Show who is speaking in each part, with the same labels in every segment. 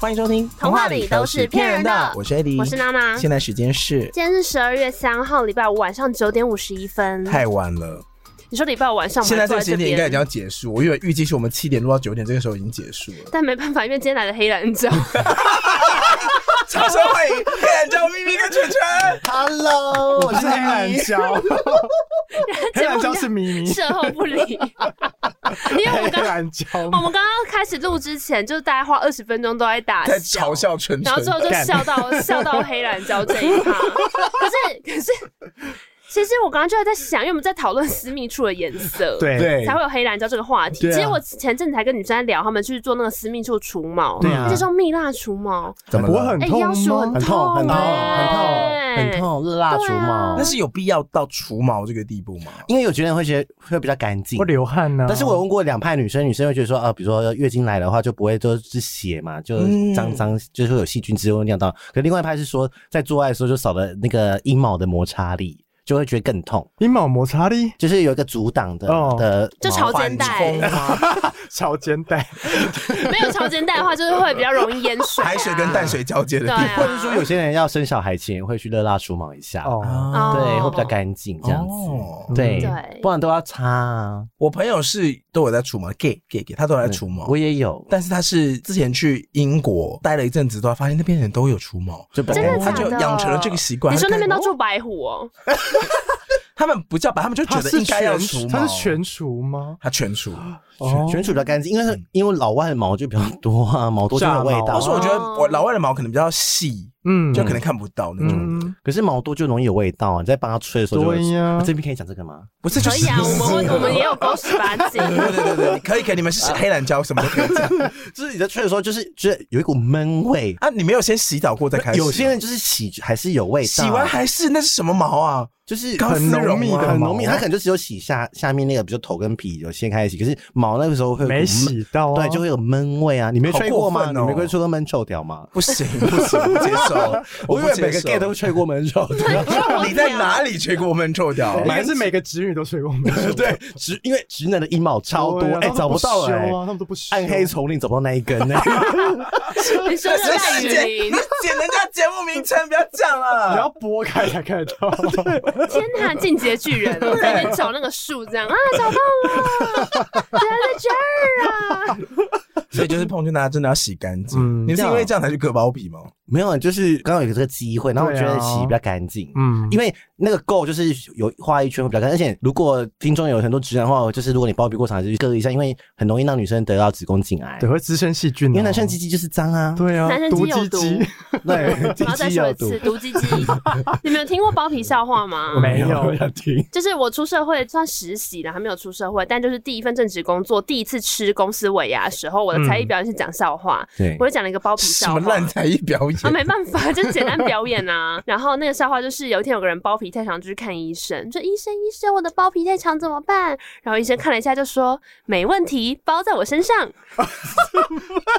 Speaker 1: 欢迎收听《
Speaker 2: 童话里都是骗人的
Speaker 1: 我是 Eddie，
Speaker 2: 我是娜娜
Speaker 1: 现在时间是
Speaker 2: 今天是十二月三号，礼拜五晚上九点五十一分。
Speaker 1: 太晚了，
Speaker 2: 你说礼拜五晚上我们
Speaker 1: 现在
Speaker 2: 还
Speaker 1: 这
Speaker 2: 坐
Speaker 1: 个
Speaker 2: 在
Speaker 1: 时间点应该已经
Speaker 2: 边
Speaker 1: 要结束。我以为预计是我们七点录到九点，这个时候已经结束 了。
Speaker 2: 但没办法，因为今天来了黑兰教。
Speaker 1: 掌声欢迎黑暗教咪咪跟晨晨。
Speaker 3: Hello，我是黑兰 椒， 黑兰椒
Speaker 2: 节
Speaker 3: 是
Speaker 2: 目
Speaker 3: 咪咪，
Speaker 2: 事后不理，因为我
Speaker 3: 黑
Speaker 2: 们刚
Speaker 3: 兰椒
Speaker 2: 我们刚刚开始录之前，就是大家花二十分钟都在打
Speaker 1: 在
Speaker 2: 笑
Speaker 1: 嘲笑晨
Speaker 2: 然后最后
Speaker 1: 晨，
Speaker 2: 就笑到 笑到黑兰椒这一趴。可是可是，其实我刚刚就在想，因为我们在讨论私密处的颜色，，
Speaker 3: 对
Speaker 1: 对
Speaker 2: 才会有黑兰椒这个话题。
Speaker 3: 对啊
Speaker 2: 其实我前阵子才跟女生在聊，他们去做那个私密处除毛，
Speaker 3: 对啊
Speaker 2: 而且是用蜜蜡除毛，
Speaker 1: 怎么
Speaker 3: 不会
Speaker 1: 了？
Speaker 3: 很
Speaker 2: 哎、
Speaker 3: 痛
Speaker 2: 腰鼠
Speaker 3: 吗？
Speaker 2: 很
Speaker 3: 痛，
Speaker 2: 很
Speaker 3: 很
Speaker 2: 痛
Speaker 3: 痛，
Speaker 2: 欸
Speaker 3: 很痛。
Speaker 2: 很
Speaker 4: 很。痛，热辣
Speaker 2: 对
Speaker 4: 除
Speaker 2: 啊
Speaker 4: 毛
Speaker 1: 但，是有必要到除毛这个地步吗？
Speaker 4: 因为有些人会觉得会比较干净
Speaker 3: 会。流汗啊呢，
Speaker 4: 但是我啊问过两派女生，女生会觉得说，呃，比如说月经来的话，就不会都是血嘛，就
Speaker 1: 嗯
Speaker 4: 脏脏，就是会有细菌之后尿道。可另外一派是说，在做爱的时候就少了那个阴毛的摩擦力，就会觉得更痛，
Speaker 3: 阴毛摩擦力，
Speaker 4: 就是有一个阻挡的
Speaker 3: 哦
Speaker 4: 的毛，
Speaker 2: 就潮
Speaker 1: 缓冲
Speaker 2: 间带
Speaker 1: 吗？
Speaker 3: 小肩带，
Speaker 2: 没有潮间带的话，就是会比较容易淹水、啊，
Speaker 1: 海水跟淡水交接的
Speaker 2: 对
Speaker 1: 地
Speaker 2: 啊，
Speaker 1: 方。
Speaker 4: 或者说有些人要生小孩前会去热辣除毛一下，
Speaker 3: 哦，
Speaker 2: 哦
Speaker 4: 对，会比较干净这样子。
Speaker 1: 哦
Speaker 4: 对，
Speaker 2: 对
Speaker 4: 不然都要擦啊。
Speaker 1: 我朋友是都有在除毛，gay gay gay，他都有在除
Speaker 2: 嗯
Speaker 1: 毛。
Speaker 4: 我也有，
Speaker 1: 但是他是之前去英国待了一阵子，都发现那边人都有除毛，
Speaker 4: 就本
Speaker 2: 真的
Speaker 4: 来
Speaker 1: 他
Speaker 2: 假的？
Speaker 1: 就养成了这个习惯。
Speaker 2: 你说
Speaker 1: 他
Speaker 2: 那
Speaker 1: 就
Speaker 2: 边
Speaker 1: 看
Speaker 2: 都住白虎哦？
Speaker 1: 他们不叫白，他们就觉
Speaker 3: 它
Speaker 1: 得
Speaker 3: 是
Speaker 1: 应该要
Speaker 3: 全
Speaker 1: 除毛，
Speaker 3: 除，它是全除吗？
Speaker 1: 他全除。
Speaker 3: 哦
Speaker 4: 全除比较干净，因为因为老外的毛就比较多啊，嗯毛多就没有味
Speaker 3: 炸
Speaker 4: 道
Speaker 3: 毛
Speaker 1: 但
Speaker 4: 啊。
Speaker 1: 是我觉得我老外的毛可能比较细，
Speaker 3: 嗯
Speaker 1: 就可能看不到那种。
Speaker 3: 嗯，
Speaker 4: 可是毛多就容易有味道啊，你在帮它吹的时候就会。
Speaker 3: 对呀
Speaker 4: 啊这边可以讲这个吗？
Speaker 1: 不是，就
Speaker 2: 可以
Speaker 1: 是
Speaker 2: 啊，我们我们
Speaker 1: 对
Speaker 2: 也有勾十八斤，
Speaker 1: 对对对，可以可以，你们是黑兰椒什么都可以
Speaker 2: 啊
Speaker 1: 讲
Speaker 4: 就是你在吹的时候，就是就是有一股闷味。
Speaker 1: 啊！你没有先洗澡过再开始？
Speaker 4: 有些人就是洗还是有味道，啊
Speaker 1: 洗完还是那是什么毛啊？
Speaker 4: 就是
Speaker 1: 刚
Speaker 3: 很
Speaker 1: 丝绒
Speaker 3: 浓密
Speaker 1: 啊
Speaker 3: 的
Speaker 4: 很
Speaker 3: 毛
Speaker 4: 浓密，它可能就只有洗下下面那个，比如说头跟皮有先开始洗，可是毛那个时候会有股
Speaker 3: 没
Speaker 4: 闷
Speaker 3: 洗到啊
Speaker 4: 对，就会有闷味啊。你没
Speaker 1: 好
Speaker 4: 吹过
Speaker 1: 过
Speaker 4: 吗？
Speaker 1: 分
Speaker 4: 你
Speaker 1: 哦
Speaker 4: 没吹过闷臭屌吗？。
Speaker 1: 不行不行，我不接受我
Speaker 4: 我以
Speaker 1: 不
Speaker 4: 为
Speaker 1: 接
Speaker 4: 每个
Speaker 1: 受
Speaker 4: gay 都吹过闷臭 屌，
Speaker 1: 你在哪里吹过闷臭 屌？
Speaker 3: 还哦是每个侄女都吹过没？
Speaker 4: 对，直因为直男的阴毛超多
Speaker 3: 对，啊他
Speaker 4: 哎、
Speaker 3: 们
Speaker 4: 找不到
Speaker 3: 修
Speaker 4: 哎、
Speaker 3: 啊，他们都不修
Speaker 4: 暗黑丛林找不到那一根呢、
Speaker 2: 你说热带雨
Speaker 1: 剪
Speaker 2: 林
Speaker 1: 你，剪人家节目名称，不要这样
Speaker 3: 你要
Speaker 1: 了。
Speaker 3: 拨开才看得到。
Speaker 2: 天哪，进阶巨人，我在那边找那个树，这样啊，找到了，原来在这儿啊！
Speaker 1: 所以就是碰见大家真的要洗干净。
Speaker 3: 嗯
Speaker 1: 你是因为这样才去割包皮吗？
Speaker 4: 没有，就是刚好有这个机会，然后我觉
Speaker 3: 对
Speaker 4: 得
Speaker 3: 啊
Speaker 4: 洗比较干净。
Speaker 3: 嗯
Speaker 4: 因为那个垢就是有画一圈会比较干净，而且如果听众有很多直男的话，就是如果你包皮过长，还是割一下，因为很容易让女生得到子宫颈癌
Speaker 3: 对，。会滋生细菌哦，
Speaker 4: 因为男生鸡鸡就是脏啊，
Speaker 3: 对啊
Speaker 2: 男，生
Speaker 3: 毒
Speaker 2: 鸡有
Speaker 3: 鸡
Speaker 2: 毒
Speaker 3: 鸡，
Speaker 4: 对，鸡
Speaker 2: 我要再
Speaker 4: 鸡
Speaker 2: 说
Speaker 4: 有
Speaker 2: 一
Speaker 4: 毒
Speaker 2: 次，。毒鸡鸡，你们有听过包皮笑话吗？
Speaker 3: 没有
Speaker 4: 我想听。
Speaker 2: 就是我出社会算实习了，还没有出社会，但就是第一份正职工作，第一次吃公司尾牙的时候，我的才艺表演是讲笑话，
Speaker 4: 对
Speaker 2: 我，就讲了一个包皮
Speaker 1: 嗯什
Speaker 2: 笑
Speaker 1: 么
Speaker 2: 话
Speaker 1: 烂。才艺表演？
Speaker 2: 啊，没办法，就是简单表演啊。然后那个笑话就是，有一天有个人包皮太长，就去看医生，说医生医生，我的包皮太长怎么办？然后医生看了一下，就说没问题，包在我 身上。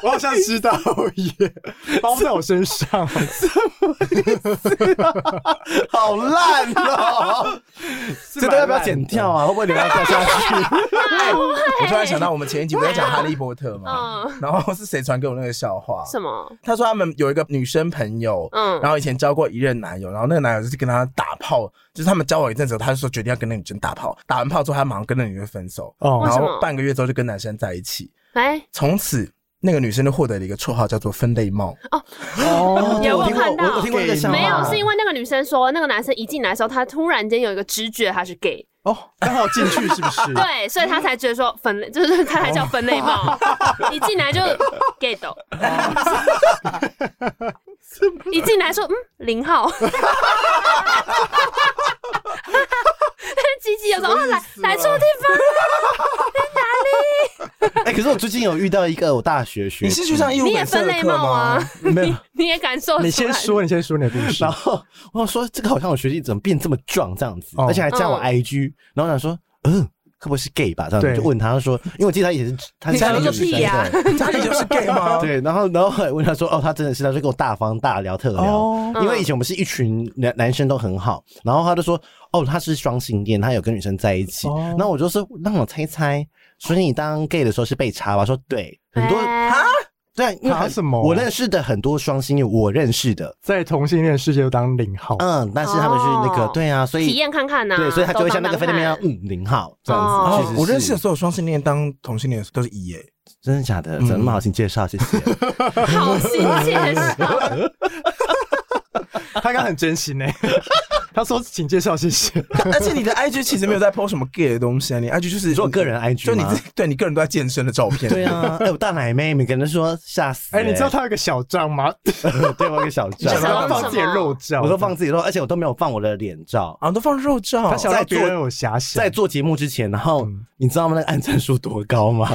Speaker 3: 我好像知道耶，包在我身上，
Speaker 4: 好烂哦！这段要不要剪掉啊？会不会流量掉下去？
Speaker 1: 我突然想到，我们前一集不是在讲哈利波特吗？
Speaker 2: 嗯，
Speaker 1: 然后是谁传给我那个笑话？
Speaker 2: 什么？
Speaker 1: 他说他们有一个女生朋友，
Speaker 2: 嗯
Speaker 1: 然后以前交过一任男友，然后那个男友就是跟他打炮，就是他们交往一阵子，他就说决定要跟那个女生打炮，打完炮之后他马上跟那个女生分手，
Speaker 3: 哦
Speaker 2: 为
Speaker 1: 然
Speaker 2: 什么
Speaker 1: 后半个月之后就跟男生在一起，
Speaker 2: 哎，
Speaker 1: 从此那个女生就获得了一个绰号叫做分类帽。
Speaker 3: 哦
Speaker 2: 有我
Speaker 4: 我
Speaker 2: 有
Speaker 4: 听过，
Speaker 2: 看到
Speaker 4: 我我听过这个笑话。
Speaker 2: 没有，是因为那个女生说，那个男生一进来的时候，他突然间有一个直觉他是 gay，
Speaker 3: 哦，刚好进去是不 是？
Speaker 2: 对，所以他才觉得说分类， 就是他才叫分类
Speaker 4: 哦
Speaker 2: 帽， 一进来就 gay 斗，一进来说嗯零号，吉吉有时候
Speaker 4: 啊
Speaker 2: 来哦来错地方
Speaker 4: 哎，可是我最近有遇到一个我大学学
Speaker 1: 你是去上义务
Speaker 2: 你也
Speaker 1: 本色
Speaker 2: 分
Speaker 1: 的
Speaker 2: 类
Speaker 1: 课
Speaker 2: 帽
Speaker 1: 吗？
Speaker 2: 啊，
Speaker 4: 没有？
Speaker 2: 你也感受出来，
Speaker 3: 你先说，你先说你的故事
Speaker 4: 然。后 我说这个好像我学弟怎么变这么壮这样子，
Speaker 3: 哦
Speaker 4: 而且还加我
Speaker 2: 嗯
Speaker 4: IG，然后我想说，嗯，会不会是 gay 吧？这样子
Speaker 3: 对
Speaker 4: 就问他说，因为我记得他以前是他
Speaker 2: 你
Speaker 4: 是
Speaker 2: 想
Speaker 4: 家里
Speaker 2: 说
Speaker 4: 有
Speaker 2: 个屁
Speaker 4: 女生
Speaker 2: 呀
Speaker 4: 的。
Speaker 1: 家里就是 gay 吗？
Speaker 4: 对，然后然后后来问他说，哦，他真的是，他就跟我大方大聊特聊，
Speaker 3: 哦
Speaker 4: 因为以前我们是一群男男生都很好，然后他就说，哦，他是双性恋，他有跟女生在一起，
Speaker 3: 哦
Speaker 4: 然后我就说，让我猜猜，所以你当 gay 的时候是被插吧？说对，很多
Speaker 2: 哎
Speaker 4: 对对啊，因为
Speaker 3: 啊
Speaker 4: 很
Speaker 3: 什么
Speaker 4: 我认识的很多双性恋，我认识的，
Speaker 3: 在同性恋世界就当零号，
Speaker 4: 嗯，但是他们是那个
Speaker 2: 哦
Speaker 4: 对啊，所以
Speaker 2: 体验看看呐、
Speaker 4: 对，所以他就会像那个
Speaker 2: 都
Speaker 4: 菲
Speaker 2: 当
Speaker 4: 律宾
Speaker 2: 当
Speaker 4: 要
Speaker 2: 看
Speaker 4: 嗯零号这
Speaker 2: 哦
Speaker 4: 样
Speaker 1: 哦
Speaker 4: 子，确实，是
Speaker 1: 我认识的所有双性恋当同性恋的都是一耶，
Speaker 4: 真的假的？怎么那么好，请介绍，谢谢。
Speaker 2: 好新鲜哦，
Speaker 3: 他刚刚很真心呢。他说：“请介绍，谢谢。
Speaker 1: 而且你的 IG 其实没有在 po 什么 gay 的东西啊，你 IG 就是你
Speaker 4: 说我个人 IG
Speaker 1: 就你
Speaker 4: 吗
Speaker 1: 自己对你个人都在健身的照片，
Speaker 4: 对啊，哎，我大奶妹，每个人都说吓”死。欸
Speaker 3: 哎，你知道他有个小账吗？
Speaker 4: 他 对我有个小
Speaker 2: 你
Speaker 4: 照
Speaker 2: 小，
Speaker 3: 想
Speaker 2: 账
Speaker 3: 要放自己的肉照，
Speaker 4: 我都放自己的，而且我都没有放我的脸照。
Speaker 1: 啊，都放肉照，
Speaker 3: 他想
Speaker 4: 在
Speaker 3: 让
Speaker 4: 做
Speaker 3: 别人有遐想，
Speaker 4: 在做节目之前，然后你知道吗？那个按赞数多高吗？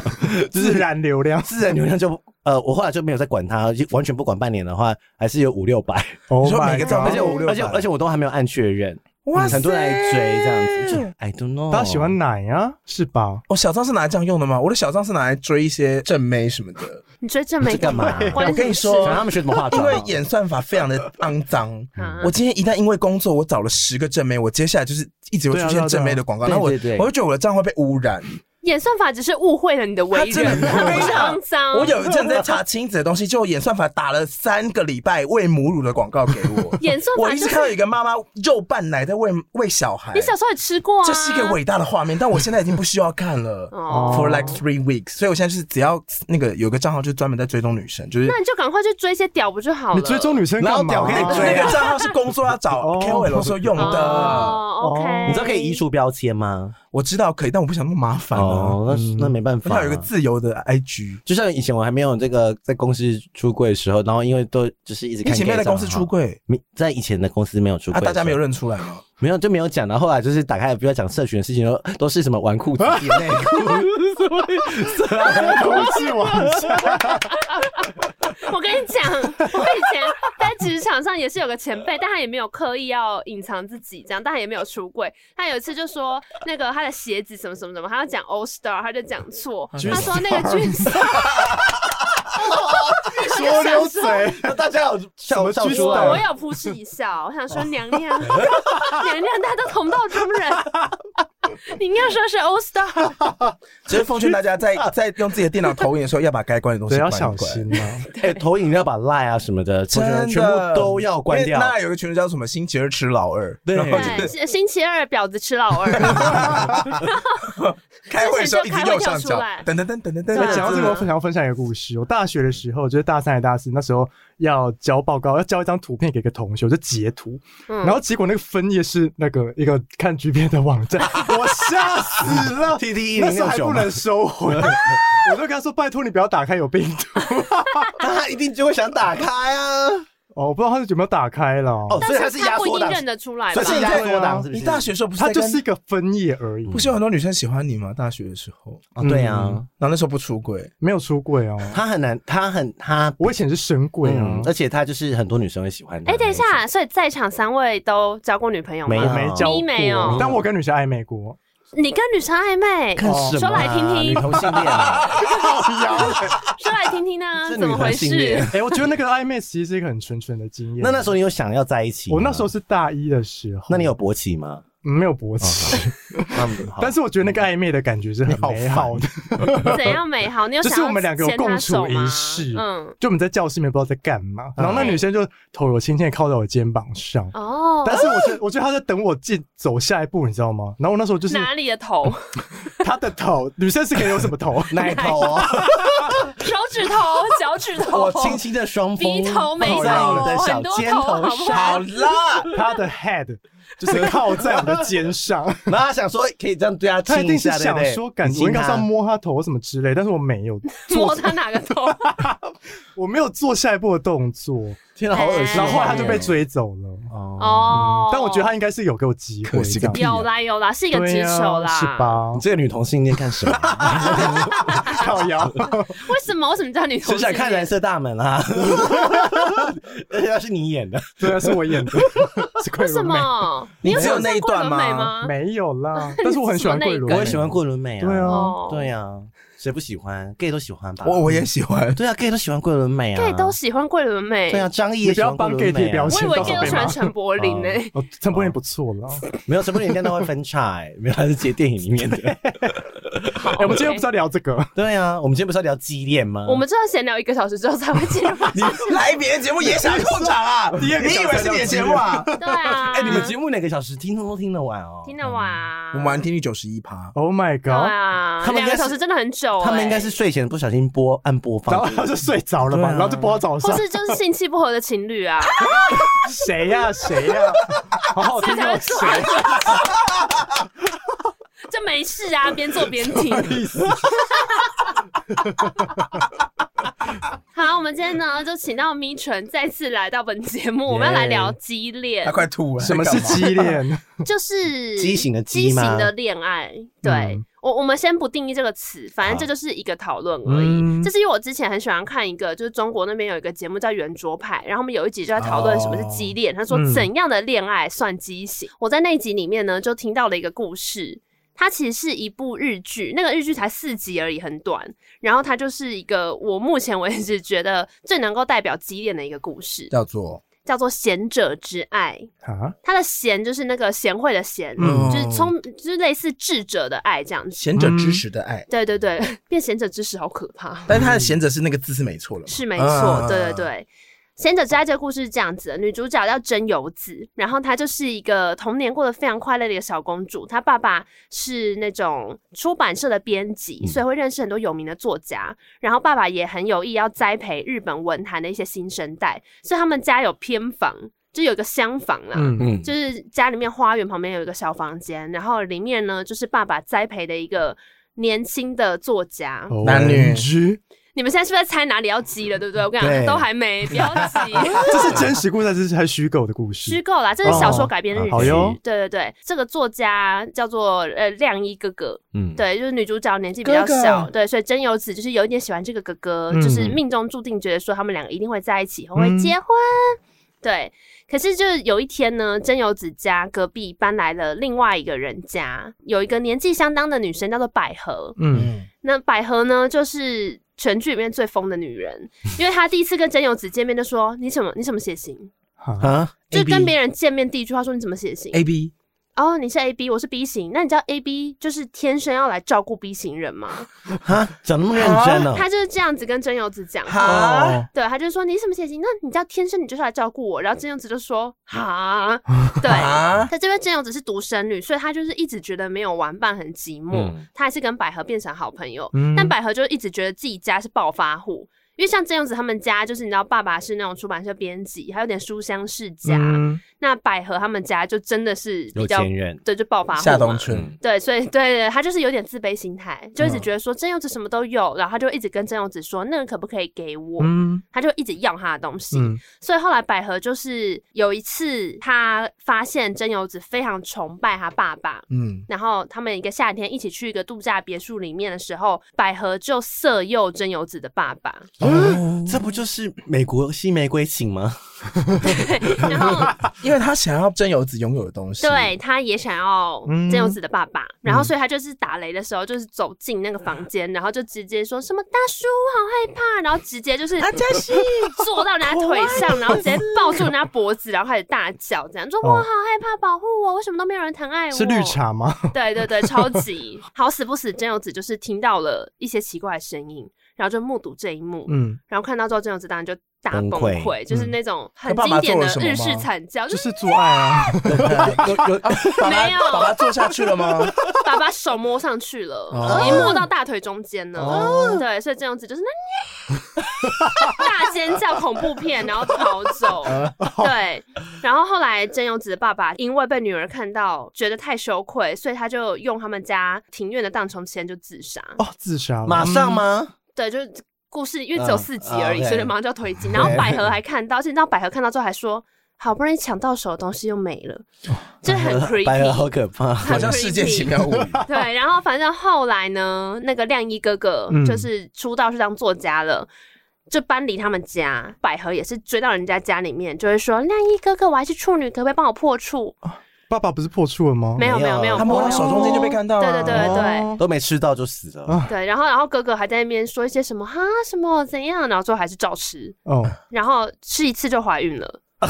Speaker 3: 自然流量
Speaker 4: 自然流量 就呃，我后来就没有再管它，就完全不管。半年的话，还是有五六百，
Speaker 3: Oh
Speaker 1: 说
Speaker 3: my
Speaker 1: 每个照
Speaker 4: 而
Speaker 1: 片
Speaker 3: God
Speaker 4: 且我
Speaker 1: 五六百
Speaker 4: 而且而且我都还没有按确认，嗯
Speaker 1: 哇塞
Speaker 4: 很多人来追这样子。就 I don't know，
Speaker 3: 大家喜欢奶啊，是吧？
Speaker 1: 哦，小张是拿来这样用的吗？我的小张是拿来追一些正妹什么的，
Speaker 2: 你追正美
Speaker 4: 这干嘛
Speaker 2: 关你
Speaker 1: 我跟你
Speaker 2: 什
Speaker 1: 说
Speaker 2: 么事
Speaker 4: 想让他们学怎么化
Speaker 1: 因
Speaker 4: 妆啊，
Speaker 1: 为演算法非常的肮脏。
Speaker 4: 嗯
Speaker 2: 啊
Speaker 1: 我今天一旦因为工作，我找了十个正妹，我接下来就是一直会
Speaker 3: 对啊
Speaker 1: 出
Speaker 3: 对
Speaker 1: 现
Speaker 3: 啊
Speaker 1: 正妹的广告，
Speaker 4: 对
Speaker 1: 那我
Speaker 4: 对对
Speaker 1: 我会觉得我的账号被污染。
Speaker 2: 演算法只是误会了你的为
Speaker 1: 他真
Speaker 2: 人，
Speaker 1: 的
Speaker 2: 它不是肮脏。。
Speaker 1: 我有一阵在查亲子的东西，就演算法打了三个礼拜喂母乳的广告给我
Speaker 2: 演算
Speaker 1: 我
Speaker 2: 法
Speaker 1: 一
Speaker 2: 就
Speaker 1: 直看到
Speaker 2: 是
Speaker 1: 有一个妈妈肉拌奶在喂喂小孩
Speaker 2: 你，小时候也吃过啊，
Speaker 1: 这是一个伟大的画面，但我现在已经不需要看了。
Speaker 2: 哦
Speaker 1: For like three weeks，所以我现在就是只要那个有个账号就专门在追踪女生，就是
Speaker 2: 那你就赶快去追一些屌不就好了？
Speaker 3: 你追踪女生
Speaker 4: 然后
Speaker 3: 干嘛？
Speaker 4: 屌可以 追啊
Speaker 1: 那个账号是工作要 找
Speaker 3: 哦
Speaker 1: KOL 时候用的。
Speaker 2: 哦，OK，
Speaker 4: 你知道可以移除标签吗？
Speaker 1: 我知道可以，但我不想那么麻烦啊。
Speaker 4: 哦，那那没办
Speaker 1: 我
Speaker 4: 法
Speaker 1: 想
Speaker 4: 啊，
Speaker 1: 有一个自由的 IG。
Speaker 4: 就像以前我还没有这个在公司出柜的时候，然后因为都就是一直
Speaker 1: 你
Speaker 4: 看
Speaker 1: 前面
Speaker 4: gay
Speaker 1: 在公司
Speaker 4: 账号
Speaker 1: 出，柜
Speaker 4: 没在以前的公司没有出柜
Speaker 1: 啊，
Speaker 4: 的时候，
Speaker 1: 大家没有认出 来吗？
Speaker 4: 没有就没有讲，然后后来就是打开不要讲社群的事情，都都是什么纨绔子弟内裤，
Speaker 3: 同志网站，
Speaker 2: 我跟你讲，我以前 在职场上也是有个前辈，但他也没有刻意要隐藏自己，这样，但他也没有出柜。他有一次就说那个他的鞋子什么什么什么，他要讲 All Star，他就讲错，他说那个军事，
Speaker 3: 说溜嘴。
Speaker 4: 大家有笑
Speaker 3: 么
Speaker 4: 笑
Speaker 3: 居
Speaker 4: 出
Speaker 3: 道
Speaker 2: 我
Speaker 4: 来。
Speaker 2: 有扑哧一笑，我想说娘 娘，娘娘大家都同道中人，你应该说是 All Star，
Speaker 1: 只是奉劝大家 在在用自己的电脑投影的时候，要把该关的东西
Speaker 3: 对，要
Speaker 1: 关一
Speaker 3: 小
Speaker 1: 关。
Speaker 3: 心啊！
Speaker 4: 哎，投影要把 line 啊什么的，哎
Speaker 1: 真的
Speaker 4: 全部都要关
Speaker 1: 因为
Speaker 4: 掉。
Speaker 1: 那有个群组叫什么“星期二吃老二”，
Speaker 4: 对
Speaker 1: 然后
Speaker 2: 对，星星期二婊子吃 老二，
Speaker 1: 开会的时候一直右上
Speaker 2: 之前就开会就出
Speaker 1: 角
Speaker 2: 来，
Speaker 1: 噔噔噔噔噔
Speaker 2: 对
Speaker 3: 哎
Speaker 1: 噔。
Speaker 3: 讲到这个，我想要分享一个故事。我大学的时候，就是大三还大四，那时候要交报告，要交一张图片给一个同学，我就截图，
Speaker 2: 嗯
Speaker 3: 然后结果那个分页是那个一个看 G 片的网 站，我吓死了。
Speaker 4: T T E 一
Speaker 3: 那
Speaker 4: 零
Speaker 3: 时候
Speaker 4: 六
Speaker 3: 还
Speaker 4: 九
Speaker 3: 不
Speaker 4: 嘛，
Speaker 3: 能收回， 我就跟他说：“拜托你不要打开，有病 毒。
Speaker 4: 他一定就会想打开啊。”
Speaker 3: 哦，我不知道他是有没有打开了。
Speaker 4: 哦，所以
Speaker 2: 但
Speaker 4: 他
Speaker 2: 是
Speaker 4: 是
Speaker 2: 他
Speaker 4: 压
Speaker 2: 不一
Speaker 4: 缩
Speaker 2: 定
Speaker 4: 档，
Speaker 2: 认得出来吧
Speaker 4: 所以。是压缩档，是不
Speaker 1: 你
Speaker 4: 是？
Speaker 1: 大学时候不是
Speaker 3: 它
Speaker 1: 在
Speaker 3: 就是一
Speaker 1: 跟
Speaker 3: 个分页而已
Speaker 1: 不，是有很多女生喜欢你吗？大学的时候，
Speaker 4: 哦对啊
Speaker 3: 嗯，
Speaker 1: 然后那时候不出轨，
Speaker 3: 没有出柜哦。
Speaker 4: 他很难，他很他
Speaker 3: 我以前是神鬼啊
Speaker 4: 嗯，，而且他就是很多女生会喜欢。
Speaker 2: 哎、等一，下，所以在场三位都交过女朋友吗？
Speaker 4: 啊没有
Speaker 3: 我没交
Speaker 2: 你没有
Speaker 3: 过，但我跟女生暧昧过。
Speaker 2: 你跟女生暧昧，
Speaker 4: 看什么啊？
Speaker 2: 说来听听，
Speaker 4: 女同性 恋啊，
Speaker 2: 说来听听呢，
Speaker 4: 是
Speaker 2: 怎
Speaker 4: 女
Speaker 2: 么回
Speaker 4: 同性
Speaker 2: 事
Speaker 4: 恋？。
Speaker 3: 哎，我觉得那个暧昧其实是一个很纯纯的经验。
Speaker 4: 那那时候你有想要在一起吗？
Speaker 3: 我那时候是大一的时候，
Speaker 4: 那你有勃起 吗？
Speaker 3: 嗯没有勃起？
Speaker 4: 嗯好
Speaker 3: 但是我觉得那个暧昧的感觉是很美好的，
Speaker 2: 怎样美好？你有
Speaker 3: 就
Speaker 2: 想
Speaker 3: 是
Speaker 2: 要
Speaker 3: 我们两个有
Speaker 2: 牵她
Speaker 3: 共
Speaker 2: 手
Speaker 3: 处
Speaker 2: 吗
Speaker 3: 一室？
Speaker 2: 嗯，
Speaker 3: 就我们在教室里面不知道在干嘛，然后那
Speaker 2: 嗯
Speaker 3: 女生就头有轻轻地靠在我肩膀上。
Speaker 2: 哦，
Speaker 3: 但是我觉得，我觉得她在等我进走下一步，你知道吗？然后我那时候就是
Speaker 2: 哪里的头？
Speaker 3: 她的头，女生是可以有什么 头？
Speaker 4: 奶头哦，
Speaker 2: 手指 头、脚趾头
Speaker 4: 我、轻轻的双峰，
Speaker 2: 鼻头、眉头，
Speaker 4: 在你的小
Speaker 2: 很多
Speaker 4: 肩
Speaker 2: 头，好
Speaker 4: 头
Speaker 2: 不
Speaker 4: 上
Speaker 2: 好？。
Speaker 1: 啦，
Speaker 3: 她的 head 就是靠在我的肩上，
Speaker 4: 然后他想说可以这样对他
Speaker 3: 她一
Speaker 4: 亲
Speaker 3: 定
Speaker 4: 一
Speaker 3: 是
Speaker 4: 下，对不
Speaker 3: 想
Speaker 4: 对？
Speaker 3: 说感
Speaker 4: 你
Speaker 3: 觉
Speaker 4: 亲
Speaker 3: 我应该是要
Speaker 4: 他
Speaker 3: 摸她头什么之类，但是我没有
Speaker 2: 摸
Speaker 3: 做，
Speaker 2: 他哪个头？
Speaker 3: 我没有做下一步的动作，
Speaker 2: 哎
Speaker 4: 天哪，好恶心
Speaker 3: 然
Speaker 4: 哦。
Speaker 3: 后后来她就被追走了。
Speaker 4: 哦，
Speaker 2: 哦，
Speaker 3: 但我觉得她应该是有给我机会
Speaker 1: 可惜
Speaker 3: 这样，
Speaker 1: 个屁
Speaker 2: 有啦有啦，是一个直
Speaker 3: 对啊
Speaker 2: 球啦，
Speaker 3: 是？ 吧
Speaker 4: 你？这个女同性恋干 什么？
Speaker 3: 靠腰，
Speaker 2: 为什么？为什么叫女同性
Speaker 4: 只
Speaker 2: 恋？
Speaker 4: 想看蓝色大门 啊！而且那是你演的，
Speaker 3: 对啊，是我演的，是桂
Speaker 2: 为什
Speaker 3: 纶 镁，
Speaker 2: 么？你有
Speaker 1: 只有那一
Speaker 2: 上过
Speaker 1: 段
Speaker 2: 纶镁
Speaker 1: 吗
Speaker 2: 吗？
Speaker 3: 没有啦，但是我很喜欢桂纶
Speaker 2: 我
Speaker 4: 我
Speaker 3: 镁
Speaker 4: 也，喜欢桂纶镁啊。
Speaker 3: 对啊
Speaker 2: 哦，
Speaker 4: 对啊，谁不喜欢？gay 都喜欢吧？
Speaker 1: 我我也喜 欢，
Speaker 4: 对啊，gay 都喜欢桂纶镁啊
Speaker 2: gay 都喜欢桂纶镁，
Speaker 4: 对啊，张译
Speaker 3: 你
Speaker 4: 也
Speaker 3: 不
Speaker 4: 喜
Speaker 3: 要
Speaker 4: 欢
Speaker 3: 帮 gay
Speaker 4: 桂纶镁
Speaker 3: 贴标
Speaker 4: 啊。
Speaker 2: 我以为
Speaker 3: 签，到
Speaker 2: gay
Speaker 3: 时候
Speaker 2: 都
Speaker 3: 被
Speaker 2: 喜欢
Speaker 3: 骂。
Speaker 2: 陈柏霖呢、
Speaker 3: 哦，陈柏霖不错 了。
Speaker 4: 没有，陈柏霖现在都会分叉、欸，没有，他是接电影里 面的。
Speaker 2: 好
Speaker 3: 哎，我们今天不是要聊这个，
Speaker 4: 对啊，我们今天不是要聊激恋吗？
Speaker 2: 我们就要闲聊一个小时之后才会进入 话题。
Speaker 1: 来别人节目也想控场 啊？你以
Speaker 3: 二个小
Speaker 1: 为
Speaker 3: 三
Speaker 1: 是你的
Speaker 3: 六七
Speaker 1: 节目 啊？
Speaker 2: 对啊，
Speaker 4: 哎、你们节目两个小时听都听得完哦。
Speaker 2: 听得完啊？
Speaker 1: 我们玩听率九十一趴，
Speaker 3: Oh my
Speaker 2: 对
Speaker 3: god！
Speaker 2: 啊，
Speaker 4: 他们应
Speaker 2: 两个
Speaker 4: 该
Speaker 2: 小
Speaker 4: 是
Speaker 2: 时真的很久、
Speaker 4: 他们应该
Speaker 2: 哎
Speaker 4: 是睡前不小心播按播
Speaker 3: 然后
Speaker 4: 放，
Speaker 3: 他就睡着了嘛，
Speaker 1: 对啊
Speaker 3: 然后就播到早
Speaker 2: 或
Speaker 3: 上。
Speaker 2: 是就是性气不合的情侣 啊，
Speaker 3: 谁呀谁 呀？好好听
Speaker 2: 才
Speaker 3: 哦，
Speaker 2: 会做
Speaker 3: 谁？
Speaker 2: 就没事啊，边做边听。 好，我们今天呢就请到咪纯再次来到本节目，我们要来聊激恋
Speaker 1: 他，快吐了。
Speaker 3: 什么是
Speaker 1: 在干嘛
Speaker 3: 激恋？
Speaker 2: 就是
Speaker 4: 畸形的
Speaker 2: 畸
Speaker 4: 畸吗
Speaker 2: 形的恋爱。对
Speaker 3: 嗯
Speaker 2: 我，我们先不定义这个词，反正这
Speaker 4: 好
Speaker 2: 就是一个讨论而已。
Speaker 3: 嗯
Speaker 2: 这是因为我之前很喜欢看一个，就是中国那边有一个节目叫《圆桌派》，然后我们有一集就在讨论什么是畸恋，他说
Speaker 3: 嗯
Speaker 2: 怎样的恋爱算畸
Speaker 4: 嗯
Speaker 2: 形。我在那一集里面呢，就听到了一个故事。它其实是一部日剧，那个日剧才四集而已，很短。然后它就是一个我目前为止觉得最能够代表畸恋的一个故事，
Speaker 1: 叫做
Speaker 2: 叫做《贤者之爱》。
Speaker 3: 啊，
Speaker 2: 他的贤就是那个贤惠的贤，
Speaker 3: 嗯
Speaker 1: 哦
Speaker 2: 就是聪，就是类似智者的爱这样子。
Speaker 1: 贤者之石的爱，
Speaker 2: 对对对，变贤者之石好可怕，
Speaker 1: 但是他的贤者是那个字是没错了嘛，
Speaker 2: 是没错。
Speaker 1: 啊
Speaker 2: 对对对，贤者之爱这个故事是这样子的，女主角叫真由子，然后她就是一个童年过得非常快乐的一个小公主。她爸爸是那种出版社的编辑，
Speaker 4: 嗯
Speaker 2: 所以会认识很多有名的作家。然后爸爸也很有意要栽培日本文坛的一些新生代，所以他们家有偏房，就有一个厢房啦。
Speaker 3: 嗯，
Speaker 4: 嗯，
Speaker 2: 就是家里面花园旁边有一个小房间，然后里面呢就是爸爸栽培的一个年轻的作家。
Speaker 3: 哦
Speaker 1: 男 女
Speaker 3: OMG
Speaker 2: 你们现在是不是在猜哪里要急了，对不对？我跟你
Speaker 4: 对
Speaker 2: 讲，都还没，不要 急。
Speaker 3: 这是真实故事还是还是虚构的故
Speaker 2: 虚
Speaker 3: 事？
Speaker 2: 构啦，这是小说改编的日
Speaker 3: 哦啊好
Speaker 2: 剧。
Speaker 3: 哟，
Speaker 2: 对对对，这个作家叫做呃亮一哥哥，
Speaker 4: 嗯，
Speaker 2: 对，就是女主角年纪比较
Speaker 1: 哥哥
Speaker 2: 小，对，所以真由子就是有一点喜欢这个哥哥，
Speaker 3: 嗯
Speaker 2: 就是命中注定觉得说他们两个一定会在一起，会
Speaker 3: 嗯
Speaker 2: 结婚。对，可是就是有一天呢，真由子家隔壁搬来了另外一个人家，有一个年纪相当的女生叫做百合。
Speaker 3: 嗯，
Speaker 1: 嗯，
Speaker 2: 那百合呢，就是全剧里面最疯的女人，因为她第一次跟真由子见面就说：“你怎么你怎么血型？”
Speaker 3: 啊
Speaker 4: 啊，
Speaker 2: 就
Speaker 4: A
Speaker 2: 跟
Speaker 4: B
Speaker 2: 别人见面第一句话说：“你怎么血型？”
Speaker 1: A B
Speaker 2: 哦，你是 A B，我是 B 型，那你知道 A B 就是天生要来照顾 B 型人吗？
Speaker 4: 啊，讲那么认真哦呢、
Speaker 2: 他就是这样子跟真由子讲话，
Speaker 3: 啊
Speaker 1: 哈，
Speaker 2: 对，他就说你什么血型？那你知道天生你就是来照顾我。然后真由子就说哈， 对。
Speaker 1: 啊，
Speaker 2: 但这边真由子是独生女，所以她就是一直觉得没有玩伴很寂寞
Speaker 4: 嗯。
Speaker 2: 她、还是跟百合变成好朋友，
Speaker 3: 嗯
Speaker 2: 但百合就一直觉得自己家是暴发户，因为像真由子他们家，就是你知道爸爸是那种出版社编辑，还有点书香世家。
Speaker 3: 嗯
Speaker 2: 那百合他们家就真的是比
Speaker 4: 有
Speaker 2: 较
Speaker 4: 钱人，
Speaker 2: 对，就暴发户嘛。
Speaker 1: 夏冬春，
Speaker 4: 嗯，
Speaker 2: 对，所以对对，他就是有点自卑心态，就一
Speaker 3: 嗯
Speaker 2: 直觉得说真由子什么都有，然后他就一直跟真由子说那个可不可以给我，
Speaker 3: 嗯
Speaker 2: 他就一直要他的东西。
Speaker 3: 嗯
Speaker 2: 所以后来百合就是有一次，他发现真由子非常崇拜他爸爸。
Speaker 1: 嗯，
Speaker 2: 然后他们一个夏天一起去一个度假别墅里面的时候，百合就色诱真由子的爸爸，
Speaker 4: 哦
Speaker 3: 嗯
Speaker 4: 这不就是美国新玫瑰情吗？
Speaker 2: 然后
Speaker 1: 因为他想要真由子拥有的东西，
Speaker 2: 对，，他也想要
Speaker 3: 嗯
Speaker 2: 真由子的爸爸，然后所以他就是打雷的时候，就是走进那个房间，然后就直接说什么大叔好害怕，然后直接就是
Speaker 1: 啊，嘉熙，
Speaker 2: 坐到人家腿上，然后直接抱住人家脖子，然后开始大叫，这样说
Speaker 3: 哦
Speaker 2: 我好害怕，保护我，为什么都没有人疼爱我？
Speaker 3: 是绿，茶吗？
Speaker 2: 对对对，超级好死不死，真由子就是听到了一些奇怪的声音，然后就目睹这一幕，
Speaker 3: 嗯，
Speaker 2: 然后看到之后，真由子当然就大崩
Speaker 4: 崩溃
Speaker 2: 溃，就是
Speaker 3: 嗯
Speaker 2: 那种很
Speaker 1: 那爸
Speaker 2: 经
Speaker 1: 爸
Speaker 2: 典
Speaker 1: 做
Speaker 2: 的
Speaker 1: 了什么
Speaker 2: 日式
Speaker 1: 吗
Speaker 2: 惨叫，
Speaker 3: 就是做 爱啊，
Speaker 1: 有有，把
Speaker 2: 没有
Speaker 1: 他把他坐下去了 吗？
Speaker 2: 爸爸手摸上去了，
Speaker 1: 哦
Speaker 2: 已经摸到大腿中间了。
Speaker 1: 哦
Speaker 2: 对，所以这样子就是那 大尖叫恐怖片，然后逃 走。
Speaker 1: 哦
Speaker 2: 对，然后后来真由子的爸爸因为被女儿看到，觉得太羞愧，所以他就用他们家庭院的荡秋千就自杀。
Speaker 3: 哦，自杀了，
Speaker 4: 马上吗？
Speaker 2: 对，就是故事，因为只有四集而已，
Speaker 1: 哦
Speaker 4: 嗯啊
Speaker 2: 所以
Speaker 4: OK
Speaker 2: 马上就要推进。然后百合还看到，而且你知道百合看到之后还说。好不容易抢到手的东西又没了，
Speaker 1: 哦
Speaker 2: 就是很 creepy，
Speaker 4: 呃白鹅好可怕，
Speaker 1: 好像世界奇妙物 语，
Speaker 2: 对，然后反正后来呢，那个亮一哥哥
Speaker 3: 嗯
Speaker 2: 就是出道去当作家了。就搬离他们家，百合也是追到人家家里面，就会说亮一哥哥，我还是处女，可不可以帮我破处？
Speaker 3: 嗯爸爸不是破处了吗？
Speaker 2: 没有没有没有，哦
Speaker 1: 他摸到手中间就被看到了。
Speaker 2: 对对对对
Speaker 3: 哦
Speaker 4: 都没吃到就死了
Speaker 3: 啊。
Speaker 2: 对，然后然后哥哥还在那边说一些什么哈什么怎样，然后最后还是照吃，
Speaker 3: 哦，
Speaker 2: 然后吃一次就怀孕了。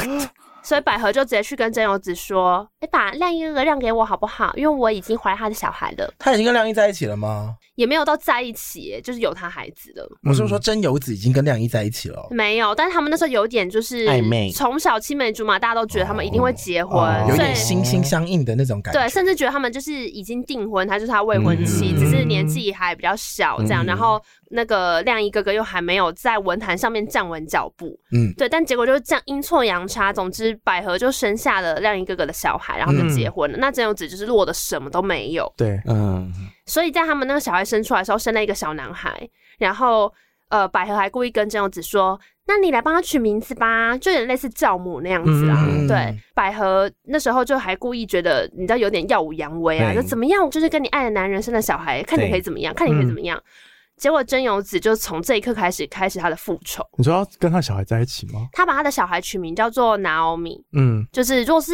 Speaker 2: 所以百合就直接去跟真由子说：“你把亮一哥哥让给我好不好？因为我已经怀他的小孩了，
Speaker 1: 他已经跟亮一在一起了吗？
Speaker 2: 也没有到在一起，就是有他孩子了。
Speaker 1: 我是说真由子已经跟亮一在一起了哦，
Speaker 2: 没有，但是他们那时候有点就是
Speaker 4: 暧昧
Speaker 2: 从小青梅竹马，大家都觉得他们一定会结婚，
Speaker 3: 哦
Speaker 1: 有
Speaker 2: 所
Speaker 1: 点
Speaker 2: 以
Speaker 1: 心心相印的那种感觉。
Speaker 2: 嗯对，甚至觉得他们就是已经订婚，他就是他未婚妻，
Speaker 1: 嗯
Speaker 2: 只是年纪还比较小这样。
Speaker 4: 嗯
Speaker 2: 然后那个亮一哥哥又还没有在文坛上面站稳脚步，
Speaker 1: 嗯，
Speaker 2: 对，但结果就是这样阴错阳差，总之百合就生下了亮一哥哥的小孩，然后
Speaker 1: 嗯
Speaker 2: 就结婚了。那真由子就是落的什么都没有，
Speaker 3: 对，
Speaker 4: 嗯，
Speaker 2: 所以在他们那个小孩生出来的时候，生了一个小男孩，然后呃，百合还故意跟真由子说：“那你来帮他取名字吧，就有点类似教母那样子啊。
Speaker 1: 嗯
Speaker 2: 对，百合那时候就还故意觉得你知道有点耀武扬威啊，
Speaker 4: 对
Speaker 2: 就怎么样，就是跟你爱的男人生的小孩，看你可以怎么样，看你可
Speaker 1: 嗯
Speaker 2: 以怎么样。结果真由子就从这一刻开始开始她的复仇，
Speaker 3: 你说要跟他小孩在一起吗？
Speaker 2: 她把她的小孩取名叫做 Naomi，
Speaker 3: 嗯，
Speaker 2: 就是若是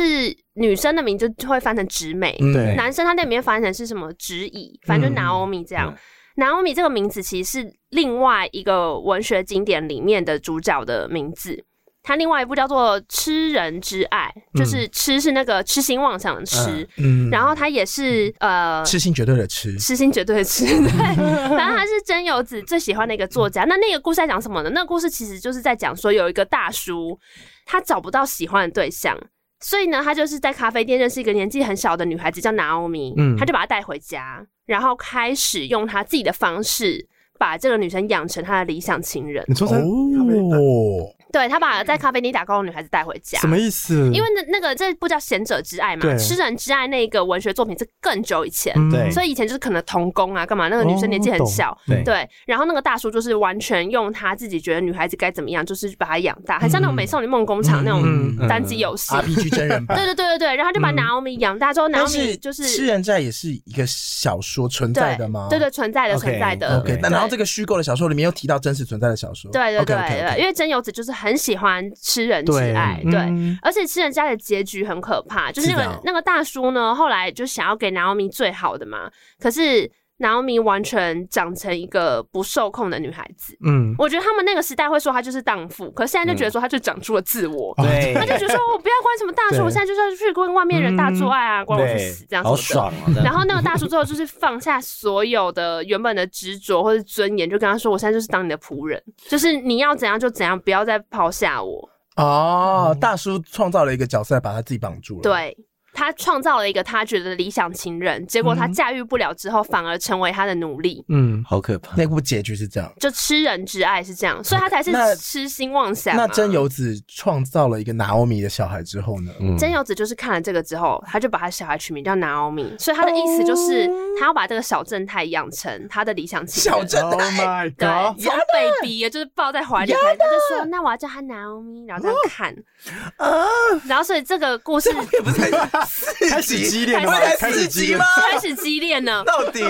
Speaker 2: 女生的名就会翻成直美，
Speaker 1: 嗯
Speaker 3: 对
Speaker 2: 男生他那里面翻成是什么直乙，反正就
Speaker 3: 嗯
Speaker 2: Naomi 这样
Speaker 4: 嗯。
Speaker 2: Naomi 这个名字其实是另外一个文学经典里面的主角的名字。他另外一部叫做《痴人之爱》，就是痴是那个痴心妄想的痴，
Speaker 1: 嗯
Speaker 2: 然后他也是呃
Speaker 1: 痴心绝对的痴，
Speaker 2: 痴心绝对的 痴，对，反正他是真由子最喜欢的一个作家。那那个故事在讲什么呢？那个故事其实就是在讲说有一个大叔，他找不到喜欢的对象，所以呢，他就是在咖啡店认识一个年纪很小的女孩子叫 Naomi，
Speaker 3: 嗯
Speaker 2: 他就把她带回家，然后开始用他自己的方式。把这个女生养成他的理想情人，
Speaker 3: 你说他
Speaker 1: 哦，
Speaker 2: 对他把在咖啡店打工的女孩子带回家
Speaker 3: 什，么意思？
Speaker 2: 因为那那个这部叫《贤者之爱》嘛，
Speaker 3: 对
Speaker 2: 《痴人之爱》那个文学作品是更久以前，
Speaker 3: 嗯
Speaker 4: 对
Speaker 2: 所以以前就是可能童工啊，干嘛？那个女生年纪很小，
Speaker 4: 懂对
Speaker 2: 对。然后那个大叔就是完全用他自己觉得女孩子该怎么样，就是把她养大，很像那种美少女梦工厂那种
Speaker 3: 嗯
Speaker 4: 嗯
Speaker 2: 单机游戏。
Speaker 1: ，RPG 真人版
Speaker 2: 对。对对对对，然后 他就把
Speaker 3: 嗯
Speaker 2: Naomi 养大之后
Speaker 1: 啊但
Speaker 2: ，Naomi
Speaker 1: 是
Speaker 2: 就
Speaker 1: 痴
Speaker 2: 是
Speaker 1: 人在也是一个小说存在
Speaker 2: 对
Speaker 1: 的吗？
Speaker 2: 对对存在的
Speaker 4: OK，
Speaker 2: 存在的
Speaker 1: OK，
Speaker 4: 对
Speaker 1: 那然后
Speaker 2: 对
Speaker 1: 这个虚构的小说里面又提到真实存在的小说，
Speaker 2: 对对对
Speaker 1: OK，OK，OK
Speaker 2: 对，因为真由子就是很喜欢吃人之
Speaker 3: 对
Speaker 2: 爱，对。
Speaker 3: 嗯
Speaker 2: 而且吃人家的结局很可怕，就是那
Speaker 1: 是
Speaker 2: 个
Speaker 1: 的
Speaker 2: 那个大叔呢，后来就想要给 Naomi 最好的嘛，可是 Naomi 完全长成一个不受控的女孩子。
Speaker 3: 嗯，
Speaker 2: 我觉得他们那个时代会说她就是荡妇，可是现在就觉得说她就长出了自我，
Speaker 3: 哦
Speaker 4: 对，
Speaker 2: 他就觉得说我不要管什么大叔，
Speaker 3: 对
Speaker 2: 我现在就是要去跟外面人大做爱啊，管我去
Speaker 4: 嗯对
Speaker 2: 死这样
Speaker 4: 好
Speaker 2: 子。
Speaker 4: 爽 啊！
Speaker 2: 然后那个大叔最后就是放下所有的原本的执着或者尊严，就跟他说：“我现在就是当你的仆人，就是你要怎样就怎样，不要再抛下我。”
Speaker 1: 哦，大叔创造了一个角色，把他自己绑住了。，
Speaker 2: 对他创造了一个他觉得理想情人，结果他
Speaker 3: 嗯
Speaker 2: 驾驭不了之后，反而成为他的奴隶。
Speaker 3: 嗯，
Speaker 4: 好可怕。
Speaker 1: 那部结局是这样。
Speaker 2: 就吃人之爱是这样，所以他才是
Speaker 1: 那
Speaker 2: 痴心妄想、啊
Speaker 1: 那真，由子创造了一个拿欧米的小孩之后呢？
Speaker 4: 嗯
Speaker 2: 真由子就是看了这个之后，他就把他小孩取名叫 Naomi，所以他的意思就是他要把这个小正太养成他的理想情人。
Speaker 1: 小正
Speaker 3: Oh
Speaker 1: 太
Speaker 3: my
Speaker 2: 对
Speaker 3: god！，
Speaker 2: 从 baby 就是抱在怀里，他就说：“那我要叫他 Naomi，然后这样看。”然后所以这个故事
Speaker 1: 也不是才
Speaker 3: 开
Speaker 1: 四
Speaker 3: 始
Speaker 1: 集，
Speaker 3: 激烈了
Speaker 1: 不
Speaker 3: 吗
Speaker 1: 是才
Speaker 3: 开
Speaker 1: 四
Speaker 3: 始激
Speaker 1: 集
Speaker 3: 烈
Speaker 1: 吗？
Speaker 2: 开始激烈呢。
Speaker 1: 到底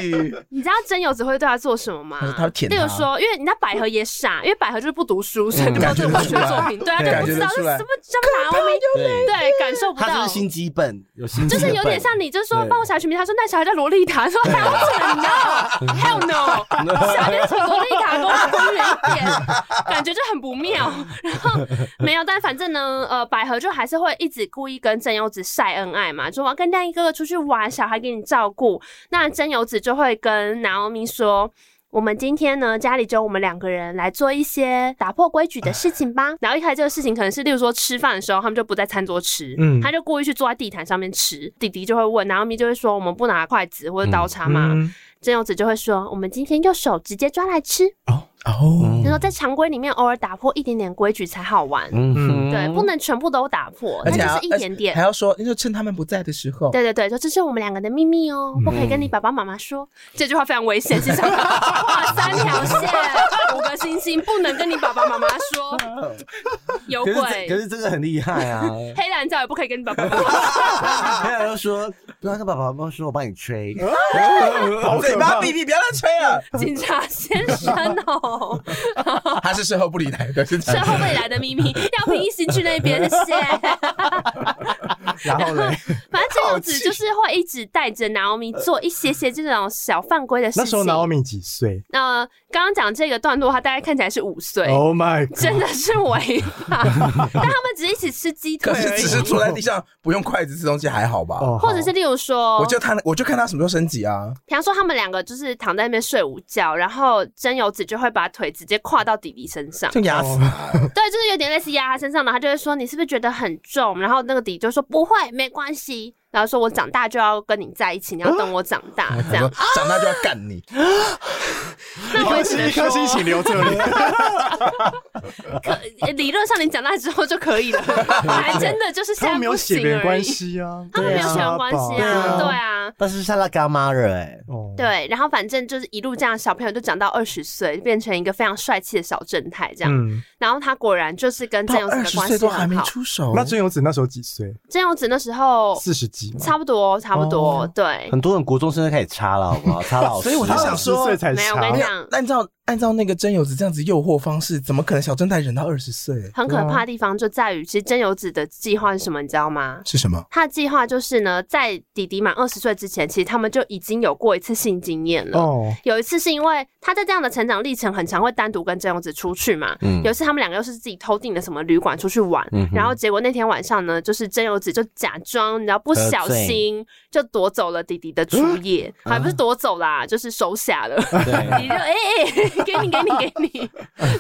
Speaker 2: 你知道真由子会对他做什么吗
Speaker 1: 他？他会舔他
Speaker 2: 例如说，因为你知道百合也傻，因为百合就是不读书，所以就不知道这个文学作品，对啊，
Speaker 1: 对感觉
Speaker 2: 就不知道是
Speaker 1: 得出来
Speaker 2: 什么什么拿欧
Speaker 4: 对，
Speaker 2: 对，感受不
Speaker 4: 他
Speaker 2: 到
Speaker 4: 就是。心机笨，有心机
Speaker 2: 就
Speaker 4: 的笨，
Speaker 2: 是有点像你，就是说
Speaker 4: 对
Speaker 2: 帮我小孩取名，他说那小孩叫萝莉塔，说还不准呢，Hell no，小 孩叫什么萝莉塔，跟我公园一点，感觉就很不妙。然后没有，但反正呢，呃，百合就还是会一直故意跟真由子晒恩爱嘛，说我要跟亮一哥哥出去玩，小孩给你照顾，那真由子就会跟 Naomi 说。我们今天呢，家里只有我们两个人来做一些打破规矩的事情 吧。然后一开始这个事情可能是，例如说吃饭的时候，他们就不在餐桌吃，
Speaker 3: 嗯
Speaker 2: 他就故意去坐在地毯上面吃。弟弟就会问，然后咪就会说我们不拿筷子或者刀叉嘛。
Speaker 3: 嗯
Speaker 2: 真由子就会说我们今天用手直接抓来吃。
Speaker 1: 哦，
Speaker 2: 他说在常规里面偶尔打破一点点规矩才好玩，
Speaker 4: 嗯哼
Speaker 2: 对，不能全部都打破，
Speaker 1: 而且
Speaker 2: 那
Speaker 1: 还
Speaker 2: 就是一
Speaker 1: 要
Speaker 2: 点点
Speaker 1: 还。要说，就趁他们不在的时候，
Speaker 2: 对对对，说这是我们两个的秘密哦，不可以跟你爸爸妈妈说。这句话非常危险，是想画三条线，五个星星，不能跟你爸爸妈妈说，有
Speaker 4: 可是这可
Speaker 2: 鬼。
Speaker 4: 是这个很厉 害啊！
Speaker 2: 黑蓝教也不可以跟你爸爸妈妈说。
Speaker 4: 还有人说，不要跟爸爸妈妈说，我帮你吹。
Speaker 1: 嘴巴闭闭，不要再吹了。
Speaker 2: 警察先生哦，
Speaker 1: 他是事后不理来的，是这
Speaker 2: 是
Speaker 1: 样
Speaker 2: 后未来的秘密，要凭一心去那边谢。
Speaker 3: 然后嘞，
Speaker 2: 反正这样子就是会一直带着 Naomi 做一些些这种小犯规的事
Speaker 3: 那时候
Speaker 2: 情。
Speaker 3: Naomi 几岁
Speaker 2: 那刚刚讲这个段落，他大概看起来是五岁。
Speaker 3: ？Oh my god！
Speaker 2: 真的是违 法，但他们只是一起吃鸡腿
Speaker 1: 可
Speaker 2: 而
Speaker 1: 是只
Speaker 2: 已，
Speaker 1: 是坐在地上不用筷子吃东西还好吧？
Speaker 3: 哦，
Speaker 2: 或者是例如说，
Speaker 1: 我就看我就看他什么时候升级啊！
Speaker 2: 比方说他们两个就是躺在那边睡午觉，然后真由子就会把腿直接跨到弟弟身上，
Speaker 1: 就压死他，
Speaker 2: 对，就是有点类似压他身上，然后他就会说你是不是觉得很重？然后那个弟弟就说不会，没关系，然后说我长大就要跟你在一起，你要等我长大
Speaker 1: 我
Speaker 2: 这
Speaker 1: 说
Speaker 2: 样。
Speaker 1: 长大就要干你，
Speaker 2: 那
Speaker 3: 一
Speaker 2: 我也
Speaker 3: 颗
Speaker 2: 只
Speaker 3: 心
Speaker 2: 能
Speaker 3: 一颗
Speaker 2: 说
Speaker 3: 心请，留这 里。
Speaker 2: 可 理论上你长大之后就可以 了，还真的就是现
Speaker 3: 他
Speaker 2: 在
Speaker 3: 们没有
Speaker 2: 不
Speaker 3: 写
Speaker 2: 行
Speaker 3: 别人
Speaker 2: 而
Speaker 3: 关
Speaker 2: 已。
Speaker 3: 系啊，
Speaker 2: 他们没有
Speaker 4: 对啊
Speaker 2: 血缘关系
Speaker 4: 对
Speaker 2: 啊，
Speaker 4: 啊
Speaker 2: 对啊。
Speaker 4: 但是像他干妈了哎，
Speaker 3: 哦，
Speaker 2: 对，啊然后反正就是一路这样，小朋友就长到二十岁，变成一个非常帅气的小正太这样。
Speaker 3: 嗯，
Speaker 2: 然后他果然就是跟真
Speaker 1: 到
Speaker 2: 由子
Speaker 1: 二
Speaker 2: 的
Speaker 1: 十
Speaker 2: 关系
Speaker 1: 岁都还
Speaker 2: 很
Speaker 1: 没
Speaker 2: 好。
Speaker 1: 出手，
Speaker 3: 那真由子那时候几岁？
Speaker 2: 真由子那时候
Speaker 3: 四十几吗？
Speaker 2: 哦差不多，差不多，
Speaker 3: 哦
Speaker 2: 对，
Speaker 4: 很多人国中生就开始插了，好不好？插老师，
Speaker 1: 所以我就想
Speaker 3: 十岁才
Speaker 2: 没有我跟
Speaker 3: 差
Speaker 2: 你
Speaker 1: 没
Speaker 2: 讲。
Speaker 1: 有按照按照那个真由子这样子诱惑方式，怎么可能小正太忍到二十岁？
Speaker 2: 很可怕的地方就在于，其实真由子的计划是什么，你知道吗？
Speaker 1: 是什 么？
Speaker 2: 他的计划就是呢，在弟弟满二十岁之前，其实他们就已经有过一次性经验了。
Speaker 3: 哦，
Speaker 2: 有一次是因为他在这样的成长历程，很常会单独跟真由子出去嘛。
Speaker 4: 嗯
Speaker 2: 有一次他们两个又是自己偷订的什么旅馆出去玩，
Speaker 4: 嗯哼
Speaker 2: 然后结果那天晚上呢，就是真由子就假装，你知道不小心就夺走了弟弟的初夜，
Speaker 4: 啊
Speaker 2: 还不是夺走啦，就是收下 了。弟弟
Speaker 4: 对，
Speaker 2: 就哎哎、给你给你给你，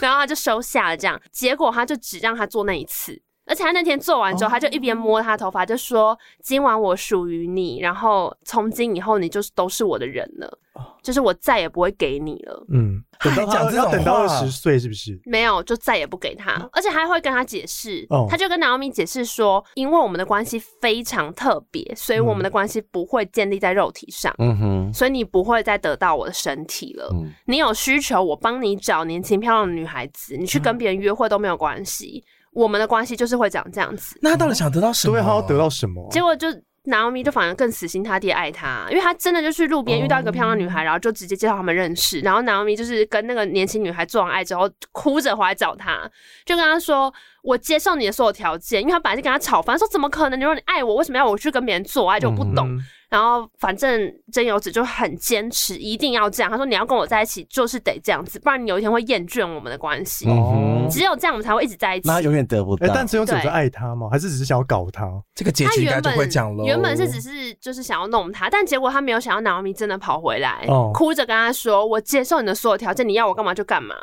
Speaker 2: 然后他就收下了这样。结果他就只让他做那一次，而且他那天做完之后，他就一边摸他头发，就说：“今晚我属于你，然后从今以后你就是都是我的人了，
Speaker 4: 哦
Speaker 2: 就是我再也不会给你了。”
Speaker 3: 嗯，等到
Speaker 1: 还讲
Speaker 3: 他
Speaker 1: 这种
Speaker 3: 要等到
Speaker 1: 话
Speaker 3: 二十岁是不是？
Speaker 2: 没有，就再也不给他，而且还会跟他解释。
Speaker 3: 哦
Speaker 2: 他就跟 Naomi 解释说，因为我们的关系非常特别，所以我们的关系不会建立在肉体上，
Speaker 4: 嗯哼，
Speaker 2: 所以你不会再得到我的身体了。
Speaker 4: 嗯
Speaker 2: 你有需求，我帮你找年轻漂亮的女孩子，你去跟别人约会都没有关系。我们的关系就是会长这样子。
Speaker 1: 那他到底想得到什么？
Speaker 3: 对，他要得到什么？
Speaker 2: 结果就 Naomi 就反而更死心塌地爱他，因为他真的就去路边遇到一个漂亮女孩，然后就直接介绍他们认识。然后 Naomi 就是跟那个年轻女孩做完爱之后，哭着回来找他，就跟他说：“我接受你的所有条件。”因为他本来就跟他吵翻，说怎么可能？你说你爱我，为什么要我去跟别人做爱？就我不懂。
Speaker 3: 嗯
Speaker 2: 然后反正真由子就很坚持，一定要这样。他说：“你要跟我在一起，就是得这样子，不然你有一天会厌倦我们的关系。
Speaker 4: 嗯哼，
Speaker 2: 只有这样，我们才会一直在一起。啊
Speaker 4: 那他永远得不
Speaker 3: 哎，
Speaker 4: 到
Speaker 3: 但。真由子有在
Speaker 2: 对
Speaker 3: 爱他吗？还是只是想要 搞他？
Speaker 1: 这个结
Speaker 2: 他
Speaker 1: 局应该
Speaker 2: 原
Speaker 1: 就
Speaker 2: 本
Speaker 1: 会讲喽。
Speaker 2: 原本是只是就是想要弄他，但结果他没有想要 Naomi 真的跑回来，
Speaker 3: 哦
Speaker 2: 哭着跟他说：“我接受你的所有条件，你要我干嘛就干嘛，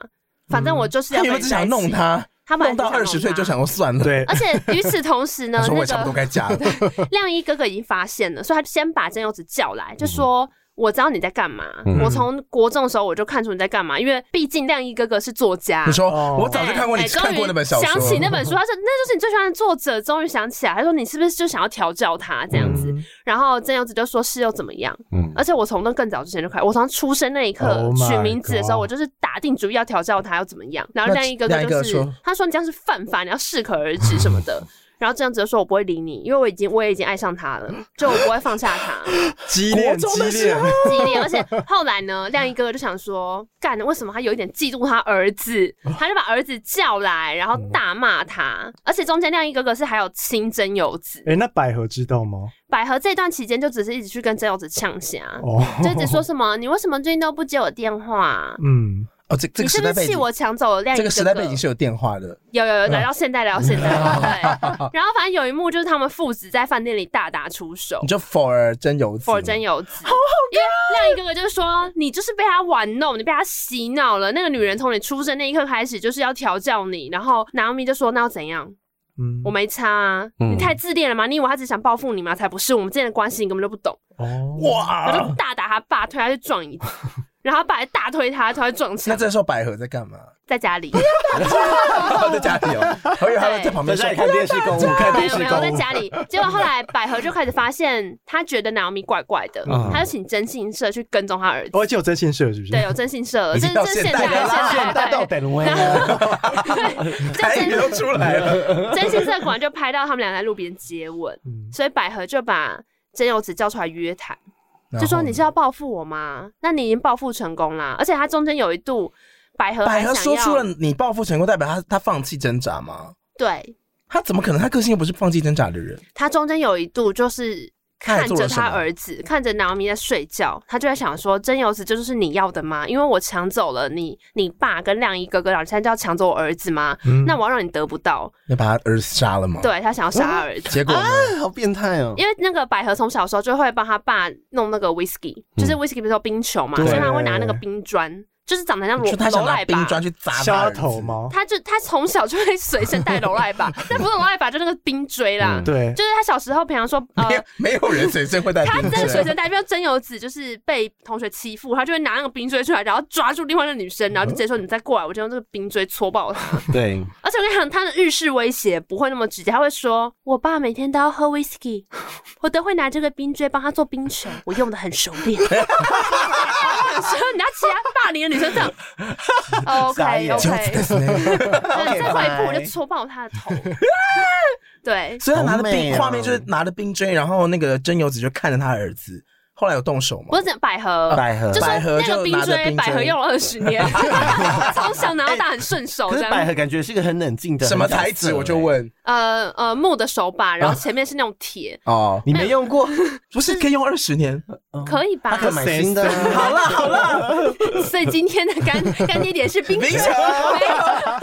Speaker 2: 反正我就
Speaker 1: 嗯
Speaker 2: 是
Speaker 1: 他
Speaker 2: 要
Speaker 1: 原
Speaker 2: 跟
Speaker 1: 本只
Speaker 2: 你在一
Speaker 1: 想
Speaker 2: 起
Speaker 1: 弄。他，
Speaker 2: 他本来
Speaker 1: 弄
Speaker 2: 就
Speaker 1: 到
Speaker 2: 想弄
Speaker 1: 二十岁
Speaker 2: 他
Speaker 1: 就想说算了。
Speaker 3: 对，
Speaker 2: 而且与此同时呢
Speaker 1: 他，说我
Speaker 2: 那
Speaker 1: 也差不多
Speaker 2: 个
Speaker 1: 该嫁了。
Speaker 2: 亮一哥哥已经发现了，所以他就先把真由子叫来，就说。
Speaker 1: 嗯
Speaker 2: 我知道你在干嘛，
Speaker 4: 嗯
Speaker 2: 我从国中的时候我就看出你在干嘛，因为毕竟亮一哥哥是作家，
Speaker 1: 你说
Speaker 3: 哦
Speaker 1: 我早就看过你
Speaker 2: 哎终于
Speaker 1: 看过那本小说，
Speaker 2: 想起 那本书，他说那就是你最喜欢的作者，终于想起来，他说你是不是就想要调教他这样子？
Speaker 3: 嗯
Speaker 2: 然后真由子就说是又怎么样？
Speaker 4: 嗯
Speaker 2: 而且我从那更早之前就开始，我从出生那一刻
Speaker 3: Oh my
Speaker 2: 取名字的时候，
Speaker 3: God
Speaker 2: 我就是打定主意要调教他要怎么样。然后
Speaker 1: 那
Speaker 2: 另一个哥
Speaker 1: 另一个
Speaker 2: 就是
Speaker 1: 说
Speaker 2: 他说你这样是犯法，你要适可而止什么 的。然后这样子就说我不会理你，因为我已经我也已经爱上他了，就我不会放下他。
Speaker 3: 激烈
Speaker 1: 国中
Speaker 3: 激
Speaker 1: 的
Speaker 3: 烈
Speaker 1: 时，
Speaker 2: 激烈，而且后来呢，亮一哥哥就想说，干，为什么他有一点嫉妒他儿子？
Speaker 1: 哦
Speaker 2: 他就把儿子叫来，然后大骂
Speaker 1: 嗯
Speaker 2: 他，而且中间亮一哥哥是还有亲真由子。
Speaker 3: 哎，那百合知道吗？
Speaker 2: 百合这段期间就只是一直去跟真由子呛虾，
Speaker 3: 哦，
Speaker 2: 就一直说什么你为什么最近都不接我电话？
Speaker 3: 嗯，
Speaker 1: 哦，这这
Speaker 2: 你
Speaker 1: 个
Speaker 2: 是
Speaker 1: 时
Speaker 2: 不
Speaker 1: 代
Speaker 2: 是
Speaker 1: 背
Speaker 2: 气
Speaker 1: 景，
Speaker 2: 我抢走了亮一
Speaker 1: 这
Speaker 2: 哥
Speaker 1: 个
Speaker 2: 哥？
Speaker 1: 时代背景是有嗯电话的，
Speaker 2: 有有有来到现代，来到现代， 对。然后反正有一幕就是他们父子在饭店里大打出手
Speaker 1: 你，就 for 真由子
Speaker 2: for 真由子，好好看。亮一哥哥就是说，你就是被他玩弄，你被他洗脑了。那个女人从你出生那一刻开始就是要调教你，然后 Naomi 就说那要怎样？
Speaker 3: 嗯，
Speaker 2: 我没差啊，
Speaker 4: 嗯
Speaker 2: 你太自恋了吗？你以为他只想报复你吗？才不是，我们之间的关系你根本就不懂。
Speaker 3: 哦，
Speaker 2: 我
Speaker 1: 哇
Speaker 2: 就，大打他爸，推他去撞椅子，然后他爸还大推他，推他撞
Speaker 1: 那
Speaker 2: 墙，
Speaker 1: 这时候百合在 干嘛？
Speaker 2: 在家里。
Speaker 1: 在家里哦， 我以为他们在旁边说
Speaker 4: 看电视购物，看
Speaker 2: 没有没有，在家里。结果后来百合就开始发现，她觉得 Naomi 怪怪的，
Speaker 4: 嗯
Speaker 2: 她就请征信社去跟踪她儿子。
Speaker 3: 我已经哦有真心社是不是？
Speaker 2: 对，有征信社了，
Speaker 1: 已
Speaker 2: 这
Speaker 1: 经
Speaker 2: 是
Speaker 1: 到
Speaker 2: 这是
Speaker 1: 现
Speaker 2: 现
Speaker 1: 代
Speaker 2: 代
Speaker 1: 了啦
Speaker 2: 现代对
Speaker 4: 等位啊，
Speaker 1: 台语都出来了，
Speaker 2: 真心社管就拍到他们俩在路边接吻，
Speaker 3: 嗯，
Speaker 2: 所以百合就把真由子叫出来约谈， 就
Speaker 1: 然
Speaker 2: 说
Speaker 1: 后
Speaker 2: 你是要报复我吗？那你已经报复成功啦，而且他中间有一度百合还
Speaker 1: 百合
Speaker 2: 想
Speaker 1: 说出了
Speaker 2: 要
Speaker 1: 你报复成功，代表他他放弃挣扎吗？
Speaker 2: 对。
Speaker 1: 他怎么可能？他个性又不是放弃挣扎的人。
Speaker 2: 他中间有一度就是
Speaker 1: 他
Speaker 2: 看
Speaker 1: 也做了
Speaker 2: 着
Speaker 1: 什
Speaker 2: 他
Speaker 1: 么
Speaker 2: 儿子，看着南明在睡觉，他就在想说：真由子，这就是你要的吗？因为我抢走了你，你爸跟亮一哥哥，然后现在就要抢走我儿子吗？
Speaker 3: 嗯
Speaker 2: 那我要让你得不到。
Speaker 1: 要把他儿子杀了吗？，嗯
Speaker 2: 对他想要杀他儿子。啊
Speaker 1: 结果呢？
Speaker 4: 好变态哦！
Speaker 2: 因为那个百合从小时候就会帮他爸弄那个 whisky，、就是
Speaker 1: 嗯
Speaker 2: whisky 不是有冰球嘛，
Speaker 3: 对
Speaker 2: 所以他会拿那个冰砖，就是长得像罗
Speaker 1: 就他想
Speaker 2: 罗
Speaker 1: 拿
Speaker 2: 赖
Speaker 1: 冰
Speaker 2: 吧。
Speaker 1: 砖去砸他
Speaker 3: 杀
Speaker 1: 儿子
Speaker 3: 头？吗？
Speaker 2: 他就他从小就会随身带罗 赖吧，但不是罗赖吧，就那个冰锥啦。
Speaker 4: 嗯
Speaker 3: 对，
Speaker 2: 就是他小时候平常说，呃
Speaker 1: 没，有， 没有人随身会带
Speaker 2: 他
Speaker 1: 冰
Speaker 2: 真的随
Speaker 1: 砖。
Speaker 2: 身带，比如真由子就是被同学欺负，他就会拿那个冰锥出来，然后抓住另外一个女生，然后就直接说
Speaker 1: 嗯
Speaker 2: 你再过来，我就用这个冰锥戳爆她。
Speaker 4: 对，
Speaker 2: 而且我跟你讲，他的日式威胁不会那么直接，他会说我爸每天都要喝 whisky，我都会拿这个冰锥帮他做冰球，我用的很熟练。所以你要其他霸凌的女生这样哦
Speaker 4: 傻
Speaker 2: ，OK
Speaker 4: 眼
Speaker 2: OK，
Speaker 1: 就是呢
Speaker 2: 再回一步我
Speaker 4: 拜
Speaker 2: 就戳爆他的头。对，
Speaker 1: 所以他拿着
Speaker 4: 好美
Speaker 1: 冰，
Speaker 4: 哦
Speaker 1: 画面就是拿着冰锥，然后那个真由子就看着他儿子，后来有动手吗
Speaker 2: 我？讲百
Speaker 1: 呃
Speaker 2: 合，
Speaker 4: 啊百合
Speaker 2: 就是
Speaker 1: 百合
Speaker 2: 那
Speaker 1: 就
Speaker 2: 个冰
Speaker 1: 拿着
Speaker 2: 锥，
Speaker 1: 冰
Speaker 2: 百合
Speaker 1: 锥
Speaker 2: 用了二十年，从小拿到大很顺手
Speaker 4: 哎可
Speaker 2: 这
Speaker 4: 是百
Speaker 2: 样。
Speaker 4: 合感觉是一个很冷静的，
Speaker 1: 什么
Speaker 4: 很角色
Speaker 1: 材质？我就
Speaker 4: 欸，
Speaker 1: 问
Speaker 2: 呃呃，木的手把，然后前面是那种铁，
Speaker 1: 哦，
Speaker 4: 你没用过，
Speaker 1: 不是可以用二十年？
Speaker 2: 可以
Speaker 4: 他
Speaker 2: 吧
Speaker 4: 可？以买新的啊。
Speaker 1: 好了好了，
Speaker 2: 所以今天的干干爹点是冰
Speaker 1: 冰
Speaker 2: 球，
Speaker 1: 球
Speaker 2: 没有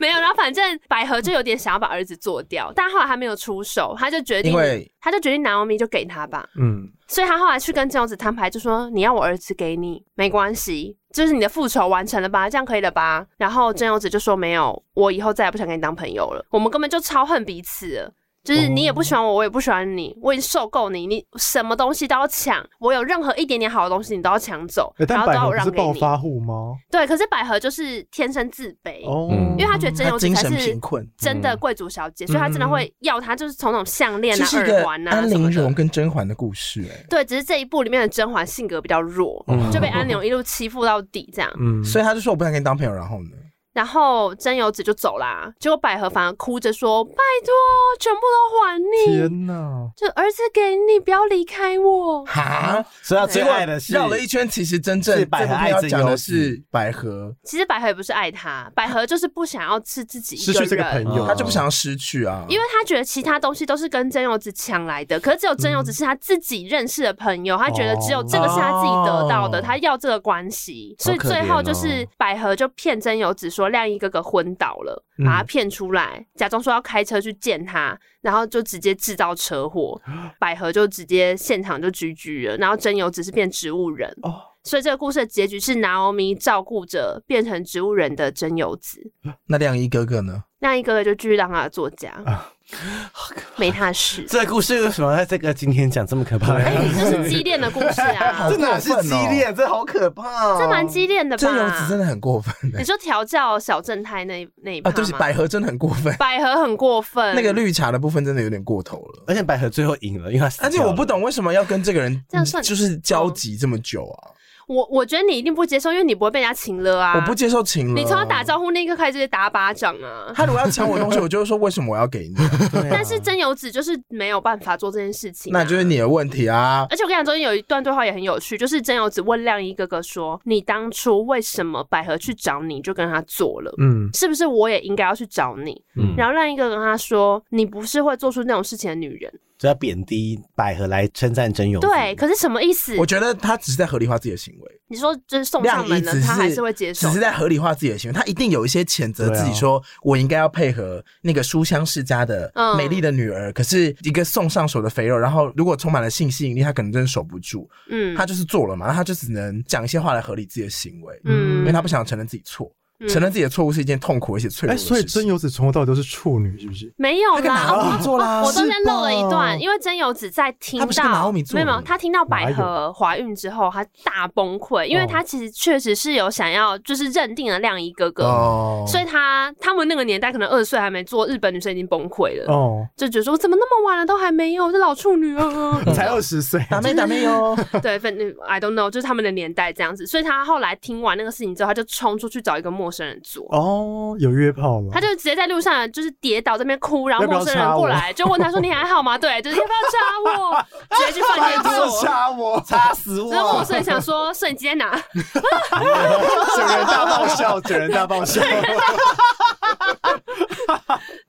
Speaker 2: 没有。然后反正百合就有点想要把儿子做掉，但后来还没有出手，他就决定
Speaker 1: 因为，
Speaker 2: 他就决定拿欧米就给他吧。
Speaker 3: 嗯，
Speaker 2: 所以他后来去跟金子摊牌，就说你要我儿子给你，没关系，就是你的复仇完成了吧，这样可以了吧？然后真由子就说没有，我以后再也不想跟你当朋友了，我们根本就超恨彼此了。
Speaker 3: 哦
Speaker 2: 就是你也不喜欢我，我也不喜欢你，我已经受够你，你什么东西都要抢，我有任何一点点好的东西你都要抢走，
Speaker 3: 欸
Speaker 2: 然
Speaker 3: 但
Speaker 2: 后都
Speaker 3: 百
Speaker 2: 要
Speaker 3: 合
Speaker 2: 我
Speaker 3: 不
Speaker 2: 让
Speaker 3: 是
Speaker 2: 给
Speaker 3: 暴
Speaker 2: 你。
Speaker 3: 发户吗？
Speaker 2: 对，可是百合就是天生自卑，
Speaker 3: 哦，
Speaker 4: 嗯
Speaker 2: 因为他觉得真
Speaker 1: 他
Speaker 2: 由子
Speaker 1: 精
Speaker 2: 才
Speaker 1: 神
Speaker 2: 是
Speaker 1: 贫困，
Speaker 2: 真的贵族小姐，所以她真的会要她，就是从那种项链
Speaker 1: 这
Speaker 2: 啊、
Speaker 1: 是一
Speaker 2: 耳
Speaker 1: 个
Speaker 2: 环啊
Speaker 1: 安
Speaker 2: 什
Speaker 1: 陵
Speaker 2: 么的
Speaker 1: 容。跟甄嬛的故事，哎，
Speaker 2: 对，只是这一部里面的甄嬛性格比较弱，
Speaker 3: 哦
Speaker 4: 嗯
Speaker 2: 就被安陵容一路欺负到底这样。
Speaker 3: 嗯，
Speaker 1: 所以他就说我不想跟你当朋友，然后呢？
Speaker 2: 然后真由子就走啦，结果百合反而哭着说：“拜托，全部都还你，
Speaker 3: 天哪，
Speaker 2: 就儿子给你，不要离开我。嗯
Speaker 1: 哈，
Speaker 4: 所以要最
Speaker 1: 结果
Speaker 4: 爱的是
Speaker 1: 哎绕了一圈，其实真正
Speaker 4: 是
Speaker 1: 这部
Speaker 4: 百合
Speaker 1: 片
Speaker 4: 爱
Speaker 1: 要
Speaker 4: 真
Speaker 1: 讲
Speaker 4: 由
Speaker 1: 的
Speaker 4: 子
Speaker 1: 是百合，”
Speaker 2: 其实百合也不是爱他，百合就是不想要是自己
Speaker 3: 失
Speaker 2: 一个
Speaker 3: 去这个朋
Speaker 2: 人。
Speaker 4: 哦
Speaker 3: 友，
Speaker 1: 他就不想要失去啊，
Speaker 4: 嗯
Speaker 2: 因为他觉得其他东西都是跟真由子抢来的，可是只有真由子是他自己认识的朋友，他觉得只有这个是他自己得到的，
Speaker 1: 哦
Speaker 2: 他要这个关系，所以
Speaker 4: 好可
Speaker 2: 最后
Speaker 4: 怜
Speaker 2: 就是
Speaker 4: 哦
Speaker 2: 百合就骗真由子说亮一哥哥昏倒了，
Speaker 3: 嗯
Speaker 2: 把他骗出来，假装说要开车去见他，然后就直接制造车 祸，百合就直接现场就居居了，然后真由子是变植物人。
Speaker 1: 哦
Speaker 2: 所以这个故事的结局是拿欧米照顾着变成植物人的真由子，
Speaker 1: 那亮一哥哥呢？
Speaker 2: 那一个个就继续当他的作家，
Speaker 1: 啊
Speaker 2: 没他的事。
Speaker 4: 这个故事为什么在这个今天讲这么可怕？
Speaker 2: 而且哎这是激烈的故事啊
Speaker 1: 哎 好，
Speaker 4: 这哪是
Speaker 1: 过分
Speaker 4: 激
Speaker 1: 哦
Speaker 4: 烈？这好可怕哦！
Speaker 2: 这蛮激烈的吧？
Speaker 1: 真由子真的很过分欸
Speaker 2: 你说调教小正太那一那一
Speaker 1: 啊！
Speaker 2: 趴吗？嗯
Speaker 1: 对不起，百合真的很过分，
Speaker 2: 百合很过分，
Speaker 1: 那个绿茶的部分真的有点过头了。
Speaker 4: 而且百合最后赢了，因为他死
Speaker 1: 而且
Speaker 4: 掉了
Speaker 1: 我不懂为什么要跟这个人
Speaker 2: 这样算哦
Speaker 1: 就是交集这么久啊！
Speaker 2: 我我觉得你一定不接受，因为你不会被人家请了啊。
Speaker 1: 我不，接受情了。
Speaker 2: 你从他打招呼那一刻开始就打巴掌啊。
Speaker 1: 他如果要抢我东西，我就会说为什么我要 给你？
Speaker 4: 对啊
Speaker 2: 但是真由子就是没有办法做这件事情、
Speaker 1: 那就是。你的问题啊！
Speaker 2: 而且我跟你讲，中间有一段对话也很有趣，就是真由子问亮一哥哥说：“你当初为什么百合去找你就跟他做了？
Speaker 3: 嗯
Speaker 2: 是不是我也应该要去找你？”
Speaker 4: 嗯
Speaker 2: 然后亮一哥哥跟他说：“你不是会做出那种事情的女人。”
Speaker 4: 就要贬低百合来称赞真由子。
Speaker 2: 对，可是什么意思
Speaker 1: 我？觉得他只是在合理化自己的行为，
Speaker 2: 你说就是送
Speaker 1: 亮
Speaker 2: 上
Speaker 1: 一
Speaker 2: 门了
Speaker 1: 只，
Speaker 2: 他还是会接受
Speaker 1: 只。是在合理化自己的行为，他一定有一些谴责自
Speaker 3: 对
Speaker 1: 己
Speaker 3: 啊
Speaker 1: 说，我应该要配合那个书香世家的
Speaker 2: 嗯
Speaker 1: 美丽的女儿，可是一个送上手的肥肉，然后如果充满了性吸引力，他可能真的守不住，
Speaker 2: 嗯
Speaker 1: 他就是做了嘛，那他就只能讲一些话来合理自己的行为，因为
Speaker 2: 嗯
Speaker 1: 他不想承认自己错，
Speaker 2: 嗯
Speaker 1: 承认自己的错误是一件痛苦而且脆弱
Speaker 3: 哎、
Speaker 1: 的事情。
Speaker 3: 所以真由子从头到尾都是处女，是不是？
Speaker 2: 没有
Speaker 1: 他跟
Speaker 2: 啦，
Speaker 1: 拿
Speaker 2: 哦
Speaker 1: 奥米做啦，
Speaker 2: 我中间漏了一段，
Speaker 3: 是吧
Speaker 2: 因为真由子在听
Speaker 1: 他不是跟
Speaker 2: 到
Speaker 1: 拿奥米
Speaker 2: 没
Speaker 1: 做
Speaker 2: 有
Speaker 1: 的
Speaker 2: 没有，
Speaker 1: 吗
Speaker 2: 他听到百
Speaker 3: 哪
Speaker 2: 合怀孕之后，他大崩溃，因为
Speaker 3: 哦
Speaker 2: 他其实确实是有想要，就是认定了亮一哥哥，
Speaker 1: 哦
Speaker 2: 所以他他们那个年代可能二十岁还没做，日本女生已经崩溃了，
Speaker 3: 哦，
Speaker 2: 就觉得说我怎么那么晚了都还没有，这老处女啊，
Speaker 3: 才二十岁，
Speaker 1: 打妹打妹哟，
Speaker 2: 对，反正 I don't know，就是他们的年代这样子，所以他后来听完那个事情之后，他就冲出去找一个陌生人做。
Speaker 3: 哦，有约炮了，
Speaker 2: 他就直接在路上就是跌倒在那边哭，然后
Speaker 3: 要不要
Speaker 2: 陌生人
Speaker 3: 插
Speaker 2: 过
Speaker 3: 我
Speaker 2: 来就问他说你还好吗？对，就是要不要插 我？直接去饭店坐。
Speaker 3: 杀我，
Speaker 4: 插死我！
Speaker 2: 然后陌生人想说摄影机在哪？
Speaker 3: 整人大爆笑，整人大爆笑，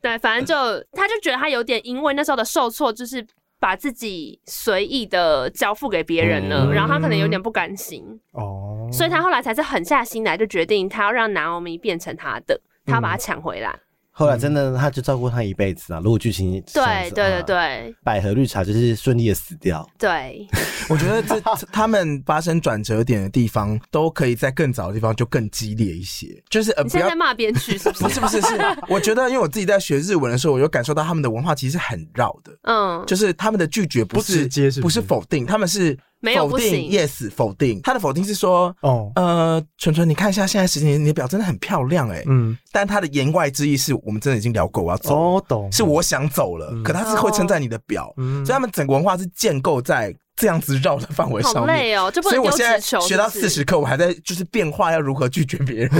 Speaker 2: 对，反正就他就觉得他有点因为那时候的受挫，就是把自己随意的交付给别人了，
Speaker 4: 嗯
Speaker 2: 然后他可能有点不甘心，
Speaker 1: 嗯
Speaker 3: 哦，
Speaker 2: 所以他后来才是狠下心来，就决定他要让南欧米变成他的，
Speaker 1: 嗯
Speaker 2: 他要把他抢回来。
Speaker 4: 后来真的，他就照顾他一辈子啊。如果剧情是这样
Speaker 2: 对
Speaker 4: 子
Speaker 2: 对对
Speaker 4: 啊
Speaker 2: 对
Speaker 4: 百合绿茶就是顺利的死掉。
Speaker 2: 对，
Speaker 1: 我觉得这这他们发生转折点的地方，都可以在更早的地方就更激烈一些，就是呃不
Speaker 2: 你现在
Speaker 1: 要
Speaker 2: 在骂编剧是不
Speaker 1: 不
Speaker 2: 是？
Speaker 1: 是不是是，我觉得因为我自己在学日文的时候，我有感受到他们的文化其实是很绕的，
Speaker 2: 嗯，
Speaker 1: 就是他们的拒绝不
Speaker 3: 不
Speaker 1: 是
Speaker 3: 直接是
Speaker 1: 不
Speaker 3: 不
Speaker 1: 是
Speaker 3: 是
Speaker 1: 否定，他们是
Speaker 2: 没有
Speaker 1: 否
Speaker 2: 不
Speaker 1: 定
Speaker 2: 行
Speaker 1: yes 否定，他的否定是说。
Speaker 3: 哦，
Speaker 1: 呃，纯纯，你看一下现在时间，你的表真的很漂亮哎、
Speaker 3: 嗯，
Speaker 1: 但他的言外之意是我们真的已经聊过，我要走了，
Speaker 3: 哦，懂，
Speaker 1: 是，我想走了，
Speaker 3: 嗯
Speaker 1: 可他是
Speaker 2: 哦
Speaker 1: 会称赞你的表，
Speaker 3: 嗯
Speaker 1: 所以他们整个文化是建构在这样子绕的范围
Speaker 2: 好
Speaker 1: 上面。
Speaker 2: 累哦，就不
Speaker 1: 所以
Speaker 2: 能
Speaker 1: 我
Speaker 2: 丢
Speaker 1: 现在
Speaker 2: 直球。
Speaker 1: 学到
Speaker 2: 是不
Speaker 1: 四
Speaker 2: 是
Speaker 1: 十课，我还在就是变化要如何拒绝别 人，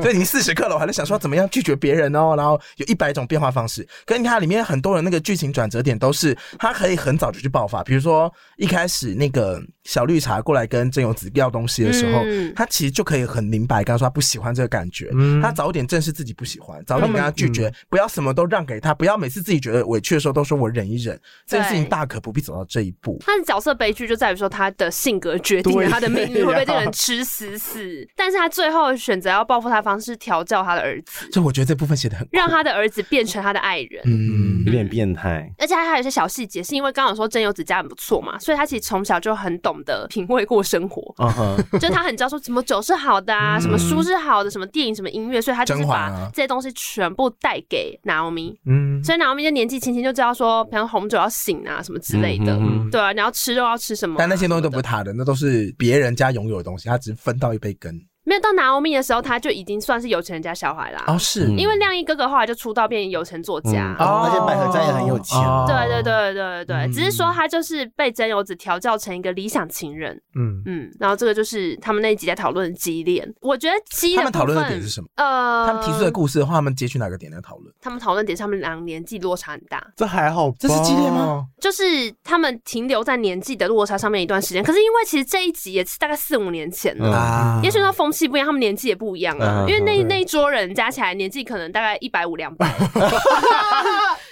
Speaker 1: 所以已经四十课了，我还在想说怎么样拒绝别人哦，然后有一百种变化方式。跟它里面很多人那个剧情转折点都是他可以很早就去爆发，比如说一开始那个小绿茶过来跟真由子要东西的时候，
Speaker 2: 嗯
Speaker 1: 他其实就可以很明白，跟他说他不喜欢这个感觉，
Speaker 3: 嗯
Speaker 1: 他早点正视自己不喜欢，早点跟他拒
Speaker 2: 嗯
Speaker 1: 绝，不要什么都让给他，不要每次自己觉得委屈的时候都说我忍一忍，这件事情
Speaker 2: 对
Speaker 1: 大可不必走到这一步。
Speaker 2: 他的角色悲剧就在于说，他的性格决定了
Speaker 3: 对
Speaker 2: 他的命运
Speaker 3: 呀
Speaker 2: 会被这个人吃死死。但是他最后选择要报复他的方式，调教他的儿 子，
Speaker 1: 所以我觉得这部分写的很
Speaker 2: 让他的儿子变成他的爱人。
Speaker 1: 嗯
Speaker 4: 嗯，有点变态。，
Speaker 2: 而且他还有一些小细节，是因为刚刚有说真由子家很不错嘛，所以他其实从小就很懂得品味过生活
Speaker 4: 嗯哼，
Speaker 2: 就是他很知道说什么酒是好的啊，什么书是好的，什么电影什么音乐，所以他就
Speaker 1: 嗯
Speaker 2: 是
Speaker 1: 甄嬛
Speaker 2: 把
Speaker 1: 啊
Speaker 2: 这些东西全部带给 Naomi。
Speaker 3: 嗯，
Speaker 2: 所以 Naomi 就年纪轻轻就知道说，比方红酒要醒啊什么之类的，
Speaker 4: 嗯
Speaker 2: 对啊，你要吃肉要吃什么啊、
Speaker 1: 但那些东西
Speaker 2: 什
Speaker 1: 都
Speaker 2: 么的
Speaker 1: 不是他的，那都是别人家拥有的东西，他只是分到一杯羹。
Speaker 2: 没有到拿欧米的时候，他就已经算是有钱人家小孩啦。
Speaker 1: 哦，是，
Speaker 4: 嗯
Speaker 2: 因为亮一哥哥后来就出道变有钱作家。
Speaker 1: 哦
Speaker 4: 而且百合家也很有钱。
Speaker 3: 哦
Speaker 2: 对对对对对对，
Speaker 1: 嗯
Speaker 2: 只是说他就是被真由子调教成一个理想情人，
Speaker 3: 嗯，
Speaker 2: 嗯，然后这个就是他们那一集在讨论的激烈，我觉得激
Speaker 1: 他
Speaker 2: 的
Speaker 1: 们
Speaker 2: 部
Speaker 1: 讨论的
Speaker 2: 分
Speaker 1: 点是什么？
Speaker 2: 呃，
Speaker 1: 他们提出的故事的话，他们接去哪个点来讨论？
Speaker 2: 他们讨论点上面两个年纪落差很大，
Speaker 3: 这还好吧，
Speaker 1: 这是激烈吗？
Speaker 2: 就是他们停留在年纪的落差上面一段时间。可是因为其实这一集也是大概四五年前了，
Speaker 4: 嗯
Speaker 1: 啊
Speaker 2: 也许说风气不一样，他们年纪也不一样啊。
Speaker 4: 嗯
Speaker 2: 因为那
Speaker 3: 对
Speaker 2: 那一桌人加起来年纪可能大概一百五两百，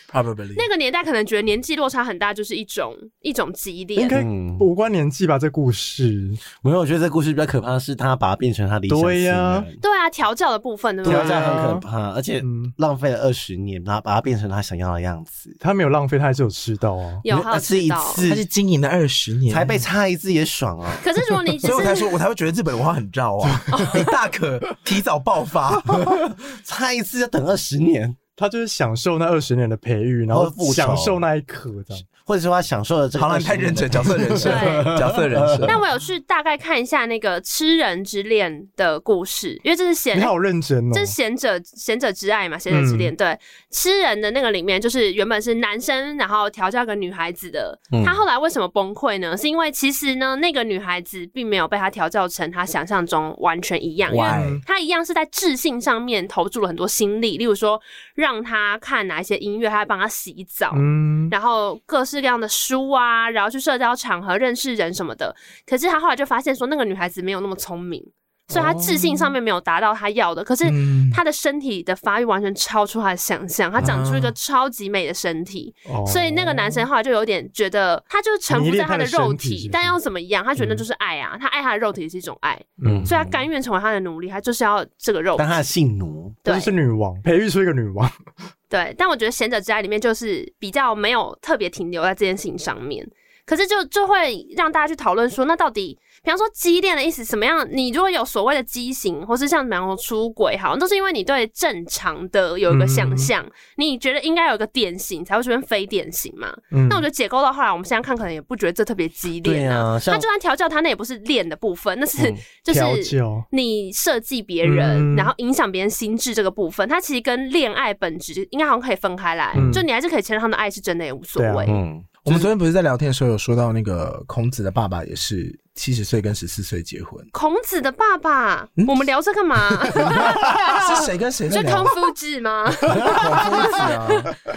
Speaker 1: probably
Speaker 2: 那个年代可能觉得年纪落差很大，就是一种一种激
Speaker 3: 应
Speaker 2: 烈。
Speaker 3: 该
Speaker 4: 嗯
Speaker 3: 无关年纪吧？这故事，
Speaker 4: 没有，我觉得这故事比较可怕的是他把它变成他理想情人
Speaker 3: 对呀
Speaker 2: 对啊，调教的部分，对不
Speaker 4: 对
Speaker 2: 对？
Speaker 4: 啊，这样
Speaker 3: 啊
Speaker 4: 很可怕，而且
Speaker 3: 嗯，
Speaker 4: 浪费了二十年，把它把它变成他想要的样子。
Speaker 3: 他没有浪费，他还是有吃到啊。
Speaker 2: 有
Speaker 4: 嗯那
Speaker 2: 还有
Speaker 4: 吃
Speaker 2: 吃
Speaker 4: 一
Speaker 2: 到。
Speaker 1: 他是
Speaker 4: 次
Speaker 1: 经营了二十年，
Speaker 4: 才被插一次也爽啊！
Speaker 2: 可是 如果你只
Speaker 1: 所以我才
Speaker 2: 是哦
Speaker 1: 说，我才会觉得日本文化很绕啊！ 你大可提早爆发，
Speaker 4: 插一次要等二十年，
Speaker 3: 他就是享受那二十年的培育，然后
Speaker 4: 他会复仇
Speaker 3: 享受那一刻，这样。
Speaker 4: 或者说他享受了这个。
Speaker 1: 好了，你太认真，角色人生，
Speaker 2: 对
Speaker 1: 角色人生。
Speaker 2: 那我有去大概看一下那个《吃人之恋》的故事，因为这是贤
Speaker 3: 你，好认真哦
Speaker 2: 哎这是，贤者贤者之爱嘛，贤者之恋。对，吃人的那个里面，就是原本是男生，然后调教一个女孩子的，
Speaker 4: 嗯
Speaker 2: 他后来为什么崩溃呢？是因为其实呢，那个女孩子并没有被他调教成他想象中完全一样，因 为
Speaker 1: Why？
Speaker 2: 他一样是在智性上面投注了很多心力，例如说让他看哪一些音乐，他帮他洗澡，
Speaker 3: 嗯，
Speaker 2: 然后各式各样的书啊，然后去社交场合认识人什么的。可是他后来就发现说，那个女孩子没有那么聪明，所以她智性
Speaker 3: 哦
Speaker 2: 上面没有达到她要的。可是
Speaker 1: 嗯
Speaker 2: 她的身体的发育完全超出她的想象，她长出一个超级美的身体。
Speaker 3: 啊哦
Speaker 2: 所以那个男生后来就有点觉得，他就臣服在他的肉
Speaker 3: 迷恋他的身体是不是嗯
Speaker 2: 但要怎么样？他觉得那就是爱啊，他爱他的肉体是一种爱，
Speaker 4: 嗯
Speaker 2: 所以他甘愿成为他的奴隶，他就是要这个肉体
Speaker 4: 当。他的性奴，
Speaker 2: 对
Speaker 3: 但是是女王，培育出一个女王，
Speaker 2: 对，但我觉得《贤者之爱》里面就是比较没有特别停留在这件事情上面，可是就就会让大家去讨论说，那到底，比方说畸恋的意思什么样？你如果有所谓的畸形，或是像比方说出轨，好，都是因为你对正常的有一个想象，你觉得应该有一个典型才会出现非典型嘛？
Speaker 3: 嗯
Speaker 2: 那我觉得解构到后来，我们现在看可能也不觉得这特别激
Speaker 4: 对
Speaker 2: 烈啊。
Speaker 4: 啊，
Speaker 2: 他
Speaker 4: 像
Speaker 2: 就算调教他，那也不是恋的部分，那是、
Speaker 4: 嗯
Speaker 2: 就是
Speaker 3: 调教，
Speaker 2: 你设计别人，
Speaker 3: 嗯
Speaker 2: 然后影响别人心智这个部分，它其实跟恋爱本质应该好像可以分开来，
Speaker 3: 嗯
Speaker 2: 就你还是可以承认他们的爱是真的也无所谓。
Speaker 3: 对
Speaker 4: 嗯，
Speaker 1: 我们昨天不是在聊天的时候有说到那个孔子的爸爸也是七十岁跟十四岁结婚，
Speaker 2: 孔子的爸爸，我们聊这干嘛？
Speaker 1: 是谁跟谁在
Speaker 2: 就
Speaker 1: 聊
Speaker 2: 康
Speaker 1: 啊？
Speaker 2: 夫子吗？
Speaker 1: 孔夫子啊，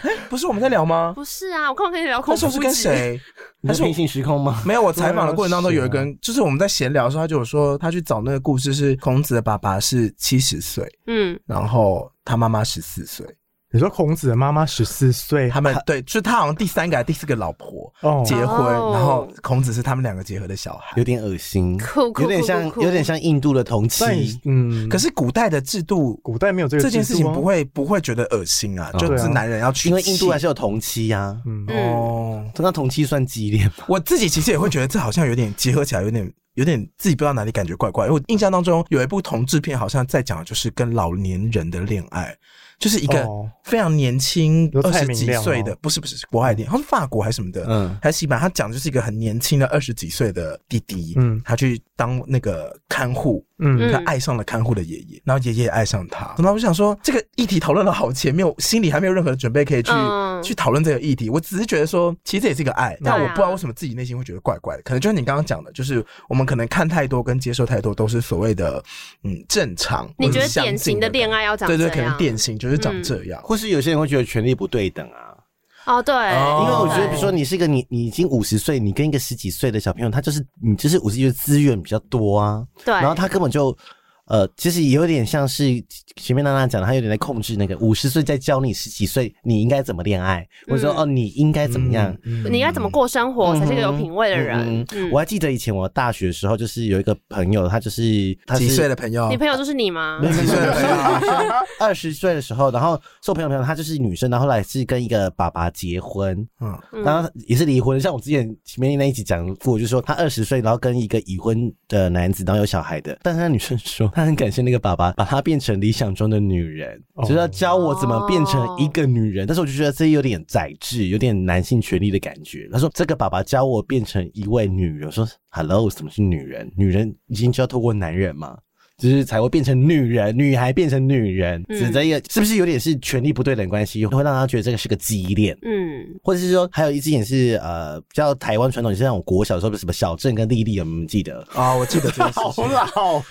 Speaker 1: 哎 不是我们在聊吗？
Speaker 2: 不是啊，我刚刚跟你聊
Speaker 1: 那
Speaker 2: 孔
Speaker 1: 时
Speaker 2: 夫
Speaker 1: 候是跟
Speaker 2: 子。
Speaker 1: 谁？
Speaker 4: 你是平行时空吗？
Speaker 1: 没有，我采访的过程当中有一个
Speaker 4: 啊
Speaker 1: 人，就是我们在闲聊的时候，他就有说他去找那个故事是孔子的爸爸是七十岁，
Speaker 2: 嗯，
Speaker 1: 然后他妈妈十四岁，
Speaker 3: 你说孔子的妈妈十四岁，
Speaker 1: 他们对，就是他好像第三个、第四个老婆
Speaker 3: 哦
Speaker 1: 结婚，
Speaker 2: 哦
Speaker 1: 然后孔子是他们两个结合的小孩
Speaker 4: 有。点恶心，
Speaker 2: 酷酷
Speaker 4: 有点
Speaker 2: 酷
Speaker 4: 像
Speaker 2: 酷
Speaker 4: 有点像印度的同期，
Speaker 3: 但也嗯，
Speaker 1: 可是古代的制度，
Speaker 3: 古代没有这个
Speaker 1: 这件
Speaker 3: 制
Speaker 1: 事
Speaker 3: 度
Speaker 1: 情
Speaker 3: 啊
Speaker 1: 不，会不会觉得恶心啊，
Speaker 4: 哦
Speaker 1: 就
Speaker 3: 对啊
Speaker 1: 是男人要去，
Speaker 4: 因为印度还是有同期呀，
Speaker 3: 嗯，
Speaker 2: 嗯，
Speaker 1: 哦。
Speaker 4: 那同期算激烈吗？
Speaker 1: 我自己其实也会觉得这好像有点结合起来，有点有点自己不知道哪里感觉怪怪。因为我印象当中有一部同志片，好像在讲的就是跟老年人的恋爱，就是一个
Speaker 3: 哦
Speaker 1: 非常年轻
Speaker 3: 有
Speaker 1: 二
Speaker 3: 蔡
Speaker 1: 十
Speaker 3: 明
Speaker 1: 几
Speaker 3: 亮
Speaker 1: 岁
Speaker 3: 吗嗯
Speaker 1: 的，不是不是是国外的，好像是法国还是什么的，
Speaker 4: 嗯，
Speaker 1: 还是西班牙，他讲的就是一个很年轻的二十几岁的弟弟，
Speaker 3: 嗯
Speaker 1: 他去当那个看护，
Speaker 3: 嗯
Speaker 2: 嗯
Speaker 1: 他爱上了看护的爷爷，然后爷爷也爱上他。然后我想说，这个议题讨论的好前面，我心里还没有任何准备可以去、
Speaker 2: 嗯啊
Speaker 1: 去讨论这个议题。我只是觉得说，其实这也是一个爱，但我不知道为什么自己内心会觉得怪怪的。可能就是你刚刚讲的，就是我们可能看太多跟接受太多都是所谓的嗯正常。
Speaker 2: 你觉
Speaker 1: 或
Speaker 2: 得
Speaker 1: 者是相
Speaker 2: 典
Speaker 1: 近
Speaker 2: 型
Speaker 1: 的
Speaker 2: 的恋爱要长
Speaker 1: 对对，
Speaker 2: 这
Speaker 1: 可能
Speaker 2: 样
Speaker 1: 典型就是长
Speaker 2: 嗯
Speaker 1: 这样。
Speaker 4: 或是有些人会觉得权力不对等啊，
Speaker 2: 哦，哎对，
Speaker 1: 哦
Speaker 4: 因为我觉
Speaker 2: 对
Speaker 4: 得，比如说你是一个你你已经五十岁，你跟一个十几岁的小朋友，他就是你就是五十岁资源比较多啊，
Speaker 2: 对，
Speaker 4: 然后他根本就呃，其实有点像是前面娜娜讲的，他有点在控制那个五十岁在教你十几岁你应该怎么恋爱，或者说
Speaker 2: 嗯
Speaker 4: 哦你应该怎么样。
Speaker 1: 嗯？
Speaker 2: 你应该怎么过生活才是一个有品味的人
Speaker 4: 嗯？
Speaker 2: 嗯
Speaker 4: 我还记得以前我大学的时候，就是有一个朋友，他就是他
Speaker 1: 几
Speaker 4: 是
Speaker 1: 岁的朋友？
Speaker 2: 你朋友就是你吗？
Speaker 1: 几岁的朋友？
Speaker 4: 二十岁的时候，然后受朋友朋友，她就是女生，然后后来是跟一个爸爸结婚，
Speaker 1: 嗯，
Speaker 2: 嗯
Speaker 4: 然后也是离婚。像我之前前面那一集讲过，就是说她二十岁，然后跟一个已婚的男子，然后有小孩的。但是那女生说，她很感谢那个爸爸，把她变成理想中的女人，
Speaker 3: 哦
Speaker 4: 就是要教我怎么变成一个女人。但是我就觉得这有点宰制，有点男性权利的感觉。她说，这个爸爸教我变成一位女人。我说，Hello，什么是女人？女人已经就要透过男人嘛。就是才会变成女人，女孩变成女人，
Speaker 2: 嗯
Speaker 4: 指着一个是不是有点是权力不对等关系，会让他觉得这个是个畸恋。
Speaker 2: 嗯，
Speaker 4: 或者是说，还有一只眼是呃，比较台湾传统，就是那种国小的时候的什么小镇跟丽丽，有没有记得？
Speaker 1: 啊，我记得这件 事情。
Speaker 3: 老哦，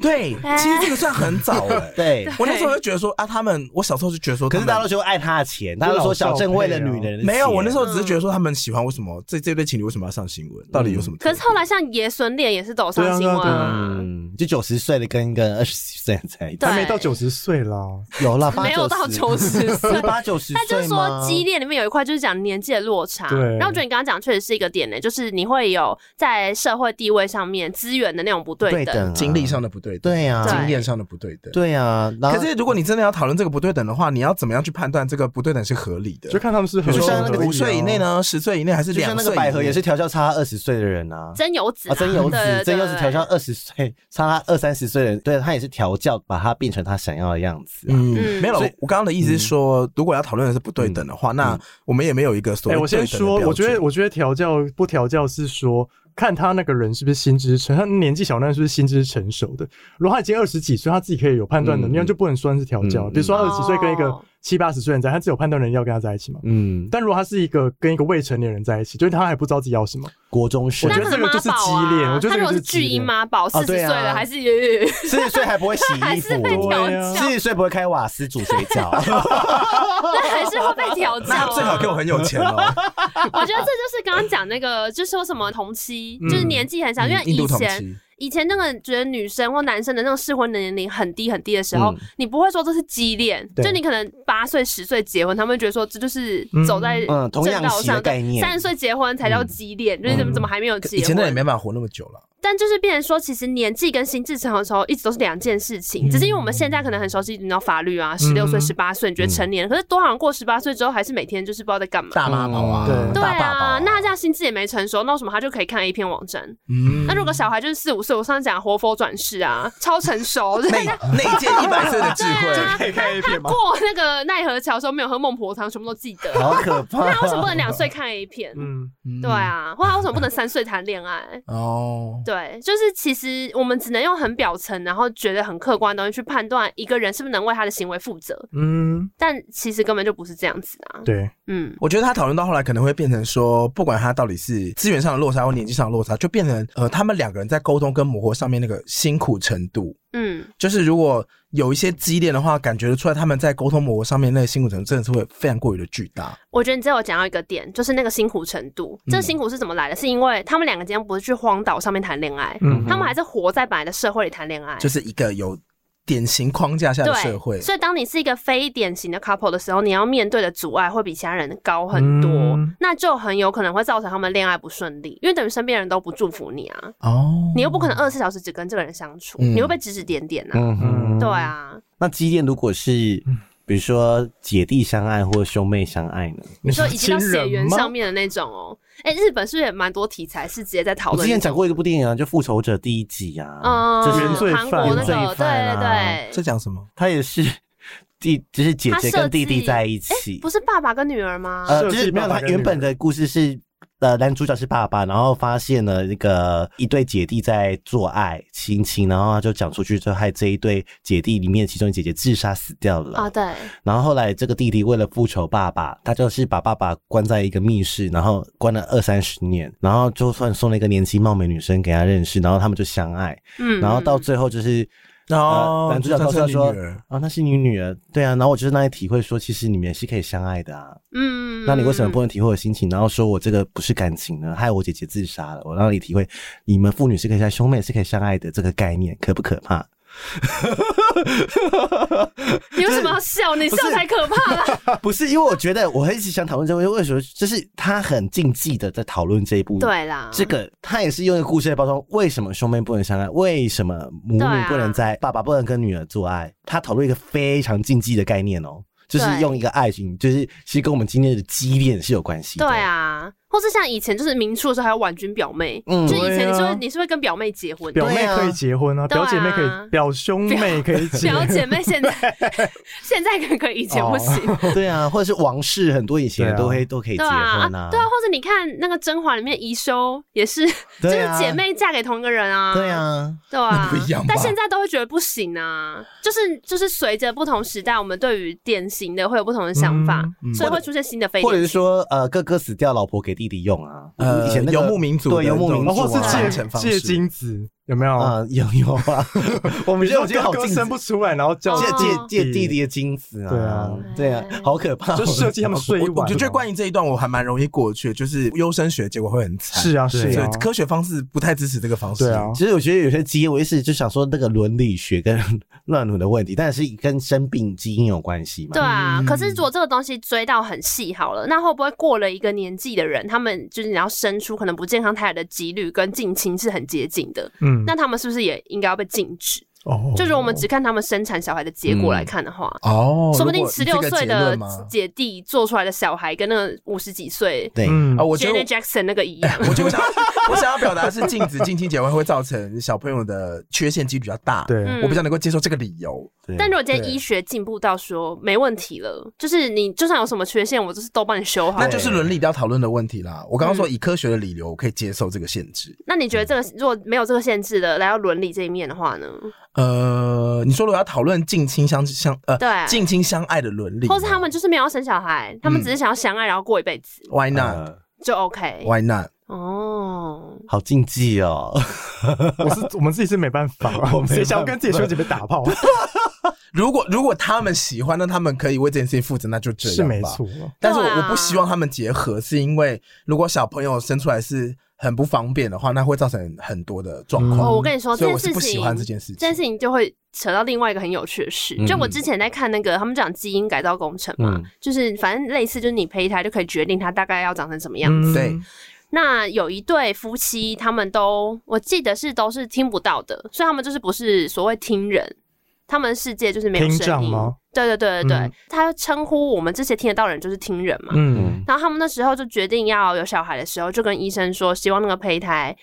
Speaker 1: 对，其实这个算很 早哎、
Speaker 4: 对，
Speaker 1: 我那时候就觉得说啊，他们，我小时候就觉得说他
Speaker 4: 可
Speaker 1: 们，
Speaker 4: 是大家都说爱她的钱，大家都说小镇为了女人的
Speaker 1: 没有，
Speaker 4: 钱
Speaker 1: 我那时候只
Speaker 2: 嗯
Speaker 1: 是觉得说他们喜欢为什么这这对情侣为什么要上新闻，到底有什么特
Speaker 2: 可
Speaker 1: 别？
Speaker 2: 是后来像爷孙恋也是走上新闻
Speaker 3: 对啊
Speaker 2: 啊，
Speaker 4: 嗯，就九十岁的跟一个二十岁的在一起
Speaker 2: 对
Speaker 3: 还没到九十岁啦，
Speaker 4: 有啦，八
Speaker 2: 没有到九
Speaker 4: 十，
Speaker 2: 十岁
Speaker 4: 不是。八九十
Speaker 2: 他就
Speaker 4: 岁
Speaker 2: 是
Speaker 4: 吗
Speaker 2: 说，激烈里面有一块就是讲年纪的落差。
Speaker 3: 啊对
Speaker 2: 然后我觉得你刚刚讲确实是一个点呢、就是你会有在社会地位上面资源的那种不对等。
Speaker 4: 对等啊
Speaker 1: 呃经历上的不对等，
Speaker 4: 对啊
Speaker 2: 对
Speaker 1: 经验上的不对等。，
Speaker 4: 对啊，然后
Speaker 1: 可是如果你真的要讨论这个不对等的话，你要怎么样去判断这个不对等是合理的？
Speaker 3: 就看他们是
Speaker 1: 比
Speaker 3: 合
Speaker 1: 如
Speaker 3: 不
Speaker 1: 说
Speaker 3: 合
Speaker 4: 那个
Speaker 3: 意
Speaker 1: 五岁以内
Speaker 3: 啊，
Speaker 1: 呢，十岁以内，还是
Speaker 4: 就像
Speaker 1: 两
Speaker 4: 那
Speaker 1: 岁以内？
Speaker 4: 个百合也是调教差二十岁的人啊。
Speaker 2: 真有子
Speaker 4: 啊，真有子
Speaker 2: 对对对，
Speaker 4: 真有子调教二十岁，差他二三十岁的人，对他也是调教，把他变成他想要的样子啊、
Speaker 1: 嗯，
Speaker 2: 嗯
Speaker 1: 没有了。
Speaker 4: 所
Speaker 1: 我
Speaker 4: 以
Speaker 1: 我刚刚的意思是说，如果要讨论的是不对等的话，那我们也没有一个所
Speaker 3: 哎，
Speaker 1: 谓
Speaker 3: 我
Speaker 1: 对等
Speaker 3: 先
Speaker 1: 的
Speaker 3: 说，
Speaker 1: 标
Speaker 3: 我觉
Speaker 1: 准
Speaker 3: 得我觉得调教不调教是说。看他那个人是不是心智成，他年纪小，那是不是心智成熟的？如果他已经二十几岁，他自己可以有判断能力，
Speaker 4: 嗯
Speaker 3: 那就不能算是调教。
Speaker 4: 嗯
Speaker 3: 比如说他二十几岁跟一个
Speaker 2: 哦
Speaker 3: 七八十岁的人在，他自己有判断能力要跟他在一起嘛？
Speaker 4: 嗯，
Speaker 3: 但如果他是一个跟一个未成年人在一起，就是他还不知道自己要什么，
Speaker 4: 国中生
Speaker 2: 那
Speaker 3: 我觉
Speaker 2: 可
Speaker 3: 得
Speaker 2: 能妈
Speaker 3: 这个就是
Speaker 2: 宝啊，
Speaker 3: 激烈我
Speaker 2: 他
Speaker 3: 觉得这
Speaker 2: 如
Speaker 3: 个
Speaker 2: 果
Speaker 3: 就是是
Speaker 2: 巨
Speaker 3: 激烈
Speaker 2: 婴妈宝，四十
Speaker 4: 对
Speaker 2: 岁
Speaker 4: 啊
Speaker 2: 了还是
Speaker 4: 四十岁还不会洗
Speaker 2: 还
Speaker 4: 衣
Speaker 2: 是
Speaker 4: 服
Speaker 2: 被，调
Speaker 3: 对啊
Speaker 2: 教
Speaker 4: 四，十岁不会开瓦斯煮水饺，
Speaker 2: 那还是会被调教
Speaker 1: 那
Speaker 2: 啊。
Speaker 1: 最好给我很有钱 哦。
Speaker 2: 我觉得这就是刚刚讲那个，就说什么同期，
Speaker 3: 嗯
Speaker 2: 就是年纪很小，因为
Speaker 1: 印
Speaker 2: 以
Speaker 1: 度同
Speaker 2: 前
Speaker 1: 期，
Speaker 2: 以前那个觉得女生或男生的那种适婚年龄很低很低的时候，
Speaker 4: 嗯
Speaker 2: 你不会说这是畸恋，
Speaker 3: 对
Speaker 2: 就你可能八岁十岁结婚，他们会觉得说这就是走在
Speaker 4: 嗯嗯同
Speaker 2: 正
Speaker 4: 样
Speaker 2: 道
Speaker 4: 型的
Speaker 2: 上，
Speaker 4: 概念嗯
Speaker 2: 三十岁结婚才叫畸恋，就是怎么怎么还没有
Speaker 1: 可
Speaker 2: 结
Speaker 1: 以前的人
Speaker 2: 婚
Speaker 1: 也。没办法活那么久了。
Speaker 2: 但就是变成说，其实年纪跟心智成熟的时候一直都是两件事情，只是因为我们现在可能很熟悉，你知道法律啊，十六岁、
Speaker 3: 嗯
Speaker 2: 十八岁，你觉得成年了，可是多少人过十八岁之后，还是每天就是不知道在干嘛。
Speaker 1: 大妈宝啊，
Speaker 3: 嗯
Speaker 2: 对
Speaker 1: 大爸宝
Speaker 2: 啊，那他这样心智也没成熟，那为什么他就可以看 A 片网站？
Speaker 1: 嗯
Speaker 2: 那如果小孩就是四五岁，我上次讲活佛转世啊，超成 熟， 对
Speaker 1: 内内建一
Speaker 2: 啊
Speaker 1: 百岁的智慧，
Speaker 3: 可以看 A 片吗
Speaker 2: 过那个奈何桥的时候没有喝孟婆汤，全部都记得。
Speaker 4: 好可怕。
Speaker 2: 那为什么不能两岁看 A 片？
Speaker 3: 嗯，
Speaker 2: 对啊，或者为什么不能三岁谈恋爱？
Speaker 1: 嗯，哦，
Speaker 2: 对，就是其实我们只能用很表层，然后觉得很客观的东西去判断一个人是不是能为他的行为负责，
Speaker 3: 嗯，
Speaker 2: 但其实根本就不是这样子啊。
Speaker 3: 对，
Speaker 2: 嗯，
Speaker 1: 我觉得他讨论到后来可能会变成说，不管他到底是资源上的落差或年纪上的落差，就变成呃，他们两个人在沟通跟磨合上面那个辛苦程度，
Speaker 2: 嗯，
Speaker 1: 就是如果有一些激烈的话，感觉得出来他们在沟通磨合上面那个辛苦程度真的是会非常过于的巨大。
Speaker 2: 我觉得你这有讲到一个点，就是那个辛苦程度。
Speaker 3: 嗯
Speaker 2: 这个辛苦是怎么来的？是因为他们两个今天不是去荒岛上面谈恋爱，
Speaker 3: 嗯
Speaker 2: 他们还是活在本来的社会里谈恋爱。
Speaker 1: 就是一个有典型框架下的社会
Speaker 2: 哎对，。所以当你是一个非典型的 couple 的时候，你要面对的阻碍会比其他人高很多，
Speaker 3: 嗯
Speaker 2: 那就很有可能会造成他们恋爱不顺利，因为等于身边人都不祝福你啊，
Speaker 1: 哦，
Speaker 2: 你又不可能二十四小时只跟这个人相处，
Speaker 1: 嗯
Speaker 2: 你会被指指点点啊。
Speaker 4: 嗯哼，
Speaker 2: 对啊，
Speaker 4: 那基恋如果是比如说姐弟相爱或兄妹相爱呢？
Speaker 3: 你
Speaker 2: 就已经到血缘上
Speaker 3: 面，
Speaker 2: 面的那种哦、哎、日本是不是也蛮多题材是直接在讨
Speaker 4: 我
Speaker 2: 论？
Speaker 4: 之前讲过一个部电影啊，就《复仇者》第一集啊，
Speaker 2: 嗯，
Speaker 4: 就是
Speaker 3: 原罪
Speaker 2: 韩
Speaker 3: 犯
Speaker 2: 国那
Speaker 4: 原罪
Speaker 2: 个，对
Speaker 4: 犯啊
Speaker 2: 对
Speaker 1: 这
Speaker 2: 对，
Speaker 1: 讲什么？
Speaker 4: 他也是弟，就是姐
Speaker 2: 他
Speaker 4: 姐
Speaker 2: 设
Speaker 4: 跟弟弟
Speaker 2: 计
Speaker 4: 在一
Speaker 2: 哎
Speaker 4: 起，
Speaker 2: 不是爸爸跟女儿吗？
Speaker 4: 呃，
Speaker 3: 设
Speaker 4: 就是
Speaker 3: 计
Speaker 4: 没有
Speaker 3: 爸爸
Speaker 4: 他
Speaker 3: 跟
Speaker 4: 原
Speaker 3: 女
Speaker 4: 本
Speaker 3: 儿
Speaker 4: 的故事是。呃，男主角是爸爸，然后发现了那个一对姐弟在做爱亲亲，然后他就讲出去，就害这一对姐弟里面其中姐姐自杀死掉了。
Speaker 2: 啊，对，
Speaker 4: 然后后来这个弟弟为了复仇爸爸，他就是把爸爸关在一个密室，然后关了二三十年，然后就算送了一个年轻貌美女生给他认识，然后他们就相爱，
Speaker 2: 嗯，
Speaker 4: 然后到最后就是。
Speaker 1: 哦
Speaker 4: 呃男主角告诉他
Speaker 1: 就
Speaker 4: 说
Speaker 1: 像是你女儿：“
Speaker 4: 啊，那是你女儿，对啊。”然后我就是那里体会说，其实你们也是可以相爱的啊。
Speaker 2: 嗯，
Speaker 4: 那你为什么不
Speaker 2: 嗯？
Speaker 4: 能体会我心情？然后说我这个不是感情呢，害我姐姐自杀了。我让你体会，你们父女是可以像兄妹是可以相爱的这个概念，可不可 怕？
Speaker 2: 你为什么要笑？你笑才可怕啦！
Speaker 4: 不是，因为我觉得我很想讨论这个，因为为什么就是他很禁忌的在讨论这一部。。
Speaker 2: 对啦，
Speaker 4: 这个他也是用一个故事来包装，为什么兄妹不能相爱？为什么母
Speaker 2: 对
Speaker 4: 女
Speaker 2: 啊
Speaker 4: 不能在、爸爸不能跟女儿做爱？他讨论一个非常禁忌的概念哦，就是
Speaker 2: 对
Speaker 4: 用一个爱情，就是其实跟我们今天的畸恋是有关系的。
Speaker 2: 对，啊，或是像以前就是明初的时候还有婉君表妹，
Speaker 4: 嗯
Speaker 2: 就以前你是
Speaker 3: 对
Speaker 2: 会
Speaker 3: 啊
Speaker 2: 你是会跟表妹结婚的，
Speaker 3: 表妹
Speaker 4: 对啊
Speaker 3: 可以结婚啊，
Speaker 2: 对啊
Speaker 3: 表姐妹可以，表兄妹可以结
Speaker 2: 表
Speaker 3: 婚，
Speaker 2: 姐妹现在现在可可以，以前不行。
Speaker 4: 对啊，或者是王室很多以前
Speaker 3: 对
Speaker 4: 也
Speaker 3: 啊
Speaker 4: 都会、都可以结
Speaker 2: 对
Speaker 4: 婚
Speaker 2: 啊，
Speaker 4: 啊
Speaker 2: 对啊，或者你看那个《甄嬛》里面宜修也是，就
Speaker 4: 对
Speaker 2: 是
Speaker 4: 啊
Speaker 2: 姐妹嫁给同一个人啊，
Speaker 4: 对，啊，
Speaker 2: 对啊，
Speaker 1: 不一样吧
Speaker 2: 但现在都会觉得不行啊，就是就是随着不同时代，我们对于典型的会有不同的想法，
Speaker 3: 嗯
Speaker 1: 嗯
Speaker 2: 所以会出现新的非典型。
Speaker 4: 或者是说呃，哥哥死掉，老婆给弟弟用啊。
Speaker 1: 呃
Speaker 4: 以前那个
Speaker 1: 游牧民族的
Speaker 4: 对游牧民
Speaker 1: 那
Speaker 3: 然
Speaker 1: 种
Speaker 4: 族
Speaker 3: 后
Speaker 1: 做
Speaker 4: 啊，
Speaker 1: 爱
Speaker 3: 是
Speaker 1: 惩
Speaker 3: 借
Speaker 1: 罚
Speaker 3: 借
Speaker 1: 式
Speaker 3: 精子，有没有？
Speaker 4: 啊， 有有啊，我们
Speaker 3: 你
Speaker 4: 这种
Speaker 3: 说
Speaker 4: 这好
Speaker 3: 哥
Speaker 4: 禁
Speaker 3: 哥
Speaker 4: 忌
Speaker 3: 生不出来，然后叫
Speaker 4: 借
Speaker 2: 哦
Speaker 4: 借借弟弟的精子啊，对
Speaker 2: 对
Speaker 4: 啊
Speaker 2: 啊，
Speaker 4: 好可怕哦，
Speaker 3: 就设计他们睡一
Speaker 1: 我我
Speaker 3: 晚。
Speaker 1: 就觉得关于这一段我还蛮容易过去的，就是优生学结果会很惨。
Speaker 3: 是啊是
Speaker 1: 所
Speaker 3: 啊
Speaker 1: 以，科学方式不太支持这个方式。
Speaker 3: 对啊，
Speaker 4: 其实我觉得有些基因，我一直就想说那个伦理学跟乱伦的问题，但是跟生病基因有关系嘛？
Speaker 2: 对啊，
Speaker 1: 嗯
Speaker 2: 可是如果这个东西追到很细好了，那会不会过了一个年纪的人，他们就是你要生出可能不健康胎儿的几率跟近亲是很接近的，
Speaker 3: 嗯
Speaker 2: 那他们是不是也应该要被禁止？
Speaker 3: 哦
Speaker 2: 就是我们只看他们生产小孩的结果来看的话，
Speaker 1: 哦，
Speaker 2: 说不定
Speaker 1: 如果
Speaker 2: 十
Speaker 1: 以这
Speaker 2: 六
Speaker 1: 个
Speaker 2: 岁
Speaker 1: 结
Speaker 2: 的
Speaker 1: 论吗
Speaker 2: 姐弟做出来的小孩跟那个五十几岁
Speaker 4: 对，
Speaker 3: 嗯
Speaker 1: 啊，我觉得
Speaker 2: Janet Jackson 那个一 样，
Speaker 1: 我就想要，我想要表达的是，禁止近亲结婚会造成小朋友的缺陷几率比较大。，
Speaker 3: 对，
Speaker 2: 嗯
Speaker 1: 我比较能够接受这个理由。
Speaker 4: 对
Speaker 2: 但如果今天
Speaker 1: 对
Speaker 2: 医学进步到说没问题了，就是你就算有什么缺陷，我就是都帮你修好了。
Speaker 1: 那就是伦理要讨论的问题啦。我刚刚
Speaker 2: 嗯
Speaker 1: 说以科学的理由，我可以接受这个限制。
Speaker 2: 那你觉得这个如果没有这个限制的，来到伦理这一面的话呢？
Speaker 1: 呃，你说如果要讨论近亲相相呃
Speaker 2: 对啊
Speaker 1: 近亲相爱的伦理吗，
Speaker 2: 或是他们就是没有要生小孩，他们
Speaker 1: 嗯
Speaker 2: 只是想要相爱，然后过一辈子
Speaker 1: why
Speaker 4: 那
Speaker 3: 呃
Speaker 1: not
Speaker 2: 就 OK。
Speaker 1: why not？
Speaker 2: 哦，
Speaker 4: 呃好禁忌哦，
Speaker 3: 我是我们自己是没办法，谁想要跟自己的兄弟姐妹打炮
Speaker 1: 如果如果他们喜欢，那他们可以为这件事情负责，那就这样
Speaker 3: 是没
Speaker 1: 吧
Speaker 3: 错。
Speaker 1: 但是我、
Speaker 2: 对啊
Speaker 1: 我不希望他们结合，是因为如果小朋友生出来是很不方便的话，那会造成很多的状况。
Speaker 3: 嗯
Speaker 2: 哦，我跟你说，这
Speaker 1: 所以
Speaker 2: 件
Speaker 1: 我是
Speaker 2: 事
Speaker 1: 不喜
Speaker 2: 情，
Speaker 1: 欢这件事情。
Speaker 2: 这件事情就会扯到另外一个很有趣的事。
Speaker 4: 嗯
Speaker 2: 就我之前在看那个他们讲基因改造工程嘛，
Speaker 4: 嗯
Speaker 2: 就是反正类似，就是你胚胎就可以决定它大概要长成什么样子。
Speaker 3: 嗯
Speaker 1: 对，
Speaker 2: 那有一对夫妻，他们都我记得是都是听不到的，所以他们就是不是所谓听人，他们世界就是没有
Speaker 3: 听
Speaker 2: 声
Speaker 3: 障
Speaker 2: 音
Speaker 3: 吗。
Speaker 2: 对对对对对，
Speaker 3: 嗯
Speaker 2: 他称呼我们这些听得到的人就是听人嘛。
Speaker 3: 嗯，
Speaker 2: 然后他们那时候就决定要有小孩的时候，就跟医生说，希望那个胚胎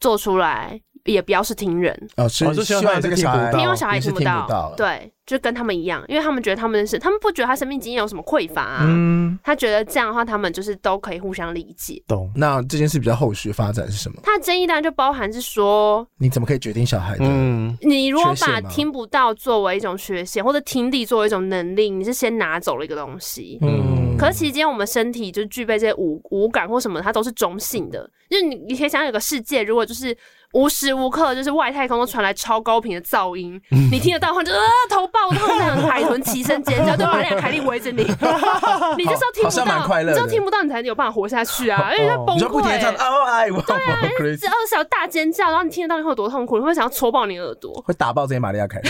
Speaker 2: 做出来也不要是听人，
Speaker 1: 哦，是
Speaker 3: 哦就希
Speaker 1: 希
Speaker 3: 望
Speaker 1: 望
Speaker 3: 他
Speaker 1: 这个
Speaker 3: 听
Speaker 1: 小
Speaker 3: 不
Speaker 1: 孩，
Speaker 3: 到
Speaker 2: 因为小孩
Speaker 1: 也是
Speaker 2: 不
Speaker 1: 听
Speaker 2: 到，
Speaker 1: 不到，，
Speaker 2: 对，就跟他们一样，因为他们觉得他们是，他们不觉得他生命经验有什么匮乏、啊，
Speaker 3: 嗯，
Speaker 2: 他觉得这样的话，他们就是都可以互相理解。
Speaker 3: 懂。
Speaker 1: 那这件事比较后续发展是什么？
Speaker 2: 他的争议当然就包含是说，
Speaker 1: 你怎么可以决定小孩的？
Speaker 4: 嗯，
Speaker 2: 你如果
Speaker 1: 缺
Speaker 2: 把
Speaker 1: 陷吗
Speaker 2: 听不到作为一种缺陷，或者听力作为一种能力，你是先拿走了一个东西。
Speaker 1: 嗯
Speaker 2: 可是其实今天我们身体就具备这些五五感或什么，它都是中性的。就是你，你可以想象有个世界，如果就是无时无刻就是外太空都传来超高频的噪音，
Speaker 1: 嗯
Speaker 2: 你听得到的话就啊头爆痛这样，海豚齐声尖叫，就把两个海蛎围 着你，你这时候听
Speaker 1: 好
Speaker 2: 不
Speaker 1: 像蛮
Speaker 2: 到，
Speaker 1: 快
Speaker 2: 你
Speaker 1: 乐
Speaker 2: 这时候
Speaker 1: 的哦
Speaker 2: 听不到，你才有办法活下去啊，因为就崩
Speaker 1: 你说不
Speaker 2: 溃
Speaker 1: 停的唱
Speaker 2: 欸、
Speaker 1: 哦爱我，
Speaker 2: 只二小大尖叫，然后你听得到你会有多痛苦，你会想要戳爆你的耳朵。
Speaker 1: 会打爆这些玛利亚凯莉。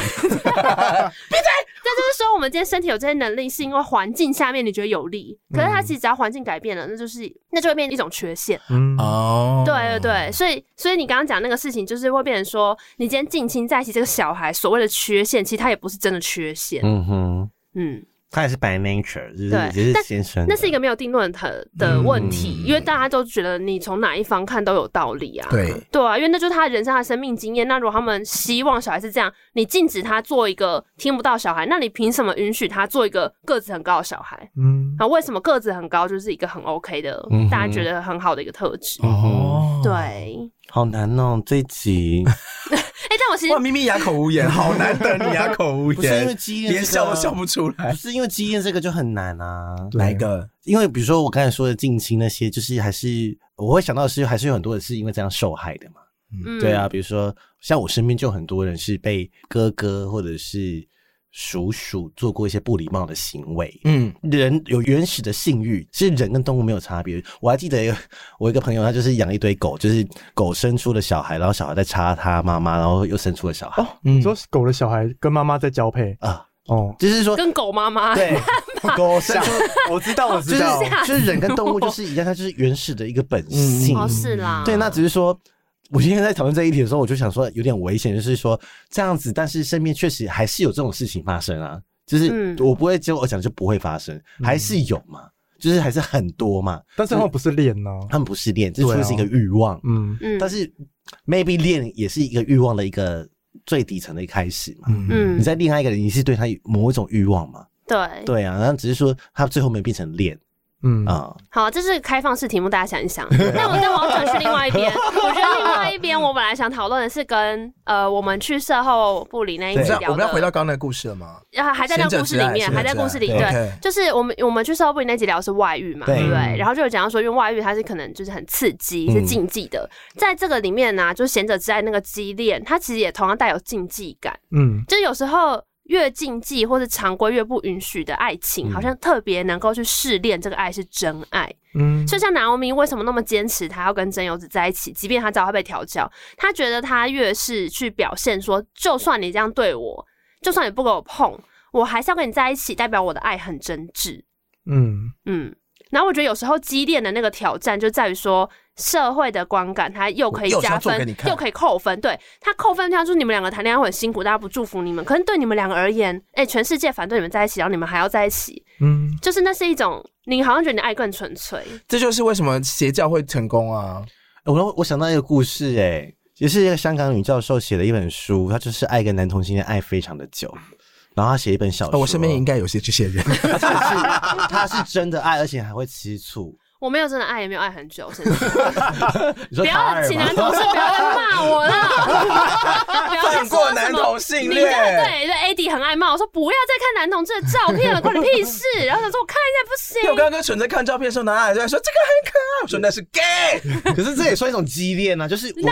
Speaker 2: 这就是说，我们今天身体有这些能力，是因为环境下面你觉得有利，可是它
Speaker 1: 嗯
Speaker 2: 其实只要环境改变了，那就是那就会变一种缺陷。
Speaker 3: 嗯，
Speaker 1: 哦，
Speaker 2: 对对对，所以所以你刚刚讲那个事情，就是会变成说，你今天近亲在一起这个小孩所谓的缺陷，其实他也不是真的缺陷，
Speaker 4: 嗯哼，
Speaker 2: 嗯，
Speaker 4: 他也是 by nature，就
Speaker 2: 对
Speaker 4: 是只是先生的，
Speaker 2: 那是一个没有定论的的问题，
Speaker 4: 嗯
Speaker 2: 因为大家都觉得你从哪一方看都有道理啊。
Speaker 1: 对
Speaker 2: 对啊，因为那就是他人生他的生命经验。那如果他们希望小孩是这样，你禁止他做一个听不到小孩，那你凭什么允许他做一个个子很高的小孩？
Speaker 3: 嗯，
Speaker 2: 啊，为什么个子很高就是一个很 OK 的，
Speaker 4: 嗯哼
Speaker 2: 大家觉得很好的一个特质？
Speaker 4: 嗯哼，
Speaker 1: 哦，
Speaker 2: 对，哎、
Speaker 4: 好难哦，这一 集
Speaker 2: 但我其实
Speaker 1: 哇，咪咪哑口无言，好难得你哑口无
Speaker 4: 不是因为
Speaker 1: 言，
Speaker 4: 基因这个，
Speaker 1: 连笑都笑不出
Speaker 4: 不
Speaker 1: 来。
Speaker 4: 是因为基因这个就很难啊。
Speaker 3: 对
Speaker 1: 哪一个？
Speaker 4: 因为比如说我刚才说的近亲那些，就是还是我会想到的是，还是有很多人是因为这样受害的嘛。
Speaker 2: 嗯
Speaker 4: 对啊，，比如说像我身边就很多人是被哥哥或者是叔叔做过一些不礼貌的行为。
Speaker 1: 嗯，
Speaker 4: 人有原始的性欲，其实人跟动物没有差别。我还记得有我一个朋友，他就是养一堆狗，就是狗生出了小孩，然后小孩在插他妈妈，然后又生出了小孩。
Speaker 3: 哦，
Speaker 1: 嗯
Speaker 3: 你说狗的小孩跟妈妈在交配
Speaker 4: 啊，
Speaker 3: 哦，
Speaker 4: 就是说，
Speaker 2: 跟狗妈妈，
Speaker 4: 对，狗生出，
Speaker 3: 我知道，我
Speaker 4: 啊就是
Speaker 2: 道
Speaker 4: 就是人跟动物就是一样，它就是原始的一个本性。
Speaker 3: 嗯
Speaker 2: 哦是啦，
Speaker 4: 对，那只是说。我今天在讨论这一题的时候，我就想说有点危险，就是说这样子，但是身边确实还是有这种事情发生啊，就是
Speaker 2: 嗯
Speaker 4: 我不会只有我讲就不会发生，还是有嘛，就是还是很多嘛，
Speaker 3: 但是他们不是恋呢，
Speaker 4: 他们不是恋，这
Speaker 3: 对啊
Speaker 4: 就是一个欲望，
Speaker 3: 嗯
Speaker 2: 嗯，
Speaker 4: 但是 maybe 恋也是一个欲望的一个最底层的一开始嘛，
Speaker 1: 嗯，
Speaker 2: 嗯
Speaker 4: 你，在恋爱一个人，你是对他有某一种欲望嘛，
Speaker 2: 对，
Speaker 4: 对啊，然后只是说他最后没变成恋
Speaker 3: 嗯，
Speaker 4: 啊，
Speaker 2: 好，这是开放式题目，大家想一想。那我但我要转去另外一 边，我觉得另外一边我本来想讨论的是跟呃我们去售后部里那一
Speaker 1: 我们
Speaker 2: 集
Speaker 1: 要
Speaker 2: 聊
Speaker 1: 我们要回到
Speaker 2: 的，
Speaker 1: 刚刚那个故事了吗？
Speaker 2: 啊还在那个故事里
Speaker 1: 贤
Speaker 2: 面，
Speaker 1: 者之爱
Speaker 2: 还在故事里
Speaker 1: 贤者之爱
Speaker 2: 对。
Speaker 1: OK
Speaker 2: 就是我们我们去售后部里那集聊的是外遇嘛，
Speaker 4: 对
Speaker 2: 对不对？
Speaker 3: 嗯
Speaker 2: 然后就有讲到说，因为外遇它是可能就是很刺激，
Speaker 4: 嗯
Speaker 2: 是禁忌的。在这个里面呢、就是贤者之爱那个激恋，它其实也同样带有禁忌感。
Speaker 3: 嗯，
Speaker 2: 就有时候越禁忌或是常规越不允许的爱情，好像特别能够去试炼这个爱是真爱。
Speaker 3: 嗯，
Speaker 2: 就像南欧明为什么那么坚持他要跟真由子在一起，即便他知道他被调教，他觉得他越是去表现说，就算你这样对我，就算你不给我碰，我还是要跟你在一起，代表我的爱很真挚。
Speaker 3: 嗯，
Speaker 2: 嗯，然后我觉得有时候激烈的那个挑战就在于说。社会的观感，它又可以
Speaker 1: 又
Speaker 2: 加
Speaker 1: 想做
Speaker 2: 分
Speaker 1: 给你，看
Speaker 2: 又可以扣分。对它扣分，像就是你们两个谈恋爱会很辛苦，大家不祝福你们。可是对你们两个而言，哎、全世界反对你们在一起，然后你们还要在一起，
Speaker 3: 嗯，
Speaker 2: 就是那是一种你好像觉得你的爱更纯粹。
Speaker 1: 这就是为什么邪教会成功啊！
Speaker 4: 我让我想到一个故事、哎，也是一个香港女教授写的一本书，她就是爱一个男同性恋爱非常的久，然后她写一本小说，
Speaker 1: 哦我身边应该有些这些人，
Speaker 4: 她是她是真的爱，而且还会吃醋。
Speaker 2: 我没有真的爱，也没有爱很久，现在
Speaker 4: 你说
Speaker 2: 不
Speaker 4: 卡
Speaker 2: 要
Speaker 4: 尔
Speaker 2: 请
Speaker 4: 吗
Speaker 2: 男？同事不要再骂 我了，不要再
Speaker 1: 放过
Speaker 2: 说什
Speaker 1: 男
Speaker 2: 么。
Speaker 1: 同性
Speaker 2: 你真的
Speaker 1: 恋，
Speaker 2: 对对，AD 很爱骂我说不要再看男同志的照片了，关你屁事。然后他说我看一
Speaker 1: 因为我
Speaker 2: 下不行，
Speaker 1: 刚刚跟纯真看照片的时候，男孩就在说这个很可爱，我说那是 gay，
Speaker 4: 可是这也算一种激烈呢、就是我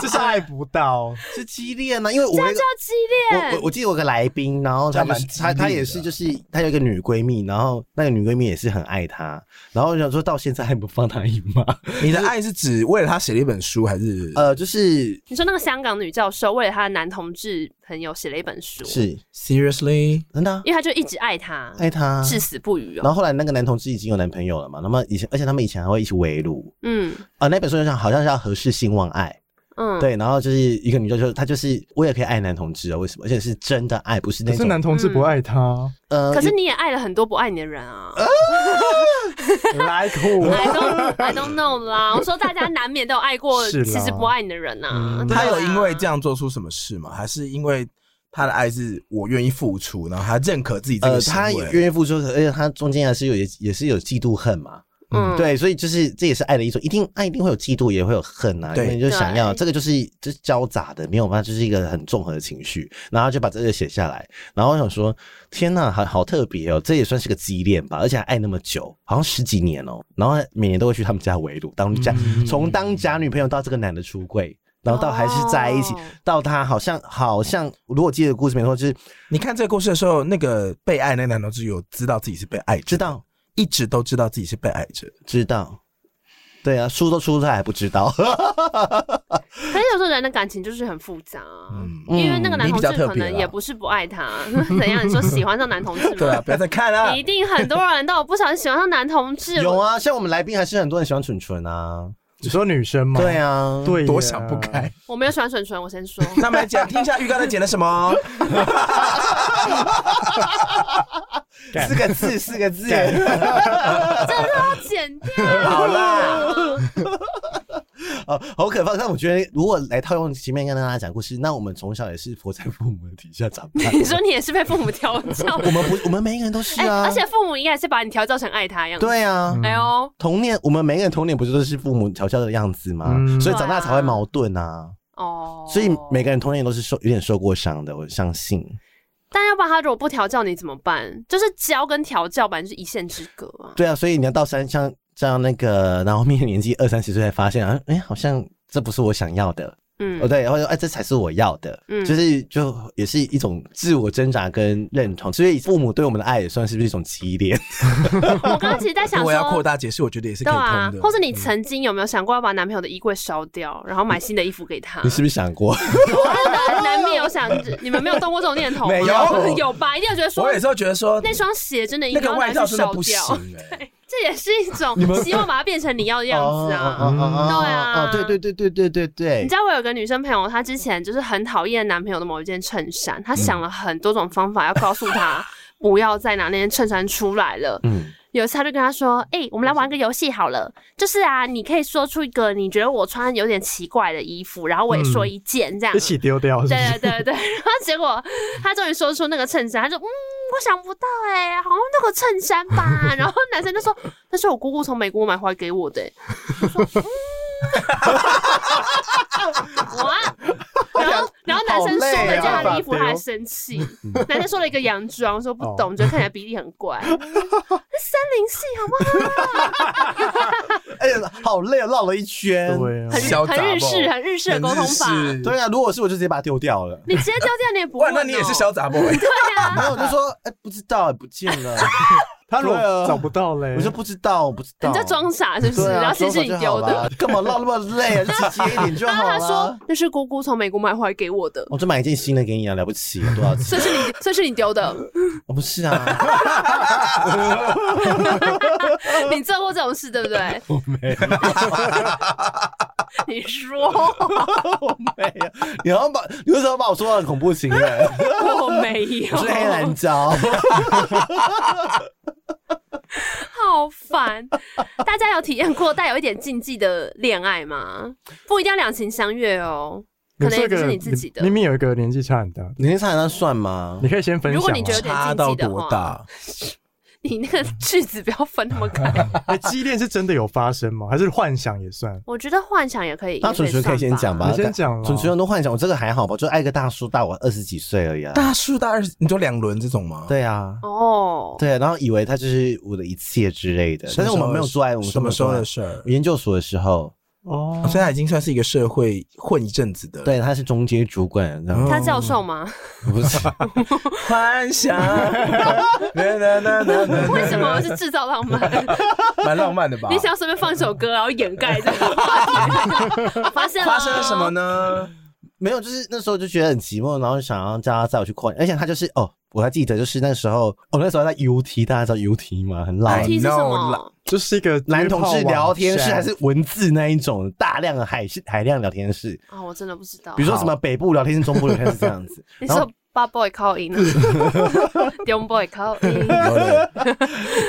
Speaker 3: 这是爱不到，
Speaker 4: 是激烈呢、因为我那个
Speaker 2: 叫激烈
Speaker 4: 我我我记得有个来宾，然后他
Speaker 1: 这样
Speaker 4: 就
Speaker 1: 蛮
Speaker 4: 是
Speaker 1: 激
Speaker 4: 他他
Speaker 1: 烈
Speaker 4: 也
Speaker 1: 的
Speaker 4: 是就是他有一个女闺蜜，然后那个女闺蜜也是很爱他，然后我想说到现在还不放他一马，
Speaker 1: 你的爱是指为了他写了一本书，还是
Speaker 4: 呃，就是
Speaker 2: 你说那个香港女教授为了她的男同志朋友写了一本书，
Speaker 4: 是
Speaker 1: seriously？
Speaker 4: 真的啊、
Speaker 2: 因为她就一直爱他，
Speaker 4: 爱啊他，
Speaker 2: 至死不渝
Speaker 4: 然后
Speaker 2: 哦。
Speaker 4: 后来那个男同志已经有男朋友了嘛，那么以前，而且他们以前还会一起围炉
Speaker 2: 嗯
Speaker 4: 啊。那本书上好像叫《合适性望爱》，
Speaker 2: 嗯，
Speaker 4: 对，然后就是一个女教授，她就是我也可以爱男同志啊，为什么？而且是真的爱，不是
Speaker 3: 可
Speaker 4: 那
Speaker 3: 是
Speaker 4: 种
Speaker 3: 男同志不爱他
Speaker 4: 呃，
Speaker 2: 可是你也爱了很多不爱你的人啊。
Speaker 3: ，like who？
Speaker 2: I don't I don't know 啦。我说大家难免都有爱过
Speaker 3: 是
Speaker 2: 其
Speaker 3: 啦
Speaker 2: 实不爱你的人呐、
Speaker 3: 嗯
Speaker 2: 对啊
Speaker 1: 他有因为这样做出什么事吗？还是因为他的爱是我愿意付出，然后他认可自己这
Speaker 4: 呃，
Speaker 1: 个行
Speaker 4: 她
Speaker 1: 为？
Speaker 4: 愿意付出，而且她中间还是有也也是有嫉妒恨嘛，
Speaker 2: 嗯，
Speaker 4: 对，所以就是这也是爱的一种，一定爱一定会有嫉妒，也会有恨啊，因
Speaker 1: 对
Speaker 4: 为你就想要
Speaker 2: 对
Speaker 4: 这个就是就是交杂的，没有办法，就是一个很综合的情绪，然后就把这个写下来，然后我想说，天呐，好好特别哦，这也算是个畸恋吧，而且还爱那么久，好像十几年哦，然后每年都会去他们家围炉，当家
Speaker 1: 嗯
Speaker 4: 从当假女朋友到这个男的出柜。然后到还是在一起
Speaker 2: 哦
Speaker 4: 到他好像好像，如果记得故事没错，就是
Speaker 1: 你看这个故事的时候，那个被爱那个男同志有知道自己是被爱着，
Speaker 4: 知道
Speaker 1: 一直都知道自己是被爱着。
Speaker 4: 知道，对啊，书都出来还不知道，
Speaker 2: 可是有时候人的感情就是很复杂啊。
Speaker 1: 嗯，
Speaker 2: 因为那个男同
Speaker 1: 你
Speaker 2: 志
Speaker 1: 比较特
Speaker 2: 可
Speaker 1: 别啦
Speaker 2: 能也不是不爱他，
Speaker 4: 嗯
Speaker 2: 怎样？你说喜欢上男同志 吗？
Speaker 1: 对啊，不要再看了
Speaker 2: 一。定很多人都有不小心喜欢上男同志。
Speaker 4: 有啊，像我们来宾还是很多人喜欢蠢蠢啊，
Speaker 3: 你说女生吗？
Speaker 4: 对啊，
Speaker 3: 对，
Speaker 1: 多想不。开。
Speaker 2: 我没有喜欢蠢蠢，我先说。
Speaker 1: 那我们来讲，听一下浴缸在剪了什么？
Speaker 3: 干
Speaker 4: 四个字，四个字，
Speaker 2: 真的要剪掉。
Speaker 1: 好啦，
Speaker 4: 哦，好可怕。但我觉得，如果来套用前面跟大家讲故事，那我们从小也是活在父母的底下长 大。
Speaker 2: 你说你也是被父母调 教，
Speaker 4: 我们不，我们每一个人都是
Speaker 2: 哎、
Speaker 4: 啊，
Speaker 2: 而且父母应该也是把你调教成爱他的样子。，
Speaker 4: 对啊，
Speaker 3: 嗯
Speaker 2: 哎呦，
Speaker 4: 童年，我们每一个人童年不是都是父母调教的样子吗？
Speaker 3: 嗯
Speaker 4: 所以长大才会矛盾啊。
Speaker 2: 哦，
Speaker 4: 所以每个人童年都是受有点受过伤的，我相信。
Speaker 2: 但要不然他如果不调教你怎么办？就是教跟调教本来就是一线之隔啊。
Speaker 4: 对啊，所以你要到三像像那个，然后面年纪二三十岁才发现啊，哎、好像这不是我想要的。
Speaker 2: 嗯
Speaker 4: 哦，，对，然后就哎，这才是我要的，
Speaker 2: 嗯
Speaker 4: 就是就也是一种自我挣扎跟认同，所以父母对我们的爱也算是不是一种畸恋？
Speaker 2: 我刚刚其实在想
Speaker 1: 如果要扩
Speaker 2: 说。
Speaker 1: 大解释，我觉得也是可
Speaker 2: 对
Speaker 1: 以
Speaker 2: 啊
Speaker 1: 通，的。
Speaker 2: 或是你曾经有没有想过要把男朋友的衣柜烧掉，然后买新的衣服给他？
Speaker 4: 你是不是想 过？
Speaker 2: 难 难免有想，你们没有动过这种念头吗？
Speaker 4: 没
Speaker 1: 有
Speaker 2: 有吧？一定有觉得说
Speaker 1: 我有时候觉得说，
Speaker 2: 那双鞋真的应
Speaker 1: 那
Speaker 2: 该
Speaker 1: 个
Speaker 2: 要拿
Speaker 1: 外
Speaker 2: 去
Speaker 1: 套真的
Speaker 2: 烧
Speaker 1: 不行
Speaker 2: 掉，
Speaker 1: 哎。
Speaker 2: 这也是一 种希望把它变成你要的样子啊。
Speaker 4: 哦哦哦哦
Speaker 2: 对啊
Speaker 4: 哦对对对对对对对
Speaker 2: 你知，道我有个女生朋友，她之前就是很讨厌男朋友的某一件衬衫，
Speaker 4: 嗯
Speaker 2: 她想了很多种方法要告诉他不要再拿那件衬衫出来了。
Speaker 4: 嗯，
Speaker 2: 有一次，她就跟他说：“哎、我们来玩个游戏好了，就是啊，你可以说出一个你觉得我穿有点奇怪的衣服，然后我也
Speaker 4: 嗯
Speaker 2: 说一件这样。
Speaker 3: 一起丢掉是不
Speaker 2: 对
Speaker 3: 是？
Speaker 2: 对对对，然后结果她终于说出那个衬衫，她就嗯，我想不到哎、好像那个衬衫吧。然后男生就说那是我姑姑从美国买回来给我的、欸。我说嗯， 哇，然后然后男生收了一件他的衣服，
Speaker 3: 好累啊
Speaker 2: 他还生气。男生说了一个洋装，说不懂，觉得看起来比例很怪。那三零系好不好？
Speaker 4: 哎呀，好累啊，绕了一圈。
Speaker 3: 对啊
Speaker 2: 很
Speaker 1: 小
Speaker 2: 日
Speaker 1: 杂
Speaker 2: 很日
Speaker 1: 包
Speaker 2: 式很日式的沟通法。
Speaker 4: 对啊，如果是我就直接把它丢掉了。
Speaker 2: 你直接丢掉你也不
Speaker 1: 哇，
Speaker 2: 问、哦，
Speaker 1: 那你也是小杂包欸。
Speaker 2: 对啊。
Speaker 4: 然后我就说，哎，不知道，哎不见 了。
Speaker 3: 他如果
Speaker 4: 对啊
Speaker 3: 找不到嘞，
Speaker 4: 我说不知道，我不知道。
Speaker 2: 你在装傻是不是？
Speaker 4: 对啊，
Speaker 2: 然后其实是
Speaker 4: 装
Speaker 2: 你
Speaker 4: 法就好
Speaker 2: 丢的
Speaker 4: 啦。，干嘛绕那么累啊？就直接一点就
Speaker 2: 然
Speaker 4: 好
Speaker 2: 后他
Speaker 4: 了
Speaker 2: 说。那是姑姑从美国买回来给我的，
Speaker 4: 我就买一件新的给你啊，了不起，多少 钱？
Speaker 2: 这是 你这是你丢的，
Speaker 4: 我不是啊。
Speaker 2: 你做过这种事对不对？
Speaker 4: 我没有，
Speaker 2: 你说
Speaker 4: 我没有。你好像把，你为什么把我说到很恐怖情欸 人？
Speaker 2: 我没有，
Speaker 4: 我是黑兰椒。
Speaker 2: 好烦。大家有体验过带有一点禁忌的恋爱吗？不一定要两情相悦哦，可能
Speaker 3: 你这
Speaker 2: 也不
Speaker 3: 个
Speaker 2: 是你自己的
Speaker 3: 明。明有一个年纪差很大的，
Speaker 4: 你那菜那算吗
Speaker 3: 你？可以先分享啊。
Speaker 2: 如果 你觉得有点
Speaker 1: 差
Speaker 2: 禁
Speaker 1: 到
Speaker 2: 忌的
Speaker 1: 多
Speaker 2: 话，
Speaker 1: 大？
Speaker 2: 你那个句子不要分那么 开。
Speaker 3: 哎，畸恋是真的有发生吗？还是幻想也算？
Speaker 2: 我觉得幻想也可以，
Speaker 4: 那
Speaker 2: 也
Speaker 4: 蠢蠢可以
Speaker 2: 算
Speaker 4: 先讲吧，
Speaker 3: 你先讲啦
Speaker 4: 蠢蠢很多幻想，我这个还好吧，就爱个大叔大我二十几岁而已啊。
Speaker 1: 大树大二十，你说两轮这种吗？，
Speaker 4: 对啊，
Speaker 2: 哦，
Speaker 4: 对，然后以为他就是我的一切之类的，但是我们没有做爱，我们
Speaker 1: 什么时候的
Speaker 4: 的？
Speaker 1: 事儿？
Speaker 4: 研究所的时候，
Speaker 3: 哦，
Speaker 1: 所以他已经算是一个社会混一阵子的。，
Speaker 4: 对，他是中阶主管，
Speaker 1: 嗯
Speaker 4: 然后
Speaker 2: 他教授 吗？
Speaker 4: 不是，
Speaker 1: 幻 想，为
Speaker 2: 为什么是制造浪漫？
Speaker 1: 蛮浪漫的吧？
Speaker 2: 你想要随便放一首歌，然后掩盖这个话题？我发现了，
Speaker 1: 发生了什么？呢？
Speaker 4: 没有，就是那时候就觉得很寂寞，然后想要叫他载我去逛，而且他就是哦，我还记得就是那时候，哦那时候在 UT，大家知道 UT 吗？很老的
Speaker 2: T 是什
Speaker 1: I know
Speaker 2: 么？
Speaker 3: 就是一个
Speaker 4: 男同志聊天
Speaker 3: 约
Speaker 4: 室
Speaker 3: 炮网站
Speaker 4: 还是文字那一种大量的海海量聊天室，
Speaker 2: 啊，我真的不知
Speaker 1: 哦
Speaker 2: 道。
Speaker 4: 比。如说什么北部聊天室、中部聊天室这 样子
Speaker 2: 你
Speaker 4: 然
Speaker 2: 说
Speaker 4: 后，
Speaker 2: 八 boy call in，丢 boy call in，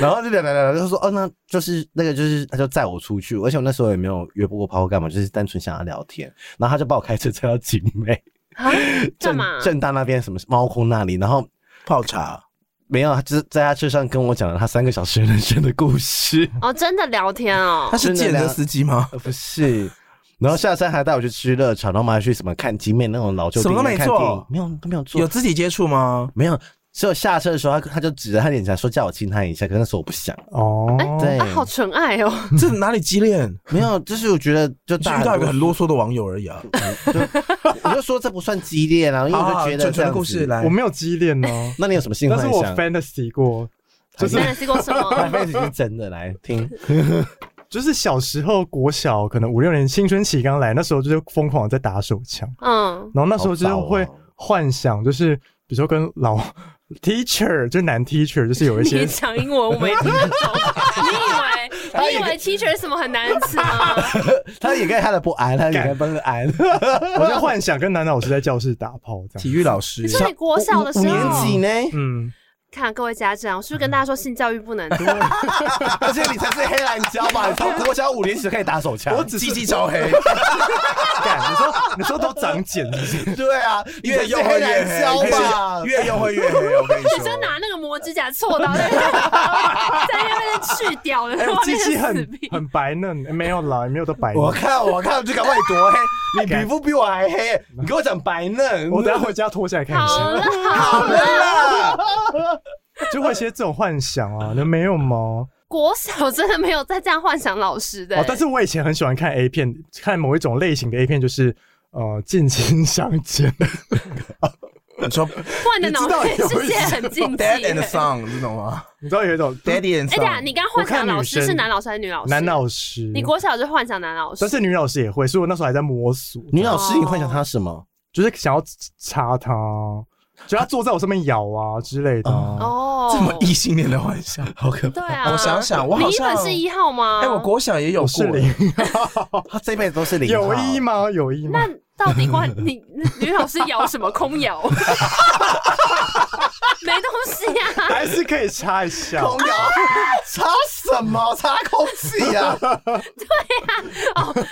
Speaker 4: 然后就聊聊聊，就说哦，那就是那个就是他就载我出去，而且我那时候也没有约不过炮或干嘛，就是单纯想要聊天。然后他就把我开车载到景美
Speaker 2: 啊干
Speaker 4: 正
Speaker 2: 嘛？
Speaker 4: 正大那边什么猫空那里，然后啊
Speaker 1: 泡茶，
Speaker 4: 没有，他就是在他车上跟我讲了他三个小时人生的故 事，
Speaker 2: 哦，真的聊天哦
Speaker 1: 他，是
Speaker 4: 真的
Speaker 1: 健
Speaker 4: 聊
Speaker 1: 身司机吗？
Speaker 4: 呃，不是。 然后下山还带我去吃热炒，然后我们还去什么看景美那种老旧
Speaker 1: 什么都
Speaker 4: 电影
Speaker 1: 没
Speaker 4: 看
Speaker 1: 做
Speaker 4: 电影没有都没有做，
Speaker 1: 有肢体接触吗？
Speaker 4: 没有。只有下车的时候，他他就指着他脸颊说叫我亲他一下，可是那时候我不想。
Speaker 3: 哦，
Speaker 2: 哎
Speaker 4: 对
Speaker 2: 啊，好纯爱哦，
Speaker 1: 这哪里激 烈？
Speaker 4: 没有，就是我觉得就
Speaker 1: 你是
Speaker 4: 大
Speaker 1: 遇到一个很
Speaker 4: 多
Speaker 1: 啰嗦的网友而已啊。
Speaker 4: 数，我就 说这不算激烈啦，因为
Speaker 1: 好
Speaker 4: 我
Speaker 1: 好
Speaker 4: 就
Speaker 1: 好，
Speaker 4: 觉得
Speaker 1: 啊纯
Speaker 4: 这
Speaker 1: 纯的
Speaker 4: 样子
Speaker 1: 故事。来
Speaker 3: 我。没有激恋呢，
Speaker 4: 那你有什么性
Speaker 3: 但
Speaker 4: 幻
Speaker 3: 是我
Speaker 4: 想？
Speaker 3: fantasy 过，就是
Speaker 2: 你们吃过什 么？
Speaker 4: 那是真的，来听。
Speaker 3: 就是小时候国小可能五六年青春期刚来，那时候就是疯狂地在打手枪，
Speaker 2: 嗯，
Speaker 3: 然后那时候就是
Speaker 4: 好早哦
Speaker 3: 会幻想，就是比如说跟老 teacher 就是男 teacher 就是有一 些
Speaker 2: 你讲英文我没听得懂，你以为你以为 teacher 是什么很难啊吃吗？
Speaker 4: 他掩盖他的不安，他掩盖他的安。
Speaker 3: 我就幻想跟男老师在教室打炮这
Speaker 1: 体
Speaker 3: 样。
Speaker 1: 育老师
Speaker 2: 你说你国小的时
Speaker 4: 五
Speaker 2: 候，
Speaker 4: 年 级呢，
Speaker 3: 嗯，
Speaker 2: 看各位家长，我是不是跟大家说性教育不能？
Speaker 4: 而且你才是黑蓝胶吧？你从国小五年级就开始打手枪，
Speaker 1: 鸡鸡招黑，
Speaker 3: 干，你说你说都长茧是不是？
Speaker 4: 对啊， 你才
Speaker 1: 越
Speaker 4: 是
Speaker 1: 用会
Speaker 4: 黑
Speaker 1: 越
Speaker 4: 蓝胶
Speaker 1: 黑，
Speaker 4: 吧？
Speaker 1: 越越用会越黑。我跟你
Speaker 2: 你
Speaker 1: 说
Speaker 2: 就，拿那个磨指甲锉刀 在那边在那边去掉的，
Speaker 3: 哎，我
Speaker 2: 外
Speaker 3: 鸡
Speaker 2: 面
Speaker 3: 鸡
Speaker 2: 是
Speaker 3: 很
Speaker 2: 死皮。
Speaker 3: 很白嫩，哎没有啦，没有都白嫩。
Speaker 4: 我看我看，就赶快多黑， 你
Speaker 3: 干
Speaker 4: 皮肤比我还黑，你给我讲白嫩，
Speaker 3: 我等下回家脱下来看一
Speaker 2: 好
Speaker 3: 下，
Speaker 2: 了，
Speaker 4: 好了啦。
Speaker 3: 就会一些这种幻想啊，那没有吗？
Speaker 2: 国小真的没有再这样幻想老师的、
Speaker 3: 哦，但是我以前很喜欢看 A 片，看某一种类型的 A 片，就是呃近亲相奸，
Speaker 1: 你说
Speaker 2: 换的脑袋
Speaker 3: 你知道有
Speaker 2: 世界很禁 忌、
Speaker 1: Dad and
Speaker 2: 欸。
Speaker 1: Son，你懂吗
Speaker 3: 你知道有一种
Speaker 1: ？Daddy and
Speaker 2: 哎、对啊，
Speaker 1: Son，
Speaker 2: 你刚幻想老
Speaker 3: 我看
Speaker 2: 师
Speaker 3: 女生
Speaker 2: 是男老师还是女老师？
Speaker 3: 男。老师，
Speaker 2: 你国小就幻想男老师
Speaker 3: 但，是女老师也会，所以我那时候还在摸索，
Speaker 4: 女老师，你幻想她什么？
Speaker 3: 就是想要插她，就她坐在我上面咬啊之类的啊。
Speaker 2: 哦，
Speaker 1: 这么异性恋的幻想，好可
Speaker 2: 对啊。
Speaker 1: 我想想，我好
Speaker 2: 你一
Speaker 1: 像
Speaker 2: 本是一号吗？
Speaker 1: 哎，我国小也有
Speaker 3: 我
Speaker 1: 过
Speaker 3: 是。零，
Speaker 4: 她这辈子都是零
Speaker 3: 有
Speaker 4: 号
Speaker 3: 一
Speaker 2: 哦
Speaker 3: 吗？有一吗
Speaker 2: 那？到底关你 女老师摇什么空 摇？没东西啊，
Speaker 3: 还是可以插 一下。
Speaker 4: 空 调，擦什么？擦空气 呀、啊！
Speaker 2: 哦，所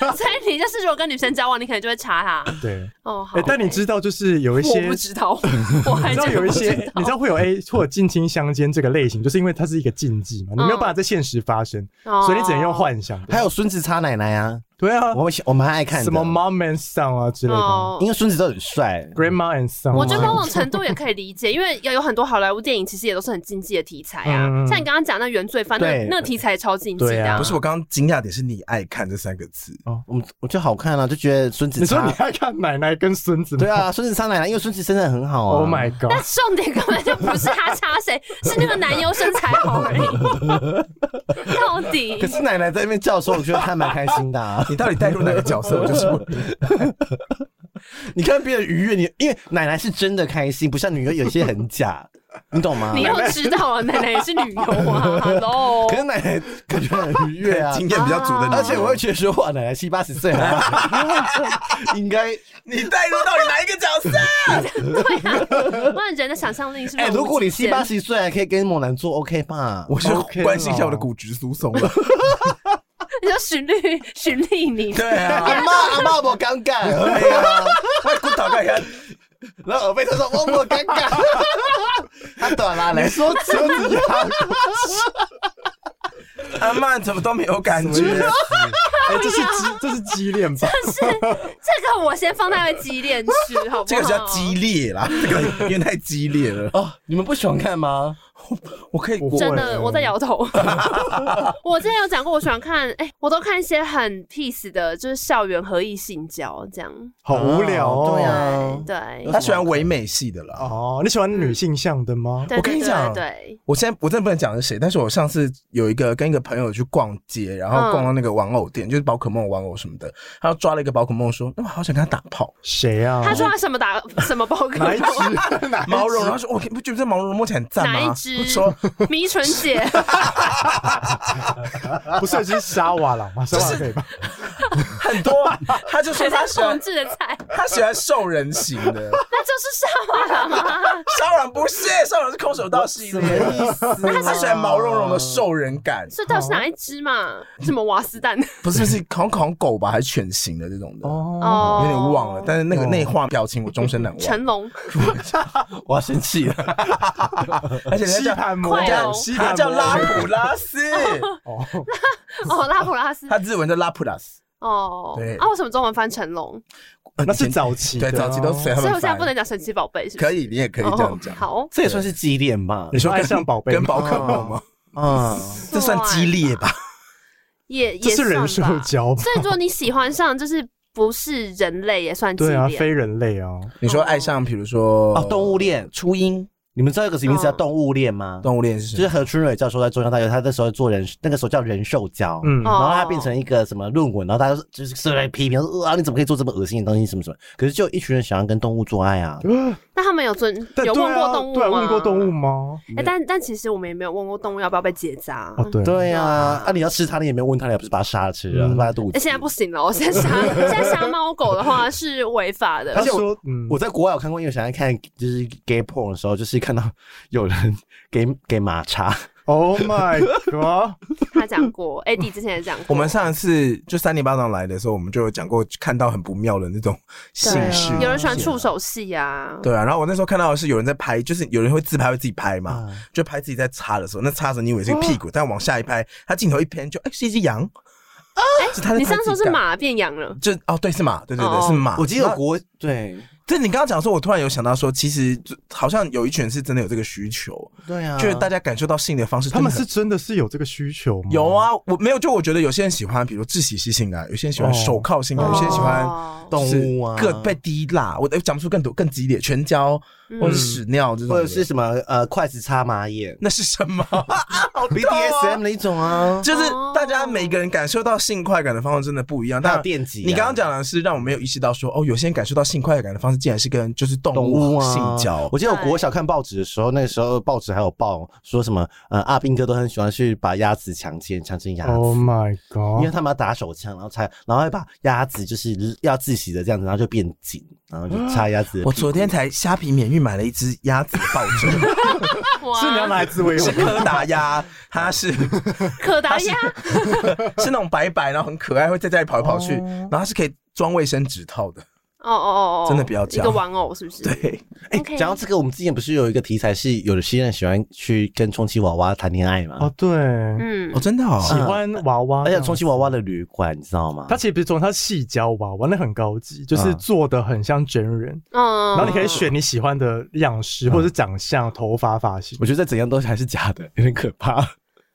Speaker 2: 以你就是如果跟女生交往，你可能就会查她。
Speaker 3: 对，
Speaker 2: 哦，好
Speaker 3: 哎，，但你知道就是有一些
Speaker 2: 哎我不。知 道，我还
Speaker 3: 你知
Speaker 2: 真
Speaker 3: 道
Speaker 2: 的
Speaker 3: 有一
Speaker 2: 不
Speaker 3: 些，你知
Speaker 2: 道，
Speaker 3: 道会有 A 或者近亲相奸这个类型，就是因为它是一个禁忌嘛，你没有办法在现实发生，
Speaker 2: 哦
Speaker 3: 所以你只能用。幻想的。
Speaker 4: 还有孙子擦奶奶啊，
Speaker 3: 对啊，
Speaker 4: 我们我们还爱看的
Speaker 3: 什么 mom and son 啊之类的、
Speaker 2: 哦
Speaker 4: 因为孙子都很帅。
Speaker 3: g r a n d m a and son 啊。
Speaker 2: 我觉得某种程度也可以理解，因为有有很多好莱坞电影其实也都是很禁忌的题材啊，
Speaker 3: 嗯
Speaker 2: 像你刚刚讲那原罪犯，
Speaker 4: 对
Speaker 2: 那那个题材也超禁忌
Speaker 3: 对
Speaker 2: 的、
Speaker 3: 啊
Speaker 1: 不是我刚刚惊讶的点是你爱看这三个字，。
Speaker 4: 哦，我们我就好看啊，就觉得孙子
Speaker 3: 你说
Speaker 4: 擦
Speaker 3: 你。还看奶奶跟孙子吗？
Speaker 4: 对啊，孙子擦奶奶，因为孙子身材很好啊。
Speaker 3: ，Oh my
Speaker 2: 但
Speaker 3: god！
Speaker 2: 重点根本就不是他插 谁，是那个男优身材好而已。到底
Speaker 4: 可是奶奶在那边叫的时候，我觉得她蛮开心的、啊
Speaker 1: 你到底带入哪个角色？我就是不
Speaker 4: 你看别人愉悦，你因为奶奶是真的开心，不像女儿有些很假，你懂吗？
Speaker 2: 你又知道了，奶奶也是旅游 啊，Hello
Speaker 4: 可。是奶奶感觉很愉 悦啊。
Speaker 1: 经验比较足的你，
Speaker 4: 而且我会觉得说，哇，奶奶七八十岁了，啊应该
Speaker 1: 你带入到底哪一个角色？
Speaker 2: 我很啊人的想象力是不
Speaker 4: 哎、
Speaker 2: 是？
Speaker 4: 如果你七八，十岁还可以跟猛男做，OK 吧？
Speaker 1: 我是
Speaker 3: OK
Speaker 1: 关心一下
Speaker 3: 啦
Speaker 1: 我的骨质疏松了。啊
Speaker 2: 你就循律循例你，
Speaker 1: 对啊，
Speaker 4: 阿妈阿妈我尴尬，
Speaker 1: 哎呀，我骨头看看，
Speaker 4: 啊然后耳背他说我我尴尬，他短啦，你说只有你啊？
Speaker 1: 阿曼怎么都没有感觉，
Speaker 3: 哎、这是
Speaker 2: 啊
Speaker 3: 激这是激恋吧？
Speaker 2: 是这个我先放在激恋区，好不好？
Speaker 1: 这个叫激烈 啦，这个因为太激烈了。
Speaker 4: 哦，你们不喜欢看吗？
Speaker 1: 我可以，
Speaker 3: 我
Speaker 2: 真
Speaker 1: 哎
Speaker 2: 的，我在摇头。
Speaker 1: 哦
Speaker 2: 我之前有讲过，我喜欢看，哎、我都看一些很 peace 的，就是校园合意性交这样。
Speaker 3: 好无聊哦。
Speaker 4: 对啊
Speaker 2: 对
Speaker 1: 他喜欢唯美系的啦。
Speaker 3: 哦，你喜欢女性向的吗？
Speaker 2: 对，
Speaker 1: 我跟你
Speaker 2: 对
Speaker 1: 讲
Speaker 2: 对
Speaker 1: 我现在我真的不能讲是谁，但是我上次有一个跟一个朋友去逛街，然
Speaker 3: 嗯
Speaker 1: 后逛到那个玩偶店，就是宝可梦玩偶什么的，然后抓了一个宝可梦说，那我好想跟他打炮，
Speaker 3: 谁
Speaker 1: 哦
Speaker 3: 啊？
Speaker 2: 对他说他什么打什么包哥，
Speaker 3: 哪 一只？哪一只
Speaker 1: 哎毛茸，然后说，我不觉得这毛茸摸起来很赞吗？
Speaker 2: 哪一只
Speaker 1: 啊我说
Speaker 2: 迷 唇姐，
Speaker 3: 不是有一只沙瓦朗吗？沙瓦朗可以吧？
Speaker 1: 很多，他就说啊
Speaker 2: 还
Speaker 1: 他
Speaker 2: 在
Speaker 1: 喜欢
Speaker 2: 同志的菜。
Speaker 1: 他喜欢兽人型的，
Speaker 2: 就是 上网啊，
Speaker 1: 骚扰不是，骚扰是空手道系
Speaker 4: 什么
Speaker 1: 列。
Speaker 4: 意
Speaker 2: 啊
Speaker 4: 思？
Speaker 1: 他喜欢毛茸茸的兽人感，
Speaker 2: 所以到底是哪一只嘛？什么瓦斯蛋？
Speaker 1: 不是是恐恐狗吧，还是犬型的这种的，
Speaker 3: 哦，
Speaker 2: 哦
Speaker 1: 有点忘了。但是那个
Speaker 3: 哦
Speaker 1: 内化表情我终身 难忘。
Speaker 2: 成龙，
Speaker 4: 我要生气了。
Speaker 1: 而且人
Speaker 3: 吸
Speaker 1: 家叫
Speaker 3: 盘魔
Speaker 2: 快哦
Speaker 3: 吸
Speaker 1: 他
Speaker 3: 盘
Speaker 1: 叫
Speaker 3: 魔
Speaker 1: 拉普拉 斯，
Speaker 3: 哦，
Speaker 2: 哦，拉普拉斯，
Speaker 1: 他日文叫拉普拉斯。
Speaker 2: 哦
Speaker 1: 对，
Speaker 2: 啊，为什么中文翻成龙？
Speaker 1: 呃
Speaker 3: 那是
Speaker 1: 以前
Speaker 3: 早期的
Speaker 1: 对
Speaker 3: 啊，
Speaker 1: 早期都哎随他
Speaker 2: 所以
Speaker 1: 们
Speaker 2: 我现在
Speaker 1: 翻
Speaker 2: 不能讲神奇宝贝，是不
Speaker 1: 可
Speaker 2: 是？
Speaker 1: 以，你也可以这样讲
Speaker 2: 哦。好，
Speaker 4: 这也算是激烈吧？
Speaker 1: 你说
Speaker 3: 爱
Speaker 1: 跟
Speaker 3: 上宝贝
Speaker 1: 跟宝可梦
Speaker 2: 啊
Speaker 1: 吗？
Speaker 4: 嗯，
Speaker 1: 这算激烈吧？
Speaker 2: 也
Speaker 3: 这
Speaker 2: 也
Speaker 3: 是人兽
Speaker 2: 算吧
Speaker 3: 交吧？
Speaker 2: 所以如果你喜欢上，就是不是人类也算激
Speaker 3: 对啊，
Speaker 2: 烈。
Speaker 3: 非人类啊，
Speaker 2: 哦
Speaker 1: 你说爱上，比如说
Speaker 4: 哦，动物恋初音，你们知道有个名词叫嗯动物恋吗？
Speaker 1: 动物恋是
Speaker 4: 就
Speaker 1: 什
Speaker 4: 是
Speaker 1: 么？
Speaker 4: 何春蕊教授在中央大学，他那时候做人，那个时候叫人兽交，
Speaker 3: 嗯，
Speaker 2: 哦
Speaker 4: 然后他变成一个什么论文，然后大家就是就是在批评说啊，你怎么可以做这么恶心的东西，什么什么？可是就有一群人想要跟动物做爱啊，
Speaker 2: 那他们有尊
Speaker 3: 但
Speaker 2: 有
Speaker 3: 对
Speaker 2: 问过
Speaker 3: 啊
Speaker 2: 动物
Speaker 3: 对
Speaker 2: 吗？
Speaker 3: 啊，问过动物。吗？
Speaker 2: 哎，但但其实我们也没有问过动物要不要被结扎。
Speaker 3: 哦，对，
Speaker 4: 对啊
Speaker 2: 啊，
Speaker 4: 那你要吃它，你也没有问它，你也不是把它杀了吃啊，
Speaker 3: 嗯
Speaker 4: 把它肚子
Speaker 2: 哎，。现在不行了，我 现在杀现在杀猫狗的话是违法
Speaker 3: 他
Speaker 2: 的。
Speaker 3: 说，嗯，
Speaker 4: 我在国外有看过，因为我想要看就是 gay porn 的时候，就是看到 有人给给马
Speaker 1: 嗯
Speaker 4: 叉，
Speaker 3: Oh my god！
Speaker 2: 他讲 过，AD 之前也讲过。
Speaker 1: 我们上一次就三零八长来的时候，我们就有讲过，看到很不妙的那种性
Speaker 2: 对啊
Speaker 1: 事。
Speaker 2: 有人喜欢触手戏啊。
Speaker 1: 对啊，然后我那时候看到的是有人在拍，就是有人会自拍会自己拍嘛，
Speaker 4: 啊
Speaker 1: 就拍自己在擦的时候，那擦的时候你以为是个屁股，但往下一拍，他镜头一偏就哎、是一只羊啊，是他在
Speaker 2: 你
Speaker 1: 拍
Speaker 2: 上
Speaker 1: 自己
Speaker 2: 次说是
Speaker 1: 干，
Speaker 2: 马变羊了，
Speaker 1: 就哦对是马，对对对、
Speaker 2: 哦
Speaker 1: 是马。
Speaker 4: 我记得
Speaker 1: 那
Speaker 4: 国对
Speaker 1: 这你刚刚讲说，我突然有想到说，其实就好像有一群是真的有这个需求，
Speaker 4: 对啊，
Speaker 1: 就是大家感受到性的方式真
Speaker 3: 他
Speaker 1: 的很，
Speaker 3: 们是真的是有这个需求吗？
Speaker 1: 有，啊，我没有就我觉得有些人喜欢，比如窒息系性啊，有些人喜欢
Speaker 3: 哦
Speaker 1: 手铐性啊，有些人喜欢。
Speaker 2: 哦
Speaker 4: 动物啊，
Speaker 1: 各被滴蜡，我哎讲不出更多更激烈，全交
Speaker 2: 嗯
Speaker 1: 或者是屎尿这种的，
Speaker 4: 或者是什么呃筷子插马眼
Speaker 1: 那是什 么？哦
Speaker 4: ，BDSM 的一种啊，
Speaker 1: 就是
Speaker 2: 哦
Speaker 1: 大家每个人感受到性快感的方式真的不一样。
Speaker 4: 还有
Speaker 1: 但
Speaker 4: 电击啊。
Speaker 1: 你刚刚讲的是让我没有意识到说，哦，有些人感受到性快感的方式竟然是跟就是动
Speaker 4: 动物啊，
Speaker 1: 性交
Speaker 4: 我。记得我
Speaker 2: 对
Speaker 4: 国小看报纸的时候，那时候报纸还有报说什么，呃，阿兵哥都很喜欢去把鸭子强奸，强奸鸭子。
Speaker 3: Oh my
Speaker 4: 因为
Speaker 3: god！
Speaker 4: 他们要打手枪，然后才，然后会把鸭子就是要窒息的这样子，然后就变紧，然后就插鸭子的屁股。
Speaker 1: 我昨天才虾皮免运买了一只鸭子的抱枕，
Speaker 2: 哇
Speaker 3: 是你要拿来自慰用
Speaker 1: 是柯达鸭，它 是
Speaker 2: 可达鸭，
Speaker 1: 是那种白白，然后很可爱，会在家里跑来跑
Speaker 4: 哦
Speaker 1: 去，然后它是可以装卫生纸套的。
Speaker 2: 哦哦哦哦，
Speaker 1: 真的不要
Speaker 2: 一
Speaker 1: 讲
Speaker 2: 个玩偶是不是？
Speaker 1: 对，
Speaker 4: 哎
Speaker 2: OK
Speaker 4: 讲到这个，我们之前不是有一个题材是有的新人喜欢去跟充气娃娃谈恋爱嘛？
Speaker 3: 哦，对，
Speaker 2: 嗯
Speaker 1: 哦，，真的哦，
Speaker 3: 喜欢娃
Speaker 1: 嗯
Speaker 3: 娃，
Speaker 1: 哎
Speaker 4: 而且充气娃娃的旅馆，你知道吗？
Speaker 3: 它其实不是装，它是细胶娃娃，那很高级，就是
Speaker 4: 嗯
Speaker 3: 做的很像真人，
Speaker 2: 嗯
Speaker 3: 然后你可以选你喜欢的样式或者是长相、头发、发型
Speaker 4: 我。觉得再怎样都还是假的，有点可怕。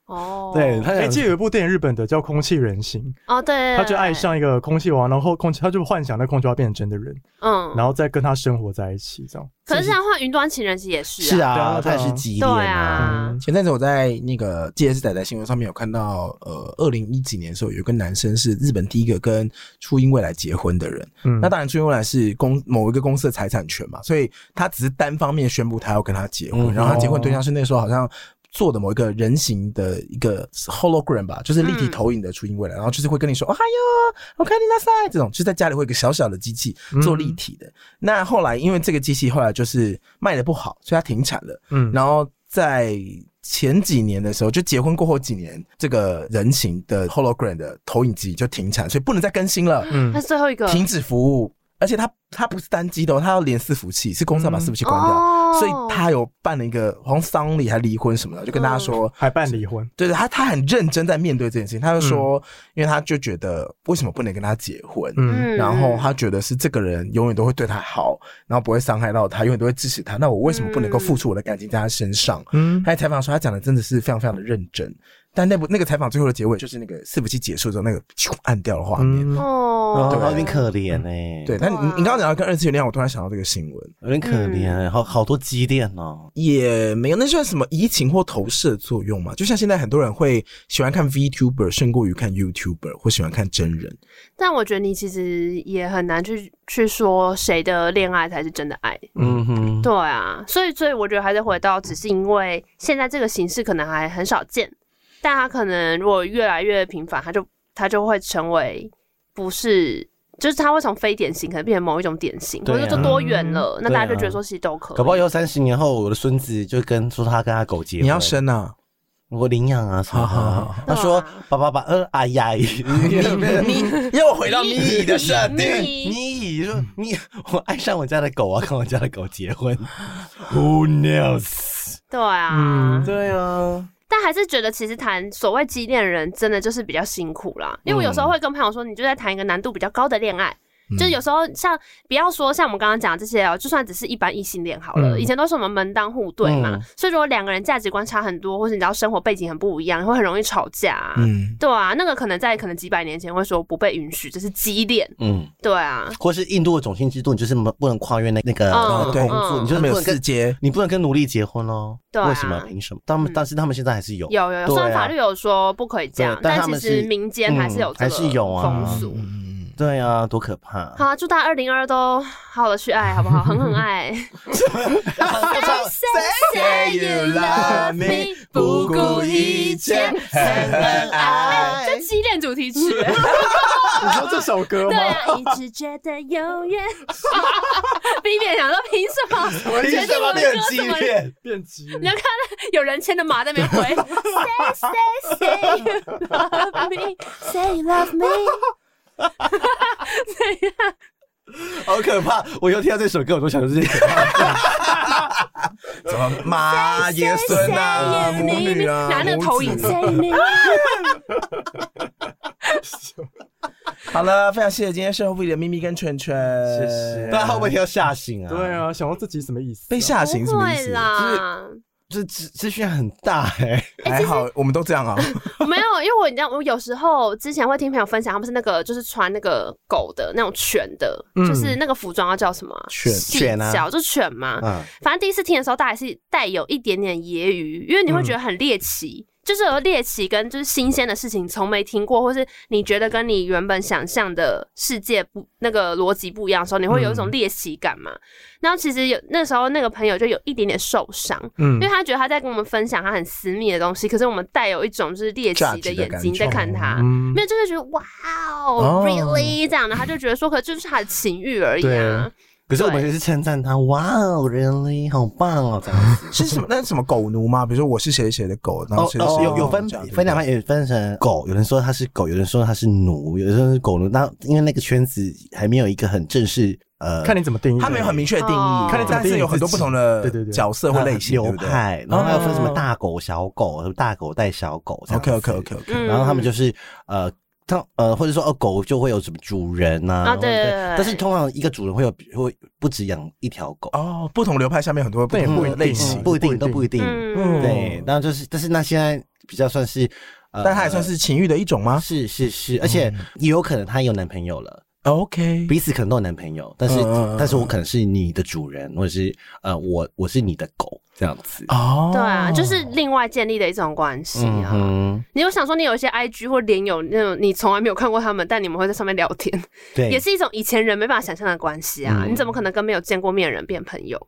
Speaker 2: 哦，
Speaker 4: 对
Speaker 1: 嗯
Speaker 4: 他
Speaker 3: 哎，
Speaker 4: 想
Speaker 3: 记得有一部电影，日本的叫《空气人形》，
Speaker 2: 哦对，
Speaker 3: 他就爱上一个空气娃娃，然后空气他就幻想那空气娃娃变成真的人，
Speaker 2: 嗯，
Speaker 3: 然后再跟他生活在一起，这样。
Speaker 2: 可是这样换云端情人其实也是
Speaker 4: 是
Speaker 2: 啊，
Speaker 3: 对
Speaker 4: 啊
Speaker 3: 啊，
Speaker 4: 它也
Speaker 3: 对
Speaker 4: 是
Speaker 3: 啊
Speaker 4: 激
Speaker 2: 对
Speaker 4: 烈啊。
Speaker 3: 嗯
Speaker 2: 啊，
Speaker 1: 前阵子我在那个 GS 仔仔新闻上面有看到，呃，二零一几年的时候，有一个男生是日本第一个跟初音未来结婚的人。
Speaker 3: 嗯
Speaker 1: 那当然，初音未来是公某一个公司的财产权嘛，所以他只是单方面宣布他要跟他结婚，
Speaker 4: 嗯
Speaker 1: 然后他结婚对象是那时候好像。做的某一个人形的一个 hologram 吧，就是立体投影的初音未来，然后就是会跟你说“哦嗨哟，我看你那塞”这种，就是在家里会有一个小小的机器做
Speaker 3: 嗯
Speaker 1: 立体的。那后来因为这个机器后来就是卖的不好，所以它停产了。
Speaker 3: 嗯，
Speaker 1: 然后在前几年的时候，就结婚过后几年，这个人形的 hologram 的投影机就停产，所以不能再更新了，
Speaker 3: 嗯
Speaker 2: 他是最后一个
Speaker 1: 停止服务。而且它它不是单机的、哦，它要连伺服器，是公司要把伺服器关掉，
Speaker 2: 哦
Speaker 1: 所以他有办了一个好像丧礼还离婚什么的，就跟
Speaker 3: 嗯
Speaker 1: 大家说，
Speaker 3: 还办离婚，
Speaker 1: 对对，他他很认真在面对这件事情，他就说，因为他就觉得为什么不能跟他结婚，
Speaker 3: 嗯，
Speaker 2: 嗯
Speaker 1: 然后他觉得是这个人永远都会对他好，然后不会伤害到他，永远都会支持他，那我为什么不能够付出我的感情在他身上？
Speaker 3: 嗯，
Speaker 1: 他在采访的时候，他讲的真的是非常非常的认真。但那部那个采访最后的结尾，就是那个伺服器结束之后，那个咻按掉的画面。
Speaker 3: 嗯
Speaker 2: 哦，
Speaker 4: 哦，有点可怜欸呢、
Speaker 1: 对，，但你
Speaker 2: 哇
Speaker 1: 你刚刚讲到跟二次元恋爱，我突然想到这个新闻，
Speaker 4: 有点可怜、好好多畸恋哦。
Speaker 1: 也没有那算什么移情或投射作用嘛？就像现在很多人会喜欢看 VTuber 胜过于看 YouTuber，或喜欢看真人。
Speaker 2: 但我觉得你其实也很难去去说谁的恋爱才是真的爱，
Speaker 4: 嗯哼，
Speaker 2: 对啊，所以所以我觉得还是回到，只是因为现在这个形式可能还很少见，但它可能如果越来越频繁，它就它就会成为不是就是他会从非典型可能变成某一种典型，
Speaker 4: 对啊
Speaker 2: 或者就多元了，那大家
Speaker 4: 对
Speaker 2: 就
Speaker 4: 啊
Speaker 2: 觉得说其实都可以。
Speaker 4: 搞不好以后三十年后，我的孙子就跟说他跟他狗结婚，
Speaker 1: 你要生啊？
Speaker 4: 我领养啊，什么
Speaker 1: 好好好
Speaker 4: 的他说
Speaker 2: 对啊
Speaker 4: 爸爸爸，呃，哎呀，
Speaker 1: 你又回到咪咪的设
Speaker 2: 咪
Speaker 1: 定，
Speaker 2: 咪
Speaker 4: 你说你我爱上我家的狗，我要跟我家的狗结婚，Who knows？
Speaker 2: 对啊，
Speaker 3: 嗯
Speaker 4: 对啊，
Speaker 2: 但还是觉得其实谈所谓畸恋人，真的就是比较辛苦啦。因为我有时
Speaker 4: 嗯
Speaker 2: 候会跟朋友说，你就在谈一个难度比较高的恋爱。就是有时候像不要说像我们刚刚讲的这些哦，就算只是一般异性恋好了，
Speaker 3: 嗯
Speaker 2: 以前都是我们门当户对嘛
Speaker 4: 嗯，
Speaker 2: 所以如果两个人价值观差很多，或者你知道生活背景很不一样，会很容易吵架啊。
Speaker 1: 嗯，
Speaker 2: 对啊，那个可能在可能几百年前会说不被允许，这是畸恋。
Speaker 4: 嗯，
Speaker 2: 对啊，
Speaker 4: 或是印度的种姓制度，你就是不能跨越那那
Speaker 2: 嗯
Speaker 4: 个那个工
Speaker 2: 嗯
Speaker 4: 作，你就
Speaker 1: 他们
Speaker 4: 是不
Speaker 1: 有
Speaker 4: 能
Speaker 1: 四
Speaker 4: 跟
Speaker 1: 阶，
Speaker 4: 你不能跟奴隶结婚喽。
Speaker 2: 对啊
Speaker 4: 为什么？凭什么？他们但是他们现在还是有，
Speaker 2: 有有有，虽然
Speaker 4: 对啊
Speaker 2: 法律有说不可以这样
Speaker 4: 对，但
Speaker 2: 但
Speaker 4: 他
Speaker 2: 其
Speaker 4: 们
Speaker 2: 实
Speaker 4: 是
Speaker 2: 民间还是有
Speaker 4: 嗯
Speaker 2: 这个
Speaker 4: 还是有啊
Speaker 2: 风俗。
Speaker 1: 嗯，
Speaker 4: 对啊，多可怕！
Speaker 2: 好，祝大家二零二都好好的去 爱，好不好？狠狠爱。
Speaker 1: Say you love me，不顾一切狠狠爱
Speaker 2: 这激恋主题曲，
Speaker 3: 你说这首歌
Speaker 2: 对
Speaker 3: 吗？
Speaker 2: 啊，一直觉得永远。B B 想说凭什么？我觉得我的歌怎么？
Speaker 4: 恋？
Speaker 3: 变激
Speaker 2: 你要看有人牵着马在那边 回，say say say you love me, say you love me，
Speaker 4: 好可怕！我以后听到这首歌，我都想着这些可怕的事。
Speaker 1: 怎么妈爷孙啊，母 女啊，
Speaker 2: 拿那个投影
Speaker 1: 母子
Speaker 2: say me。
Speaker 1: 好了，非常谢谢今天售后部里的咪咪跟圈圈，
Speaker 3: 谢
Speaker 1: 啊
Speaker 3: 谢
Speaker 4: 大家会不会听到吓醒啊？
Speaker 3: 对，啊，想到自己什么意思啊？
Speaker 1: 被吓醒什
Speaker 2: 不
Speaker 1: 么意
Speaker 2: 会
Speaker 1: 思？
Speaker 4: 哎
Speaker 2: 啦，
Speaker 4: 这资资讯很大哎。
Speaker 1: 还好我们都这样啊，
Speaker 2: 没有，因为我你知道，我有时候之前会听朋友分享，他们是那个就是穿那个狗的那种犬的，
Speaker 3: 嗯
Speaker 2: 就是那个服装要叫什么啊？
Speaker 1: 犬
Speaker 2: 细
Speaker 4: 犬啊
Speaker 2: 小就犬嘛。
Speaker 4: 嗯，
Speaker 2: 反正第一次听的时候，大家还是带有一点点揶揄，因为你会
Speaker 4: 嗯
Speaker 2: 觉得很猎奇。就是有猎奇跟就是新鲜的事情，从没听过，或是你觉得跟你原本想象的世界不那个逻辑不一样的时候，你会有一
Speaker 4: 嗯
Speaker 2: 种猎奇感嘛？然后其实有那时候那个朋友就有一点点受伤，
Speaker 3: 嗯
Speaker 2: 因为他觉得他在跟我们分享他很私密的东西，可是我们带有一种就是猎奇的眼睛在看他，
Speaker 3: 嗯
Speaker 2: 没有就是觉得哇
Speaker 1: 哦
Speaker 2: 哦，really 这样的，他就觉得说，可就是他的情欲而已啊
Speaker 3: 对。
Speaker 4: 可是我们也是称赞他，哇哦，really 好棒哦，这样子。
Speaker 1: 是 什么？那是什么狗奴吗？比如说我是谁谁的狗， 然后谁谁
Speaker 4: 哦，
Speaker 1: 谁
Speaker 4: 有有分
Speaker 1: 这样对不对
Speaker 4: 分两派，也分成狗，有人说他是狗，有人说他是奴，有人说是狗奴。那因为那个圈子还没有一个很正式，呃，
Speaker 3: 看你怎么定义。
Speaker 1: 他没有很明确的定
Speaker 2: 哦
Speaker 1: 义，
Speaker 2: 看你怎么
Speaker 1: 但
Speaker 3: 定义
Speaker 1: 是有很多
Speaker 3: 自己
Speaker 1: 不同的
Speaker 3: 对对对
Speaker 1: 角色或类型，对
Speaker 4: 流
Speaker 1: 不对
Speaker 4: 派，然后还有分什么
Speaker 1: 哦
Speaker 4: 大狗、小狗，什么大狗带小狗这样子。
Speaker 1: ？OK OK OK OK，
Speaker 2: 嗯
Speaker 4: 然后他们就是呃，他呃，或者说哦，狗就会有什么主人呐、
Speaker 2: 啊对
Speaker 4: 或者
Speaker 2: 对对
Speaker 4: 但是通常一个主人会有会不止养一条狗，
Speaker 1: 哦，不同流派下面很多不
Speaker 3: 但也
Speaker 1: 同
Speaker 3: 不
Speaker 1: 的
Speaker 3: 一定
Speaker 1: 类
Speaker 3: 嗯
Speaker 1: 型，
Speaker 4: 不一
Speaker 3: 不
Speaker 4: 定
Speaker 3: 一
Speaker 4: 都
Speaker 3: 定
Speaker 4: 不一定。
Speaker 2: 嗯
Speaker 4: 对，然后就是，但是那现在比较算是，呃
Speaker 1: 但它也算是啊情欲的一种吗
Speaker 4: 是是是，而且也有可能她有男朋友了，
Speaker 1: ？OK，
Speaker 4: 彼此可能都有男朋友，但是、
Speaker 1: 嗯嗯嗯
Speaker 4: 但是我可能是你的主人，或者是呃我我是你的狗这样子。
Speaker 1: 哦，
Speaker 2: 对啊，就是另外建立的一种关系
Speaker 4: 嗯
Speaker 2: 啊。
Speaker 4: 哼，
Speaker 2: 你有想说，你有一些 IG 或连友那种你从来没有看过他们，但你们会在上面聊天，
Speaker 4: 对，
Speaker 2: 也是一种以前人没办法想象的关系啊。
Speaker 4: 嗯
Speaker 2: 你怎么可能跟没有见过面的人变朋友？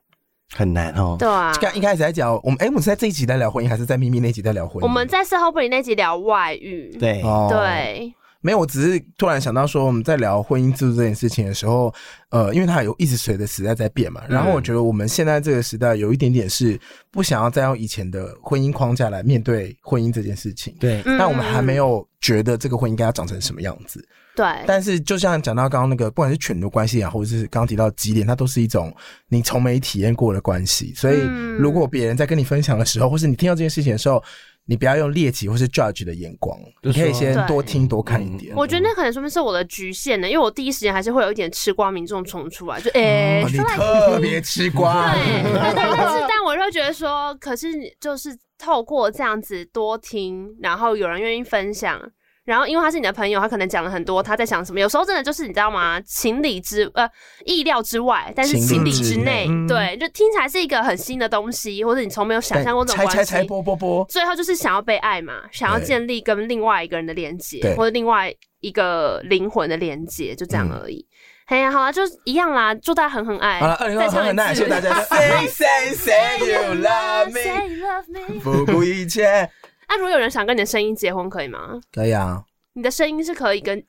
Speaker 4: 很难哦。
Speaker 2: 对啊，
Speaker 1: 刚一开始在讲我们，哎，我们是在这一集在聊婚姻，还是在秘密那一集在聊婚姻？
Speaker 2: 我们在事后不理那集聊外遇，
Speaker 4: 对，
Speaker 1: 哦，
Speaker 2: 对，
Speaker 1: 没有，我只是突然想到说，我们在聊婚姻制度这件事情的时候，呃，因为它有一直随着时代在变
Speaker 2: 嗯
Speaker 1: 嘛，然后我觉得我们现在这个时代有一点点是不想要再用以前的婚姻框架来面对婚姻这件事情。
Speaker 4: 对，
Speaker 2: 嗯
Speaker 1: 但我们还没有觉得这个婚姻应该要长成什么样子。
Speaker 2: 对，
Speaker 1: 但是就像讲到刚刚那个，不管是犬奴关系啊，或者是刚刚提到几点，它都是一种你从没体验过的关系。所以
Speaker 2: 嗯
Speaker 1: 如果别人在跟你分享的时候，或是你听到这件事情的时候，你不要用猎奇或是 judge 的眼光，
Speaker 4: 就
Speaker 1: 你可以
Speaker 4: 说嗯
Speaker 1: 先
Speaker 2: 对
Speaker 1: 多听多看一点。
Speaker 2: 我觉得那可能说明是我的局限呢，因为我第一时间还是会有一点吃瓜民众冲出来，就诶、
Speaker 1: 哦你
Speaker 2: 说来
Speaker 1: 特别吃瓜，
Speaker 2: 对， 但但但是但我就觉得说，可是你就是透过这样子多听，然后有人愿意分享，然后因为他是你的朋友，他可能讲了很多他在想什么，有时候真的就是你知道吗？情理之呃意料之外，但是
Speaker 1: 情理
Speaker 2: 情理
Speaker 1: 之嗯
Speaker 2: 之内，
Speaker 3: 内
Speaker 2: 对，就听起来是一个很新的东西，或者你从没有想象过这种
Speaker 1: 拆
Speaker 2: 关
Speaker 1: 拆
Speaker 2: 系。
Speaker 1: 拆播播播，
Speaker 2: 最后就是想要被爱嘛，想要
Speaker 1: 对
Speaker 2: 建立跟另外一个人的连接
Speaker 1: 对，
Speaker 2: 或者另外一个灵魂的连接，就这样而已。哎呀，好啦，就是一样啦，祝大家狠狠爱。
Speaker 1: 好了，二零
Speaker 2: 哎再
Speaker 1: 二
Speaker 2: 唱
Speaker 1: 很很耐，
Speaker 2: 一
Speaker 1: 谢
Speaker 2: 次
Speaker 1: 谢大 家。Say say say you love me，
Speaker 2: Say you love me 啊
Speaker 1: 不顾一切，
Speaker 2: 那、如果有人想跟你的声音结婚，可以吗？
Speaker 1: 可以啊。
Speaker 2: 你的声音是可以跟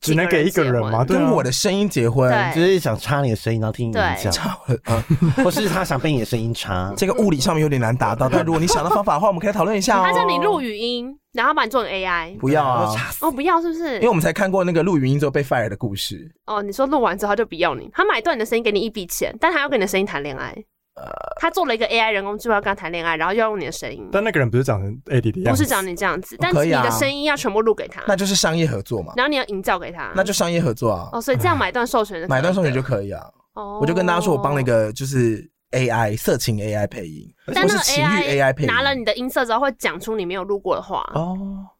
Speaker 3: 只能给一个人吗？
Speaker 2: 嘛，
Speaker 3: 对啊
Speaker 1: 跟我的声音结婚，
Speaker 2: 对
Speaker 4: 就是想插你的声音，然后听你
Speaker 2: 对
Speaker 4: 讲，
Speaker 1: 操了
Speaker 4: 或是他想被你的声音插。
Speaker 1: 这个物理上面有点难达到，但如果你想到方法的话，我们可以讨论一下哦。
Speaker 2: 他叫你录语音，然后把你做 成 AI。
Speaker 1: 不要啊，
Speaker 2: 哦，不要是不是
Speaker 1: 因为？我们才看过那个录语音之后被 fire 的故事。
Speaker 2: 哦，你说录完之后他就不要你，他买断你的声音给你一笔钱，但他要跟你的声音谈恋爱。他做了一个 AI 人工智慧要跟他谈恋爱，然后又要用你的声音，
Speaker 3: 但那个人不是长成 AD 的样
Speaker 2: 不
Speaker 3: 子，
Speaker 2: 是长你这样子，但
Speaker 1: 可
Speaker 2: 是
Speaker 1: 以
Speaker 2: 你
Speaker 1: 啊
Speaker 2: 的声音要全部录给他，
Speaker 1: 那就是商业合作嘛，
Speaker 2: 然后你要营造给他。
Speaker 1: 那就商业合作啊，
Speaker 2: 嗯哦，所以这样买断授权是可以的
Speaker 1: 买断授权就可以啊。
Speaker 2: 哦
Speaker 1: 我就跟大家说，我帮了一，个就是 AI 色情 AI 配音，或
Speaker 2: 但那
Speaker 1: 是
Speaker 2: 个
Speaker 1: 情欲 AI 配音。
Speaker 2: 拿了你的音色之后会讲出你没有录过的话，
Speaker 1: 哦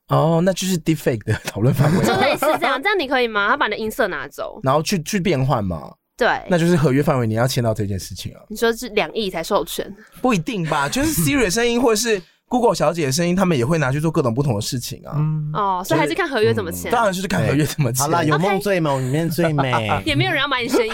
Speaker 1: 哦，那就是 deepfake 的讨论 范围
Speaker 2: 就，类似这样，这样你可以吗？他把你的音色拿走，
Speaker 1: 然后去去变换嘛，
Speaker 2: 对，
Speaker 1: 那就是合约范围你要签到这件事情啊，
Speaker 2: 你说是两亿才授权，
Speaker 1: 不一定吧？就是 Siri 的声音或者是 Google 小姐的声音，他们也会拿去做各种不同的事情啊。
Speaker 3: 嗯，
Speaker 2: 哦，所以还是看合约怎么签，
Speaker 1: 嗯当然就是看合约怎么签
Speaker 4: 好。啦，有
Speaker 2: OK
Speaker 4: 梦最美，里面最美。
Speaker 2: 也没有人要买你 声音，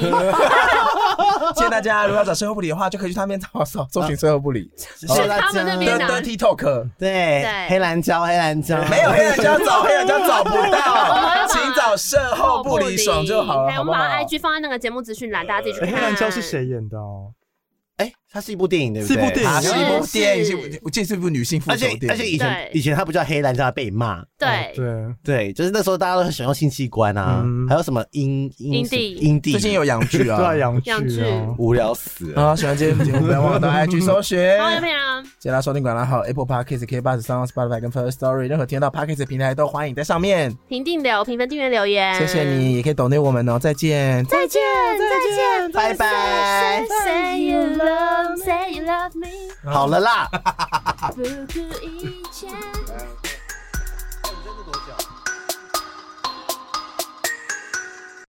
Speaker 1: 谢谢大家，如果要找售后部理的话，就可以去他那边找找搜寻售后部理。
Speaker 2: 是
Speaker 4: 谢谢大
Speaker 2: 他们那
Speaker 4: 家。
Speaker 2: 边
Speaker 1: 的
Speaker 2: 拿
Speaker 1: Dirty Talk
Speaker 4: 对，
Speaker 2: 对
Speaker 4: 黑蓝胶，黑蓝胶，
Speaker 1: 没有黑人家找黑人家找不到，请找售后部理爽就好了，
Speaker 2: 哎
Speaker 1: 好
Speaker 2: 我
Speaker 1: 不
Speaker 2: 们
Speaker 1: 好
Speaker 2: 把 IG 放在那个节目资讯栏，大家自己去
Speaker 3: 哎
Speaker 2: 看。
Speaker 3: 黑兰娇是？谁演的哦？
Speaker 4: 哎，它是一部电影，对不对？
Speaker 3: 是一部电影
Speaker 1: 它是一部电影，
Speaker 2: 是
Speaker 1: 是我记得是一部女性复
Speaker 4: 而
Speaker 1: 仇
Speaker 4: 且
Speaker 1: 电
Speaker 4: 而且以
Speaker 1: 影。
Speaker 4: 前
Speaker 2: 对
Speaker 4: 以前它不叫黑蓝胶，它被骂。
Speaker 3: 哦
Speaker 2: 对，
Speaker 3: 对，
Speaker 4: 对，就是那时候大家都很喜欢用性器官啊，
Speaker 3: 嗯
Speaker 4: 还有什么阴阴
Speaker 2: 阴蒂
Speaker 4: 阴蒂，
Speaker 1: 最近有洋剧 啊，
Speaker 3: 对啊，洋剧
Speaker 2: 洋剧
Speaker 3: 啊，
Speaker 4: 无聊死了。
Speaker 1: 啊，喜欢今天的节目，不要忘了到 IG 搜寻。
Speaker 2: 好，有没有？
Speaker 1: 谢谢大家收听管啦好 Apple Podcast、K 八十三、Spotify 跟 First Story，任何听到 Podcast 的平台都欢迎在上面。
Speaker 2: 评定留、评分、订阅、留言，
Speaker 1: 谢谢，你，也可以抖内我们哦，再见。
Speaker 2: 再见，再见，
Speaker 4: 拜拜
Speaker 2: Say you love, say you love me，
Speaker 4: 好了啦。
Speaker 2: 不顾一切。
Speaker 4: 真的多久？